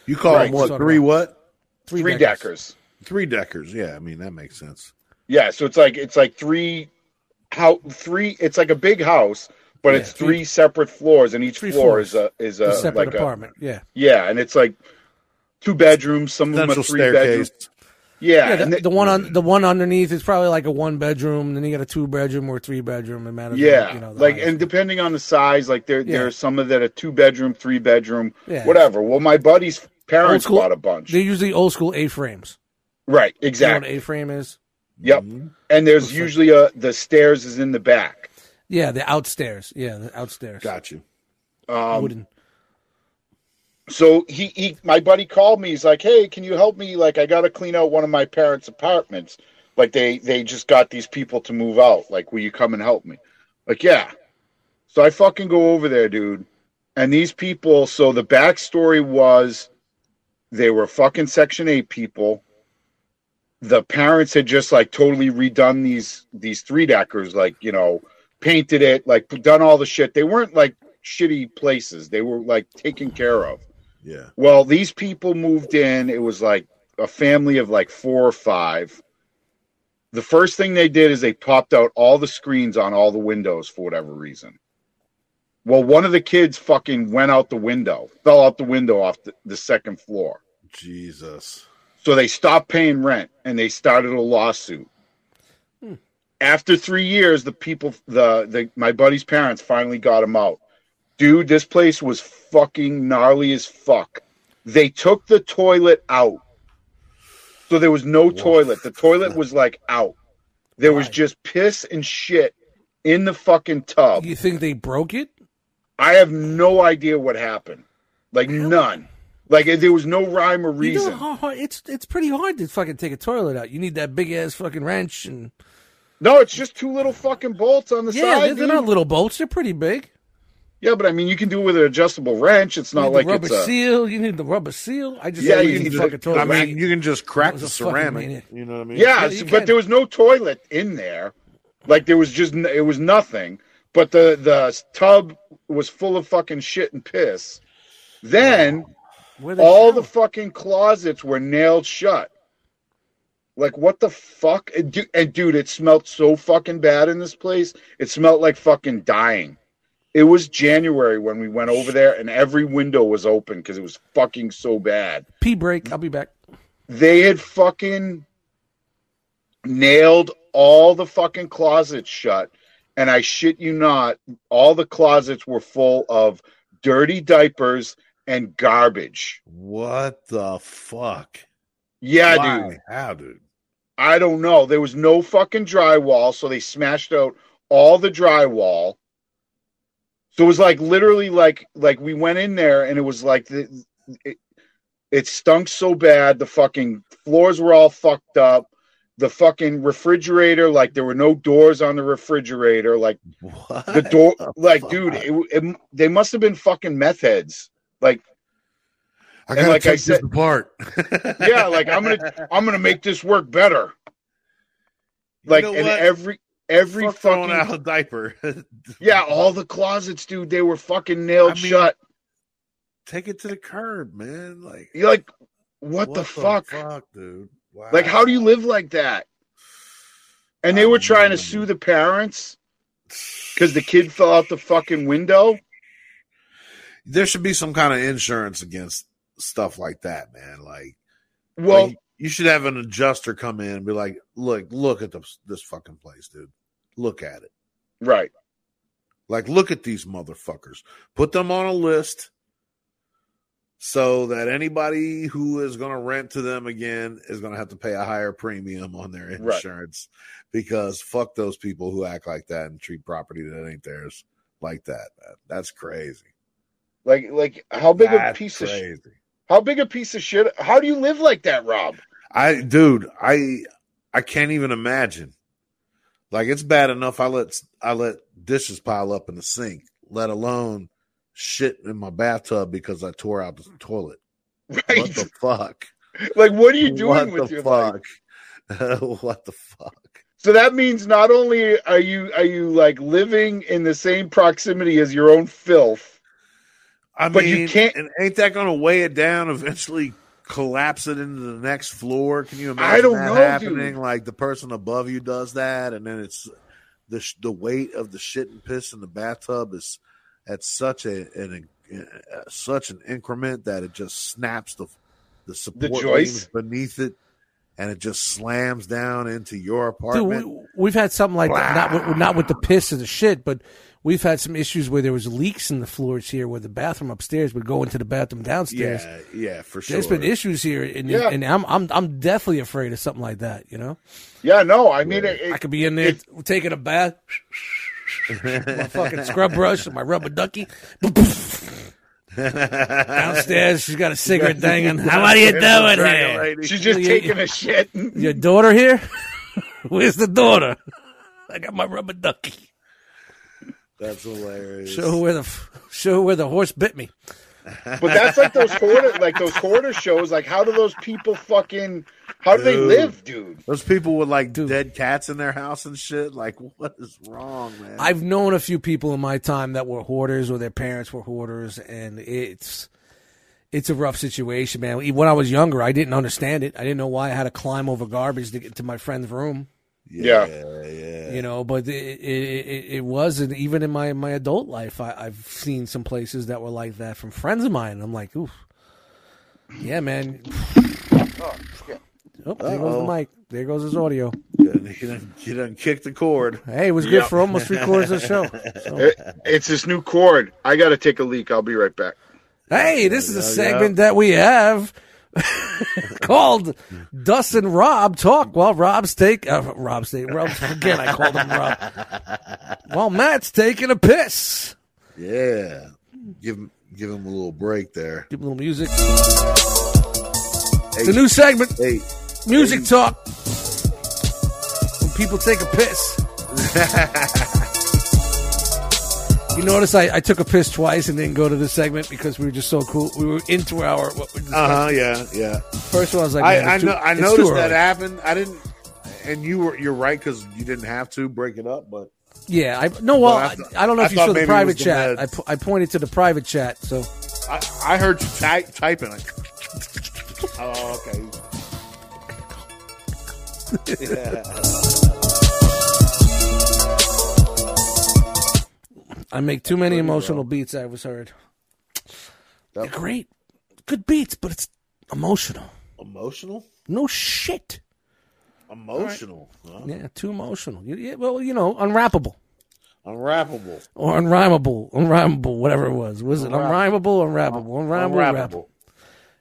S3: you call
S2: Right.
S3: them what?
S1: Sort of
S3: Three
S1: like-
S3: what?
S2: Three deckers.
S3: Three deckers. Yeah, I mean that makes sense.
S2: Yeah. So it's like it's like three how three. It's like a big house, but it's
S1: three-
S2: three separate floors, and each
S1: three
S2: floor
S1: floors.
S2: is a is
S1: A
S2: a
S1: separate
S2: Uh, like a
S1: apartment. yeah.
S2: yeah, and it's like two bedrooms. Some of them are
S3: Central
S2: three bedrooms.
S3: staircase.
S2: Yeah,
S1: Yeah,
S2: and
S1: the,
S2: they-
S1: the one on the one underneath is probably like a one bedroom. Then you got a two bedroom or three bedroom. It matters.
S2: yeah,
S1: you know, the
S2: like
S1: highest.
S2: and depending on the size, like there
S1: Yeah.
S2: there are some of that are two bedroom, three bedroom,
S1: Yeah.
S2: whatever. Well, my buddy's
S1: Old
S2: parents
S1: school-
S2: bought a bunch.
S1: they're usually old school A frames.
S2: right,
S1: You know what
S2: exactly.
S1: A frame is?
S2: Yep. And there's usually a the stairs is in the back.
S1: Yeah, the outstairs. Yeah, the outstairs.
S3: Got you.
S2: Um,
S1: Wooden.
S2: so he, he my buddy called me. He's like, "Hey, can you help me? Like, I got to clean out one of my parents' apartments. Like they they just got these people to move out. Like, will you come and help me?" Like, yeah. So I fucking go over there, dude. And these people. So the backstory was, they were fucking Section Eight people. The parents had just like totally redone these these three deckers, like you know, painted it, like done all the shit. They weren't like shitty places. They were like taken care of.
S3: Yeah.
S2: Well, these people moved in. It was like a family of like four or five. The first thing they did is they popped out all the screens on all the windows for whatever reason. Well, one of the kids fucking went out the window, fell out the window off the, the second floor.
S3: Jesus.
S2: So they stopped paying rent and they started a lawsuit.
S1: Hmm.
S2: After three years, the people, the, the my buddy's parents finally got him out. Dude, this place was fucking gnarly as fuck. They took the toilet out, so there was no toilet. The toilet was like out. There was just piss and shit in the fucking tub.
S1: You think they broke it?
S2: I have no idea what happened. Like none. Like there was no rhyme or
S1: You know
S2: reason.
S1: how hard- it's it's pretty hard to fucking take a toilet out. You need that big ass fucking wrench and
S2: No, it's just two little fucking bolts on the
S1: yeah,
S2: side.
S1: they're, they're
S2: dude.
S1: not little bolts. They're pretty big.
S2: Yeah, but I mean, you can do it with an adjustable wrench. It's
S1: You
S2: not
S1: need
S2: like
S1: the rubber
S2: it's a.
S1: seal. You need the rubber seal. I just
S2: Yeah,
S1: yeah,
S2: you
S1: you need
S2: can
S1: the
S2: do
S1: fucking
S2: it.
S1: toilet.
S3: I mean, you can just crack
S1: was
S3: the
S1: a fucking
S3: ceramic.
S1: maniac.
S3: You know what I mean?
S2: Yeah,
S1: you
S2: it's-
S1: can.
S2: but there was no toilet in there. Like there was just n- it was nothing. But the the tub was full of fucking shit and piss. Then
S1: Where they
S2: all the
S1: shower?
S2: fucking closets were nailed shut. Like what the fuck? And, du- and dude, it smelled so fucking bad in this place. It smelled like fucking dying. It was January when we went over there, and every window was open because it was fucking so bad.
S1: pee break. I'll be back.
S2: they had fucking nailed all the fucking closets shut and i shit you not all the closets were full of dirty diapers and garbage
S3: What the fuck?
S2: yeah
S3: Why?
S2: dude
S3: How, dude?
S2: i don't know there was no fucking drywall so they smashed out all the drywall so it was like literally like like we went in there and it was like the, it, it stunk so bad the fucking floors were all fucked up the fucking refrigerator like there were no doors on the refrigerator like
S3: What?
S2: the door like
S3: fuck?
S2: dude it, it, they must have been fucking meth heads like
S3: I
S2: and like I
S3: take this
S2: said-
S3: apart.
S2: yeah like i'm gonna i'm gonna make this work better like
S3: you know
S2: and
S3: what?
S2: every every
S3: Fuck throwing
S2: fucking
S3: out a diaper.
S2: yeah all the closets dude they were fucking nailed
S3: I mean-
S2: shut
S3: Take it to the curb, man. Like
S2: You're like, what, the, fuck?
S3: dude? Wow.
S2: Like, how do you live like that? And they were trying to sue the parents because the kid fell out the fucking window.
S3: There should be some kind of insurance against stuff like that, man. Like,
S2: Well,
S3: like, you should have an adjuster come in and be like, "Look, look at the, this fucking place, dude. Look at it.
S2: right.
S3: Like, look at these motherfuckers. Put them on a list." So that anybody who is going to rent to them again is going to have to pay a higher premium on their
S2: Right.
S3: insurance because fuck those people who act like that and treat property that ain't theirs like that. Man. That's crazy.
S2: Like, like how big
S3: That's
S2: a piece of sh-
S3: crazy.
S2: how big a piece of shit? How do you live like that, Rob?
S3: I dude, I I can't even imagine. Like it's bad enough I let I let dishes pile up in the sink, let alone shit in my bathtub because I tore out the toilet. What
S2: Right.
S3: the fuck?
S2: like, what are you doing
S3: what
S2: with
S3: the
S2: your life?
S3: fuck? what the fuck?
S2: So that means not only are you are you like living in the same proximity as your own filth.
S3: I
S2: But you
S3: mean,
S2: can't-
S3: and ain't that going to weigh it down? Eventually, collapse it into the next floor. Can you imagine?
S2: I don't
S3: that
S2: know,
S3: happening.
S2: dude.
S3: Like the person above you does that, and then it's the sh- the weight of the shit and piss in the bathtub is at such a an, uh, such an increment that it just snaps the the support beam
S2: joist?
S3: is beneath it, and it just slams down into your
S1: Dude,
S3: apartment.
S1: we, we've had something like that. Not with, not with the piss and the shit, but we've had some issues where there was leaks in the floors here, where the bathroom upstairs would go into the bathroom downstairs.
S3: yeah, yeah, for sure.
S1: There's been issues here, and,
S2: Yeah.
S1: and I'm I'm I'm definitely afraid of something like that. You know,
S2: Yeah, no, I mean, it,
S1: I
S2: it,
S1: could be in there taking a bath, my fucking scrub brush and my rubber ducky. Downstairs, she's got a cigarette dangling. How are you doing here?
S2: she's just
S1: Yeah,
S2: taking a shit.
S1: Your daughter here? Where's the daughter? I got my rubber ducky.
S3: That's hilarious.
S1: Show her where the f- show her where the horse bit me.
S2: But that's like those hoarder, like those hoarder shows. Like, how do those people fucking? How do they
S3: Dude.
S2: live, dude?
S3: Those people with like dead cats in their house and shit. Like, what is wrong, man?
S1: I've known a few people in my time that were hoarders or their parents were hoarders, and it's it's a rough situation, man. Even When I was younger, I didn't understand it. I didn't know why I had to climb over garbage to get to my friend's room,
S2: Yeah.
S3: yeah.
S1: you know. But it it, it, it was, and even in my my adult life, I, I've seen some places that were like that from friends of mine. I'm like, oof, yeah, man. Oh, there goes the
S3: Uh-oh.
S1: mic. There goes his audio.
S3: Done- He done, he done kicked the cord.
S1: Hey, it was good
S2: Yep.
S1: for almost three quarters of the show. So-
S2: It- it's this new cord. I gotta take a leak. I'll be right back.
S1: Hey, this is a
S3: yeah.
S1: segment that we have called Dust and Rob Talk. While Rob's take, uh, Rob's take, Rob, again, I called him Rob. While Matt's taking a piss.
S3: Yeah. Give him give him a little break there.
S1: Give him a little music. It's a new segment,
S3: Hey,
S1: Music Talk. When people take a piss. You notice I, I took a piss twice and didn't go to the segment because we were just so cool. We were into our what we
S3: uh huh, yeah, yeah.
S1: First one, I was like,
S3: I,
S1: man,
S3: I
S1: it's too-
S3: know I
S1: it's too
S3: noticed that
S1: early.
S3: happened. I didn't, and you were you're right because you didn't have to break it up, but
S1: Yeah, I no. Well,
S3: Well, I
S1: I,
S3: thought-
S1: I don't know
S3: I
S1: if you
S3: thought
S1: saw the
S3: maybe it
S1: private
S3: was the
S1: chat.
S3: meds.
S1: I, po- I pointed to the private chat. So
S3: I, I heard you type typing. Like, oh, okay.
S1: I make too many emotional beats. I was heard. They're great, good beats, but it's emotional.
S3: Emotional,
S1: No shit.
S3: emotional, huh?
S1: Yeah, too emotional. You- Yeah, well, you know, unwrappable
S3: unwrappable,
S1: or unrhymable, unrhymable, whatever it was. Was it unrhymable or unwrappable? Unrhymable, unwrappable.
S3: unwrappable,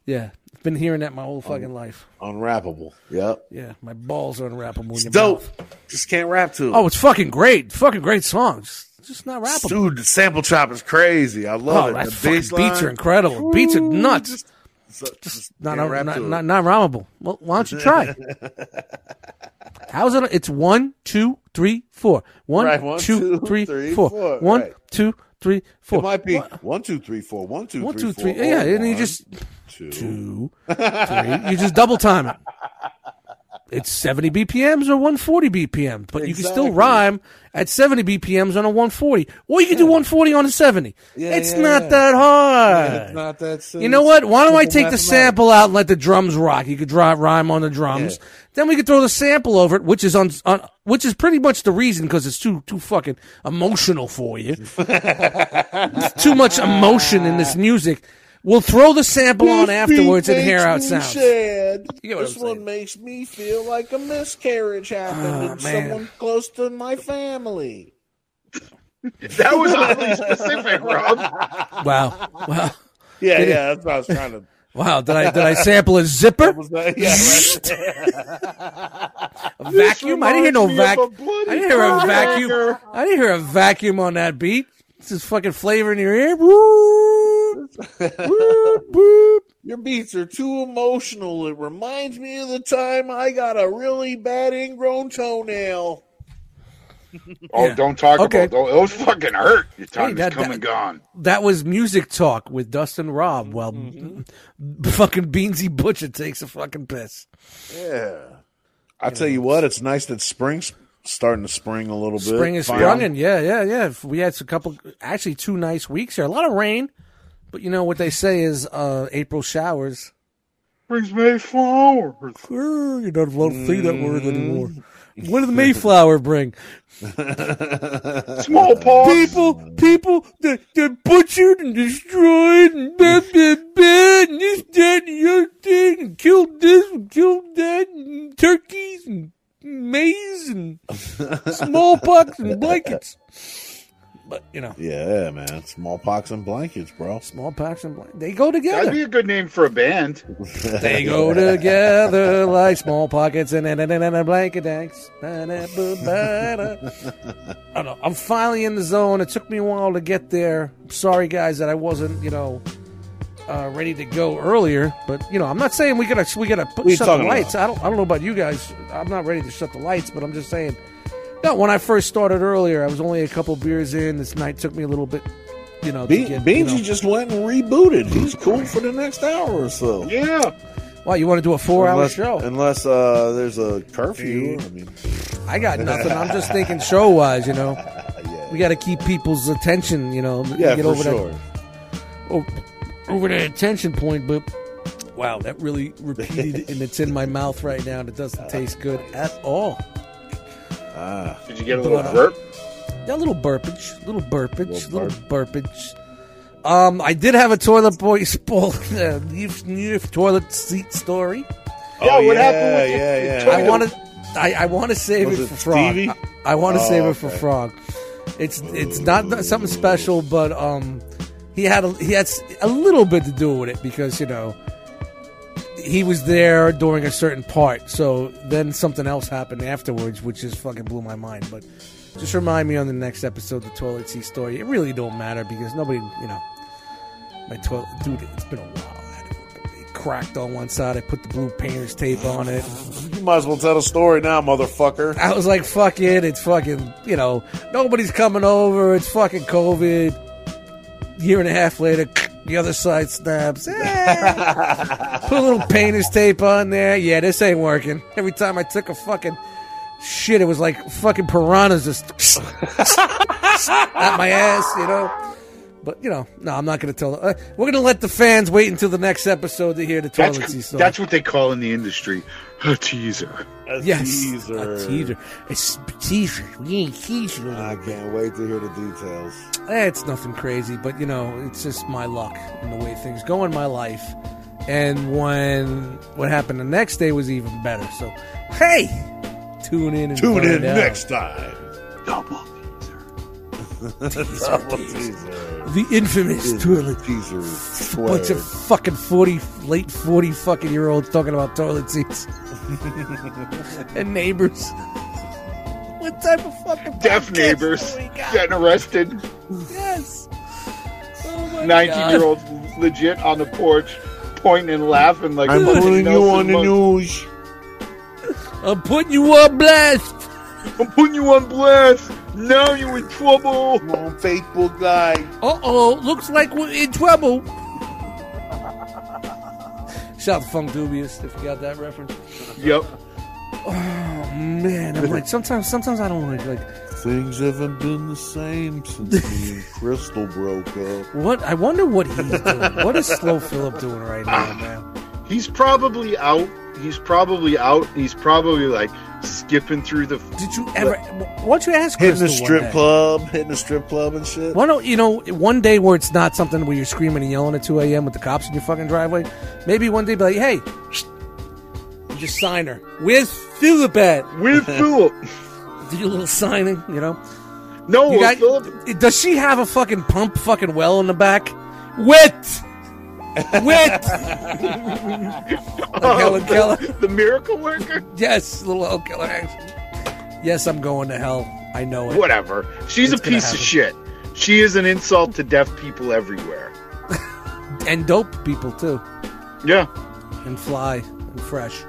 S1: Yeah, I've been hearing that my whole fucking life.
S3: unwrappable. Yep,
S1: Yeah, my balls are unwrappable. It's
S3: dope. Just can't rap to. it.
S1: Oh, it's fucking great. Fucking great songs. Just not rappable.
S3: dude, the sample chop is crazy. I love
S1: Oh,
S3: it.
S1: that's
S3: the
S1: fucking beats
S3: bass
S1: are
S3: line,
S1: incredible. Beats are nuts.
S3: so- just
S1: Not
S3: can't rap
S1: not,
S3: to it.
S1: not, not rhymable. Well, why don't you try? How's it? It's one, two, three, four. One,
S3: Right, one,
S1: two,
S3: two,
S1: three,
S3: three,
S1: four.
S3: four,
S1: One,
S3: right.
S1: two, three, four.
S3: It might be
S1: One,
S3: one, two, three, four. One, two,
S1: one,
S3: three,
S1: two, three.
S3: four,
S1: Yeah,
S3: oh,
S1: and you
S3: one,
S1: just
S3: two.
S1: two, three. You just double time it. It's 70 BPMs or 140 BPM, but you can still
S3: Exactly.
S1: rhyme at 70 BPMs on a 140, or you can do 140 on a 70. it's
S3: yeah,
S1: not
S3: yeah.
S1: that hard.
S3: It's not that serious.
S1: You know what? Why don't I take
S3: Simple
S1: the
S3: mathematics.
S1: sample out and let the drums rock? You could draw rhyme on the drums. Then we could throw the sample over it, which is on, on which is pretty much the reason because it's too too fucking emotional for you. It's too much emotion in this music. We'll throw the sample on afterwards and hear out sounds.
S8: Sad.
S1: You get what
S8: this
S1: I'm
S8: one
S1: saying.
S8: makes me feel like a miscarriage happened
S1: Oh,
S8: to
S1: man.
S8: someone close to my family.
S2: That was oddly specific, Rob.
S1: Wow, wow,
S8: Yeah,
S1: Did it-
S8: yeah, that's what I was trying to.
S1: wow! Did I did I sample a zipper?
S8: Was that, yeah, right.
S1: A vacuum? I didn't hear no
S2: Reminds me of
S1: vacuum.
S2: a bloody
S1: I didn't hear a vacuum.
S2: cracker.
S1: I didn't hear a vacuum on that beat. This is fucking flavor in your ear. Woo!
S8: Your beats are too emotional. It reminds me of the time I got a really bad ingrown toenail.
S2: Oh, don't talk
S1: Okay.
S2: about those. Those fucking hurt. Your time
S1: that-
S2: is come and
S1: that-
S2: gone.
S1: That was music talk with Dustin Rob. Well,
S2: Mm-hmm.
S1: fucking Beansy Butcher takes a fucking piss.
S3: Yeah. I tell you what, it's nice that spring's starting to spring a little bit.
S1: Spring is
S3: Fine.
S1: sprung, and yeah, yeah, yeah. We had a couple, actually two nice weeks here. A lot of rain, but you know what they say is uh, April showers.
S2: Brings May flowers.
S1: Grr, You don't want to see that word anymore. What did the Mayflower bring?
S2: Smallpox.
S1: People, people, they're, they're butchered and destroyed and bad, bad, bad, and this, that, and the other thing. smallpox and blankets. But you know,
S9: Yeah, man. Smallpox and blankets, bro.
S1: smallpox and blankets, they go
S2: That'd
S1: together.
S2: be a good name for a band.
S1: They go together like small pockets and and and and a blanket thanks. I don't know. I'm finally in the zone. It took me a while to get there. I'm sorry, guys, that I wasn't you know uh, ready to go earlier. But you know, I'm not saying we gotta we gotta put,
S9: What are you
S1: shut the
S9: talking about?
S1: lights. I don't I don't know about you guys. I'm not ready to shut the lights, but I'm just saying. No, when I first started earlier, I was only a couple beers in. This night took me a little bit. You know,
S9: Be-
S1: to get,
S9: Beansy
S1: you know-
S9: just went and rebooted. He's cool for the next hour or so.
S2: Yeah.
S1: Wow, you want to do a four-hour
S9: unless,
S1: show?
S9: Unless uh, there's a curfew. I mean,
S1: I got nothing. I'm just thinking show wise, you know. We got to keep people's attention, you know.
S9: yeah,
S1: get
S9: for
S1: over
S9: sure.
S1: That, o- over that attention point, but wow, that really repeated and it's in my mouth right now and it
S9: Ah,
S1: doesn't taste good at all.
S2: Did you get a little burp?
S1: Yeah, a little burpage, little burpage, little, burpage. Um, I did have a toilet boy spoil uh, new, new toilet seat story.
S2: Yeah, what happened with
S9: Oh, yeah,
S2: your-
S9: yeah,
S2: your
S9: yeah.
S2: toilet?
S1: I want to. I, I want to save
S9: Was
S1: it,
S9: it
S1: for Frog.
S9: Stevie?
S1: I, I want to
S9: Oh,
S1: save it for
S9: okay.
S1: Frog. It's it's not th- something special, but um, he had a, he had s- a little bit to do with it because you know he was there during a certain part. So then something else happened afterwards, which just fucking blew my mind. But just remind me on the next episode the toilet seat story. It really don't matter because nobody you know my toilet dude. It's been a while. I had It cracked on one side. I put the blue painter's tape on it.
S9: You might as well tell the story now, motherfucker.
S1: I was like, fuck it, it's fucking, you know, nobody's coming over, it's fucking COVID. Year and a half later, the other side snaps. Eh. Put a little painter's tape on there. Yeah, this ain't working. Every time I took a fucking shit, it was like fucking piranhas just at my ass, you know. But you know, no, I'm not gonna tell. Uh, we're gonna let the fans wait until the next episode to hear the toilet seat
S2: That's,
S1: story.
S2: that's what they call in the industry a teaser.
S9: A
S1: yes,
S9: teaser.
S1: a teaser. It's a teaser. We ain't teasing.
S9: I can't wait to hear the details.
S1: Eh, it's nothing crazy, but you know, it's just my luck and the way things go in my life. And when what happened the next day was even better. So, hey, tune in and
S9: Tune in
S1: find out.
S9: next time.
S2: Double teaser.
S9: Double teaser.
S1: The infamous toilet
S9: Teaser.
S1: bunch
S9: Swear.
S1: of fucking forty, late forty fucking year olds talking about toilet seats and neighbors. what type of fucking
S2: Deaf
S1: podcast
S2: neighbors
S1: do we got?
S2: getting arrested.
S1: Yes. Oh my
S2: 19
S1: God.
S2: year olds legit on the porch pointing and laughing like
S9: I'm
S2: fucking
S9: putting you
S2: Nelson
S9: on the
S2: Mon-
S9: news.
S1: I'm putting you on blast.
S2: I'm putting you on blast. Now you're in trouble.
S9: I'm on Facebook Live.
S1: Uh oh, looks like we're in trouble. Shout out to Funk Dubious if you got that reference.
S2: Yep.
S1: Man, I'm like sometimes, sometimes I don't like like
S9: Things haven't been the same since me and Crystal broke up.
S1: what. I wonder what he's doing. What is Slow Philip doing right now, man?
S2: He's probably out. He's probably out. He's probably like skipping through the.
S1: Did you ever? Why don't you ask
S9: Hitting
S1: Crystal
S9: the
S1: one
S9: strip
S1: day?
S9: club, hitting the strip club and shit.
S1: Why don't you know one day where it's not something where you're screaming and yelling at 2 a.m. with the cops in your fucking driveway? Maybe one day be like, hey, you just sign her. Where's Philip at?
S2: With Philip.
S1: Do your little signing, you know?
S2: No,
S1: You got-
S2: Philip.
S1: Does she have a fucking pump fucking well in the back? Wit! Wit! like Helen Keller.
S2: The miracle worker?
S1: Yes, little Helen Keller action. Yes, I'm going to hell. I know it.
S2: Whatever. She's
S1: It's
S2: a
S1: gonna
S2: piece of
S1: happen.
S2: shit. She is an insult to deaf people everywhere.
S1: And dope people too.
S2: Yeah.
S1: And fly and fresh.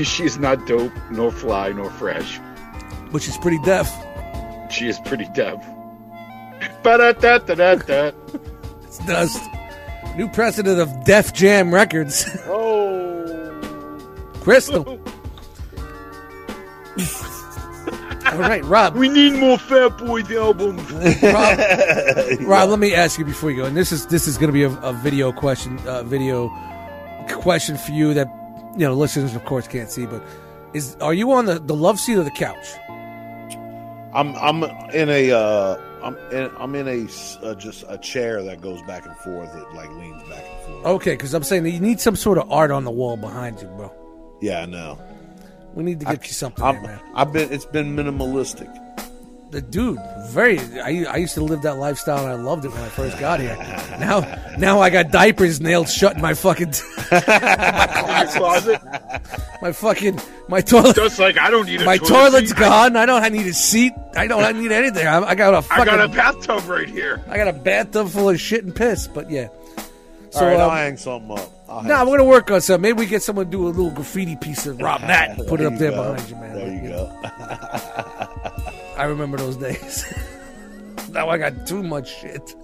S2: She is not dope, nor fly, nor fresh.
S1: Which is pretty deaf.
S2: She is pretty deaf. Ba-da-da-da-da-da.
S1: It's dust. New president of Def Jam Records. Oh.
S2: Oh.
S1: Crystal. All right, Rob.
S2: We need more Fat Boys albums.
S1: Rob, Rob, let me ask you before you go, and this is this is going to be a, a video question, uh, video question for you that you know listeners, of course, can't see. But is are you on the, the love seat or the couch?
S9: I'm I'm in a uh, I'm in, I'm in a s- uh, just a chair that goes back and forth. It like leans back and forth.
S1: Okay, because I'm saying that you need some sort of art on the wall behind you, bro.
S9: Yeah, I know.
S1: We need to get you something,
S9: I'm,
S1: there, man.
S9: I've been it's been minimalistic.
S1: the dude, very. I, I used to live that lifestyle and I loved it when I first got here. Now, now I got diapers nailed shut in my fucking
S2: my closet.
S1: my fucking my toilet.
S2: Just like I don't need a
S1: my
S2: toilet
S1: toilet's
S2: seat.
S1: gone. I don't. I need a seat. I don't. I need anything. I, I got a
S2: I
S1: fucking.
S2: got a bathtub right here.
S1: I got a bathtub full of shit and piss. But yeah. So
S9: All right, I'll
S1: um,
S9: hang something up. I'll
S1: nah,
S9: hang
S1: we're gonna work on some. Maybe we get someone to do a little graffiti piece of Rob Nat and put it
S9: Ah, There
S1: up there
S9: you go.
S1: behind you, man.
S9: There you go.
S1: I remember those days. now I got too much shit.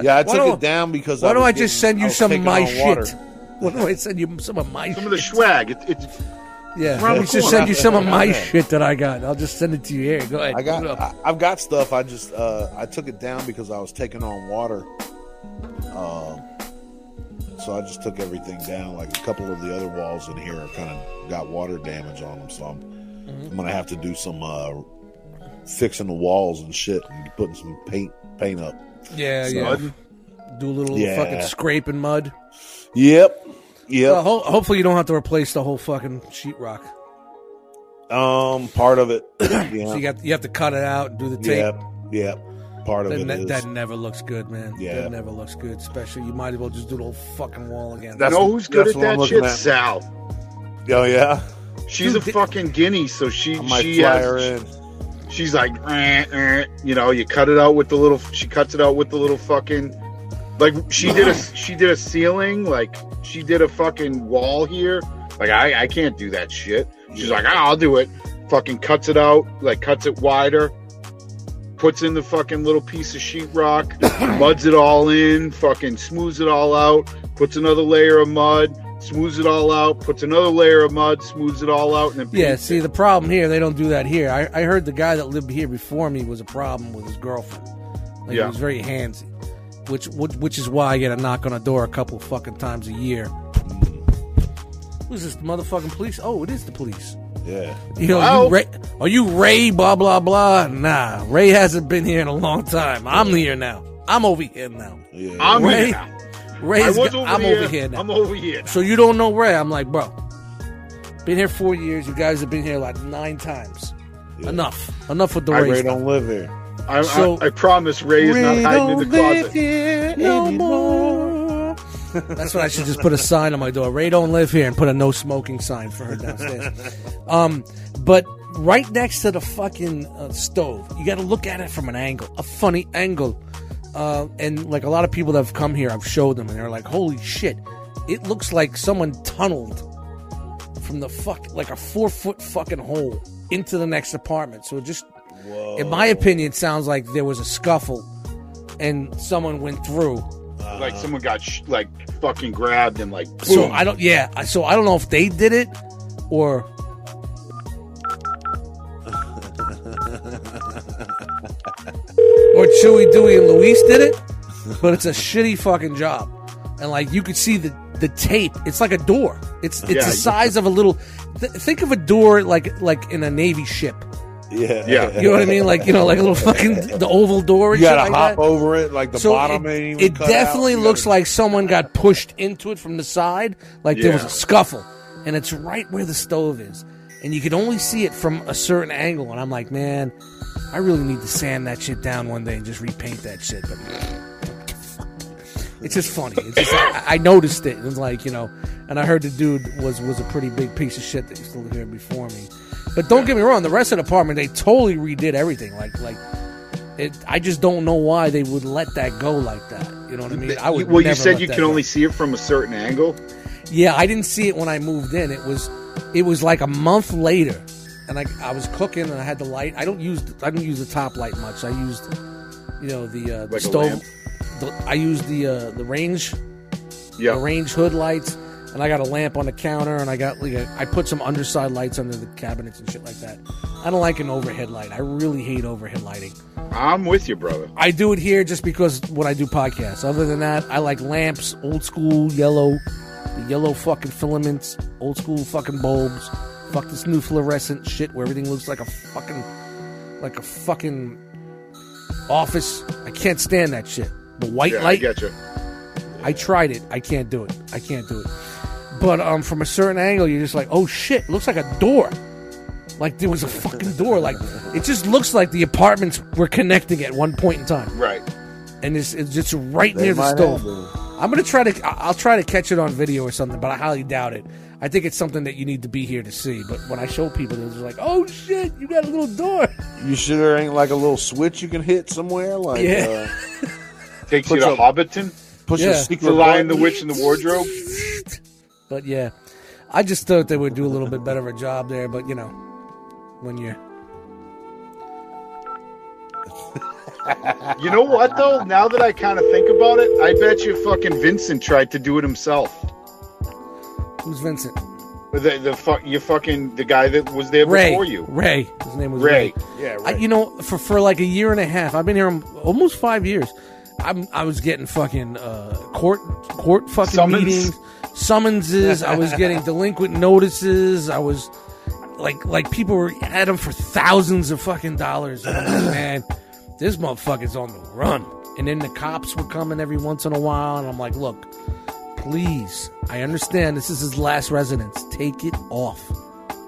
S9: Yeah, I
S1: Why
S9: took
S1: don't-
S9: it down because.
S1: Why
S9: I
S1: don't
S9: was
S1: I just
S9: getting-
S1: send
S9: I
S1: you
S9: was
S1: some of
S9: taking
S1: my
S9: on water.
S1: shit? Why don't I send you some of my
S2: Some
S1: shit?
S2: of the swag. It, it,
S1: yeah,
S2: around
S1: let me
S2: the
S1: just
S2: corner.
S1: send you some of my
S9: Yeah.
S1: shit that I got. I'll just send it to you here. Go ahead.
S9: I got.
S1: Put it up.
S9: I, I've got stuff. I just. Uh, I took it down because I was taking on water. Um. So I just took everything down. Like a couple of the other walls in here are kind of got water damage on them, so I'm,
S1: Mm-hmm.
S9: I'm gonna have to do some uh, fixing the walls and shit and putting some paint paint up.
S1: yeah,
S9: So-
S1: yeah. Do a little
S9: Yeah.
S1: fucking scrape and mud.
S9: Yep. Yep.
S1: Well, ho- hopefully you don't have to replace the whole fucking sheetrock.
S9: Um, part of it. yeah.
S1: So you got you have to cut it out and do the tape.
S9: yep. Yep. Part of
S1: That,
S9: it
S1: ne-
S9: is.
S1: that never looks good, man.
S9: Yeah.
S1: That never looks good. Especially, you might as well just do the whole fucking wall again.
S2: you
S9: That's-
S2: know who's good
S9: that's
S2: at
S9: what I'm
S2: that
S9: looking
S2: shit?
S9: at.
S2: Sal.
S9: oh yeah.
S2: She's
S1: Dude,
S2: a
S1: th-
S2: fucking guinea, so she
S9: I might
S2: she uh,
S9: fly
S2: has
S9: her in.
S2: she's like, eh, eh. you know, you cut it out with the little. She cuts it out with the little fucking. Like she did a she did a ceiling. Like she did a fucking wall here. Like I I can't do that shit. She's like, ah, I'll do it. Fucking cuts it out. Like cuts it wider. Puts in the fucking little piece of sheetrock, muds it all in, fucking smooths it all out, puts another layer of mud, smooths it all out, puts another layer of mud, smooths it all out, and then
S1: Yeah,
S2: paints
S1: see,
S2: it.
S1: the problem here, they don't do that here. I, I heard the guy that lived here before me was a problem with his girlfriend. Like,
S2: Yeah.
S1: He was very handsy, which, which which is why I get a knock on a door a couple fucking times a year.
S9: Mm.
S1: Who's this the motherfucking police? Oh, it is the police.
S9: Yeah.
S1: You know,
S2: Hello?
S1: you Ray, are you Ray? Blah blah blah. Nah, Ray hasn't been here in a long time. I'm here now. I'm over here now.
S9: Yeah.
S2: I'm
S1: Ray-
S2: here.
S1: Ray's
S2: I was
S1: go-
S2: over
S1: I'm
S2: here.
S1: over here now.
S2: I'm over here.
S1: So you don't know Ray? I'm like, bro, been here four years. You guys have been here like nine times. Enough. Enough with the
S9: I
S1: Ray.
S9: really
S1: stuff.
S9: don't live here.
S2: I,
S1: So-
S2: I, I promise Ray is not hiding in the closet.
S1: no more. That's what I should just put a sign on my door. Ray don't live here and put a no smoking sign for her downstairs. um, but right next to the fucking uh, stove, you got to look at it from an angle, a funny angle. Uh, and like a lot of people that have come here, I've showed them, and they're like, "Holy shit! It looks like someone tunneled from the fuck like a four foot fucking hole into the next apartment." So it just, in my opinion, it sounds like there was a scuffle and someone went through.
S2: Like someone got sh- like fucking grabbed and like boom.
S1: So I don't. Yeah. I- So I don't know if they did it or. Or Chewy, Dewey, and Luis did it, but it's a shitty fucking job. And like you could see the the tape, it's like a door. It's it's
S2: Yeah,
S1: the
S2: you-
S1: size of a little. Th- think of a door like like in a navy ship.
S9: Yeah.
S2: Yeah.
S1: You know what I mean? Like you know, like a little fucking the oval door.
S9: You
S1: And shit
S9: gotta
S1: like
S9: hop
S1: that
S9: over it, like the bottom
S1: it,
S9: ain't even
S1: it
S9: cut
S1: definitely
S9: out. You
S1: looks
S9: gotta-
S1: like someone got pushed into it from the side like there was
S2: Yeah.
S1: a scuffle and it's right where the stove is and you can only see it from a certain angle and i'm like man i really need to sand that shit down one day and just repaint that shit but it's just funny it's just, I, I noticed it and it's like you know and i heard the dude was was a pretty big piece of shit that used to live here before me but don't get me wrong the rest of the apartment they totally redid everything like like it, I just don't know why they would let that go like that. You know what I mean? I would.
S2: well, you
S1: never
S2: said
S1: let
S2: you
S1: that
S2: can
S1: go.
S2: only see it from a certain angle.
S1: Yeah, I didn't see it when I moved in. It was, it was like a month later, and I, I was cooking and I had the light. I don't use I don't use the top light much. I used, you know, the, uh, the
S2: Like a
S1: stove.
S2: lamp?
S1: The, I used the uh, the range
S2: Yeah,
S1: the range hood lights, and I got a lamp on the counter, and I got like a, I put some underside lights under the cabinets and shit like that. I don't like an overhead light. I really hate overhead lighting.
S2: I'm with you, brother.
S1: I do it here just because when I do podcasts. Other than that, I like lamps, old school yellow, yellow fucking filaments, old school fucking bulbs. Fuck this new fluorescent shit where everything looks like a fucking, like a fucking office. I can't stand that shit. The white
S2: Yeah, I
S1: light.
S2: get you.
S1: I tried it. I can't do it. I can't do it. But um, from a certain angle, you're just like, oh shit, looks like a door. Like there was a fucking door. Like it just looks like the apartments were connecting at one point in time.
S2: Right.
S1: And it's, it's just right
S9: They
S1: near the
S9: might have
S1: stove.
S9: the-
S1: I'm gonna try to. I- I'll try to catch it on video or something, but I highly doubt it. I think it's something that you need to be here to see. But when I show people, they're just like, "Oh shit, you got a little door."
S9: You sure there ain't like a little switch you can hit somewhere? Like,
S1: Yeah.
S9: uh,
S2: Takes
S9: Push
S2: you to
S9: up-
S2: Hobbiton,
S9: push a
S1: Yeah.
S9: secret
S2: The Lion, the
S9: button?
S2: Witch, and the Wardrobe.
S1: But yeah, I just thought they would do a little bit better of a job there. But you know, when you're
S2: You know what though? Now that I kind of think about it, I bet you fucking Vincent tried to do it himself.
S1: who's Vincent
S2: The the fuck you fucking the guy that was there
S1: Ray.
S2: before you,
S1: Ray. His name was
S2: Ray.
S1: Ray.
S9: Yeah, right.
S1: I, you know, for for like a year and a half, I've been here um, almost five years. I'm I was getting fucking uh, court court fucking
S2: Summons.
S1: meetings, summonses. I was getting delinquent notices. I was like like people were at him for thousands of fucking dollars. And I'm like, man, this motherfucker's on the run. And then the cops were coming every once in a while, and I'm like, look, please, I understand this is his last residence. Take it off,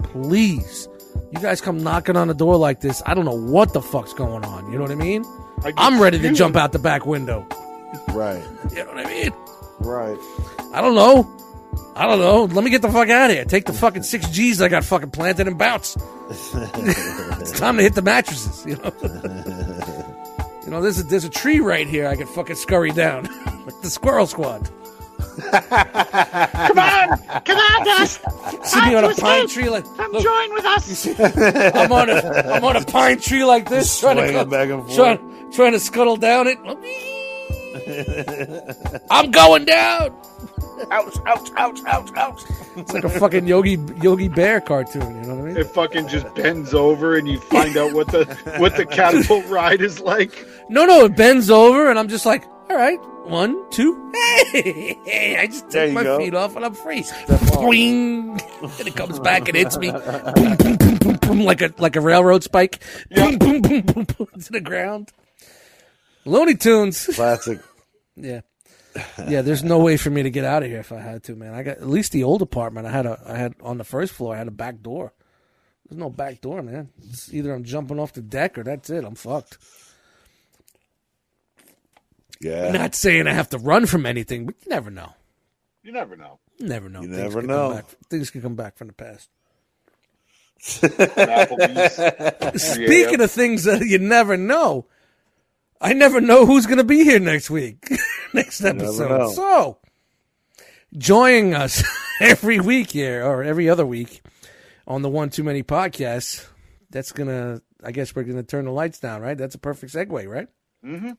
S1: please. You guys come knocking on the door like this. I don't know what the fuck's going on. You know what I mean?
S2: I get
S1: I'm ready to
S2: you.
S1: jump out the back window.
S9: uh, Right,
S1: You know what I mean?
S9: right.
S1: I don't know. I don't know. Let me get the fuck out of here. Take the fucking six G's I got fucking planted and bounce. it's time to hit the mattresses. You know. you know, there's a there's a tree right here. I can fucking scurry down like the Squirrel Squad.
S10: Come on! Come on, Dust!
S1: Sitting on a pine tree like
S10: Come
S1: look,
S10: join with us!
S1: I'm on a I'm on a pine tree like this, trying to
S9: swinging
S1: go,
S9: back and forth.
S1: Trying, trying to scuttle down it. I'm going down.
S9: Ouch! Ouch! Ouch! Ouch! Ouch!
S1: It's like a fucking Yogi Yogi Bear cartoon. You know what I mean?
S2: It fucking just bends over and you find out what the what the catapult ride is like.
S1: No, no, it bends over, and I'm just like, all right, one, two. Hey, hey, I just
S9: There
S1: take
S9: you
S1: my
S9: go.
S1: feet off, and I'm free. Boing, and it comes back and hits me. boom, boom, boom, boom, boom, like a like a railroad spike. Boom, boom, boom, boom, boom, to the ground. Looney Tunes.
S9: Classic.
S1: Yeah. Yeah, there's no way for me to get out of here if I had to, man. I got at least the old apartment I had a I had on the first floor, I had a back door. There's no back door, man. It's either I'm jumping off the deck or that's it. I'm fucked.
S9: Yeah.
S1: Not saying I have to run from anything, but you never know.
S2: You never know.
S1: You never know.
S9: You
S1: Things
S9: never
S1: could come
S9: know.
S1: back- things could come back from the past.
S2: Applebee's.
S1: Speaking of things that you never know, I never know who's going to be here next week, next
S9: know.
S1: episode. So, joining us every week here or every other week on the One Too Many podcast, that's going to, I guess we're going to turn the lights down, right? That's a perfect segue, right?
S2: Mm-hmm.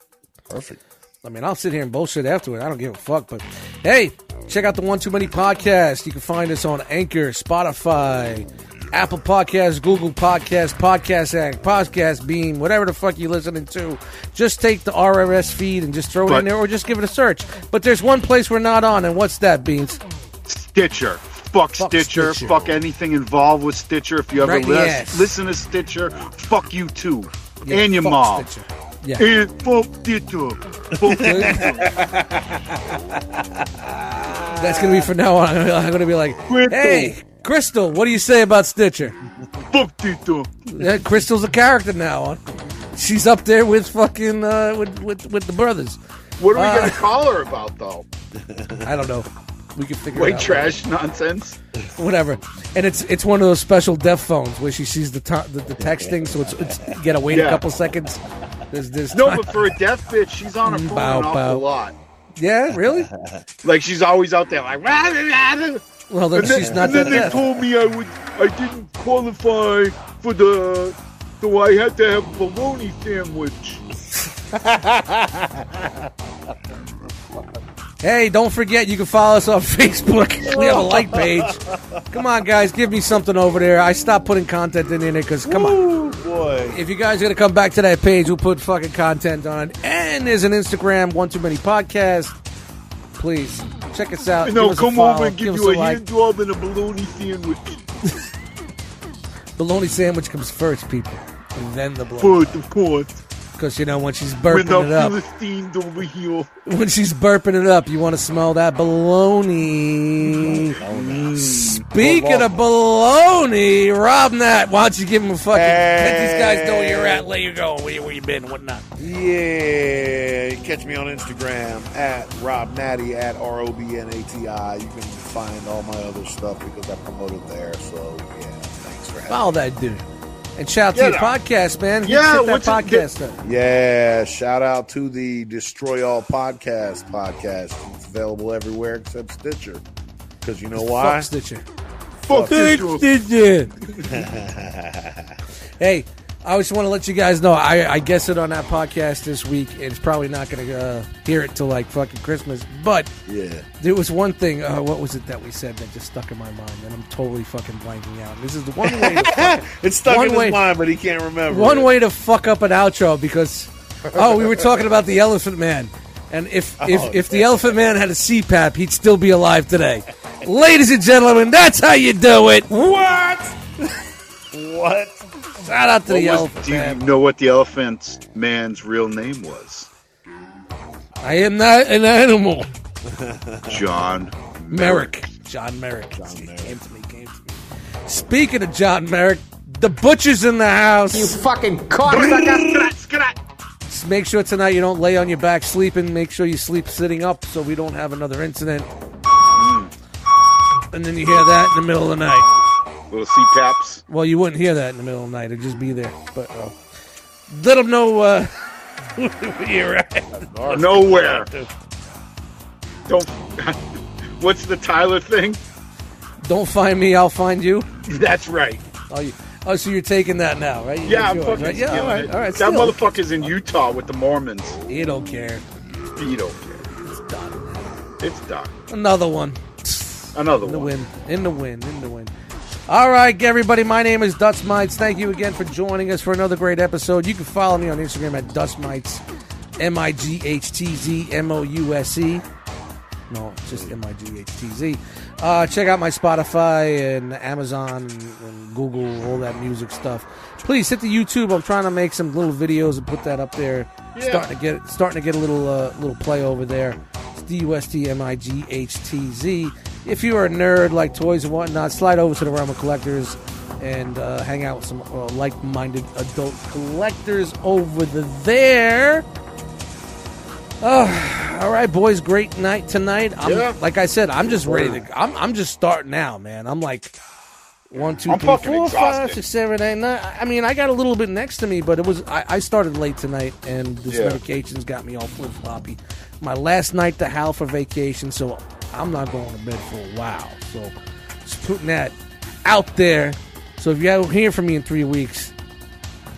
S9: Perfect.
S1: I mean, I'll sit here and bullshit afterward. I don't give a fuck. But hey, check out the One Too Many podcast. You can find us on Anchor, Spotify, Apple Podcasts, Google Podcasts, Podcast Act, Podcast Beam, whatever the fuck you're listening to. Just take the RRS feed and just throw it
S2: But-
S1: in there or just give it a search. But there's one place we're not on, and what's that, Beans?
S2: Stitcher. Fuck, Stitcher.
S1: Stitcher.
S2: Fuck anything involved with Stitcher. If you ever
S1: Right in the
S2: lis-
S1: ass.
S2: listen to Stitcher, fuck you too.
S1: Yeah,
S2: and your
S1: fuck
S2: mom.
S1: Stitcher. Yeah.
S2: And fuck Stitcher. Fuck
S1: That's going to be from now on. I'm going to be like,
S2: Crystal.
S1: hey, Crystal, what do you say about Stitcher?
S2: fuck Stitcher.
S1: Yeah, Crystal's a character now. She's up there with fucking uh, with, with with the brothers.
S2: What are we
S1: Uh.
S2: gonna call her about though?
S1: I don't know. We can figure it
S2: White
S1: out.
S2: trash nonsense.
S1: Whatever. And it's it's one of those special deaf phones where she sees the to- the, the texting, so it's, it's you gotta wait
S2: Yeah.
S1: a couple seconds. There's there's
S2: No,
S1: time-
S2: but for a deaf bitch, she's on her phone
S1: Bow,
S2: an awful
S1: bow.
S2: lot.
S1: yeah, really?
S2: Like she's always out there like. "Rah, rah, rah, rah."
S1: Well, then
S2: And then,
S1: she's not
S2: and then
S1: that
S2: they
S1: deaf.
S2: told me I would, I didn't qualify for the, so I had to have bologna sandwich.
S1: Hey, don't forget you can follow us on Facebook. We have a like page. Come on, guys, give me something over there. I stopped putting content in there because come on.
S9: Boy.
S1: If you guys are gonna come back to that page, we'll put fucking content on. And there's an Instagram, one too many podcast. Please check us out.
S2: No,
S1: Give us a
S2: come
S1: follow,
S2: over and give,
S1: us
S2: you a
S1: like.
S2: hand job and a bologna sandwich.
S1: bologna sandwich comes first, people, and then the bologna.
S2: But of course,
S1: Because you know when she's burping
S2: When the
S1: it up,
S2: Philistines over here.
S1: when she's burping it up, you want to smell that baloney. Speaking of baloney, Rob Nat, why don't you give him a fucking? Let these guys know where you're at. Where you going? Where, where you been? What not?
S3: Yeah, you can catch me on Instagram at Rob Natty at R O B N A T I. You can find all my other stuff because I promote it there. So yeah, thanks for having.
S1: Follow that dude. And shout out to
S3: Yeah,
S1: your
S3: no.
S1: podcast, man.
S3: Yeah,
S1: Hit that
S3: what's it-
S1: podcast up.
S3: me. Yeah, shout out to the Destroy All Podcast podcast. It's available everywhere except Stitcher. Because you know why?
S1: Fuck Stitcher.
S3: Fuck Stitcher.
S1: Stitcher. Hey, I just want to let you guys know. I, I guess it on that podcast this week. It's probably not going to uh, hear it till like fucking Christmas. But
S3: yeah,
S1: there was one thing. Uh, what was it that we said that just stuck in my mind? And I'm totally fucking blanking out. This is the one way. To fucking,
S3: it's stuck
S1: one
S3: in
S1: way-
S3: his mind, but he can't remember.
S1: One
S3: it.
S1: way to fuck up an outro because oh, we were talking about the Elephant Man, and if if
S3: Oh,
S1: if the Elephant Man had a CPAP, he'd still be alive today. Ladies and gentlemen, that's how you do it. What?
S3: What?
S1: Shout out to the
S2: What was-
S1: Elephant
S2: Do you
S1: Man.
S2: know what the elephant man's real name was?
S1: I am not an animal.
S2: John Merrick.
S1: Merrick. John Merrick. See, Came to me, came to me. Speaking of John Merrick, the butcher's in the house. You fucking Just make sure tonight you don't lay on your back sleeping. Make sure you sleep sitting up so we don't have another incident. And then you hear that in the middle of the night.
S2: Little CPAPs.
S1: Well, you wouldn't hear that in the middle of the night. It'd just be there. But uh, let them know uh, where you're at.
S2: Nowhere. Don't. What's the Tyler thing?
S1: Don't find me, I'll find you.
S2: That's right.
S1: Oh, you, oh so you're taking that now, right? You
S2: Yeah, I'm
S1: yours,
S2: fucking.
S1: right? Yeah, all
S2: stealing
S1: right,
S2: it.
S1: all right. steal.
S2: That motherfucker's in Utah with the Mormons.
S1: He don't care.
S2: He don't care. It's
S1: done.
S2: It's done.
S1: Another one.
S2: Another
S1: in the
S2: one.
S1: win. In the win. In the win. All right, everybody. My name is Dust Mites. Thank you again for joining us for another great episode. You can follow me on Instagram at Dust Mites, M I G H T Z M O U S E. No, just M I G H T Z. Uh, check out my Spotify and Amazon and, and Google, all that music stuff. Please hit the YouTube. I'm trying to make some little videos and put that up there.
S11: Yeah.
S1: Starting to get starting to get a little uh, little play over there. It's D U S T M I G H T Z. If you are a nerd like toys and whatnot, slide over to the realm of collectors and uh, hang out with some uh, like-minded adult collectors over the there. Oh, all right, boys. Great night tonight. I'm,
S2: Yeah.
S1: Like I said, I'm just ready to. I'm, I'm just starting now, man. I'm like one, two,
S2: I'm
S1: three,
S2: fucking
S1: four, five,
S2: exhausted.
S1: six, seven, eight, nine. I mean, I got a little bit next to me, but it was. I, I started late tonight, and this
S2: Yeah.
S1: medication's got me all flip floppy. My last night to Hal for vacation, so I'm not going to bed for a while. So just putting that out there. So if you don't hear from me in three weeks,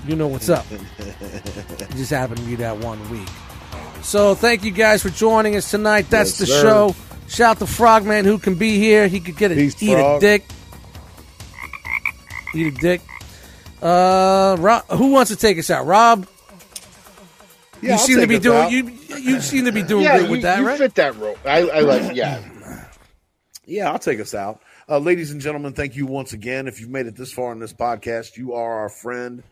S1: you know what's up. It just happened to be that one week. So thank you guys for joining us tonight. That's
S11: Yes,
S1: the
S11: sir.
S1: show. Shout to Frogman who can be here. He could get a
S11: Peace,
S1: eat
S11: Frog.
S1: a dick. Eat a dick. Uh, Rob, who wants to take us out? Rob.
S2: Yeah,
S1: you
S2: I'll
S1: seem to
S2: take
S1: be
S2: us
S1: doing
S2: out.
S1: you. You seem to be doing
S2: yeah,
S1: good
S2: you,
S1: with that,
S2: you
S1: right?
S2: fit that role. I, I like. Yeah.
S3: Yeah, I'll take us out. Uh, ladies and gentlemen, thank you once again. If you've made it this far in this podcast, you are our friend.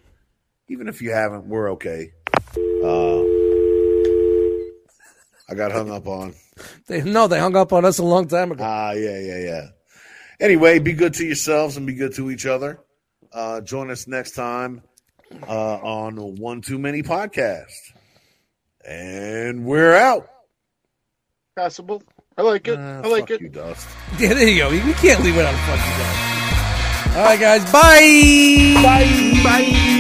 S3: Even if you haven't, we're okay. Uh, I got hung up on.
S1: They, no, they hung up on us a long time ago.
S3: Ah, yeah, yeah, yeah. Anyway, be good to yourselves and be good to each other. Uh, join us next time uh, on One Too Many Podcast. And we're out.
S2: Passable. I like it.
S1: Uh,
S2: I like it.
S3: You dust.
S1: Yeah, there you go. We can't leave without a fucking guy. All right, guys. Bye. Bye. Bye.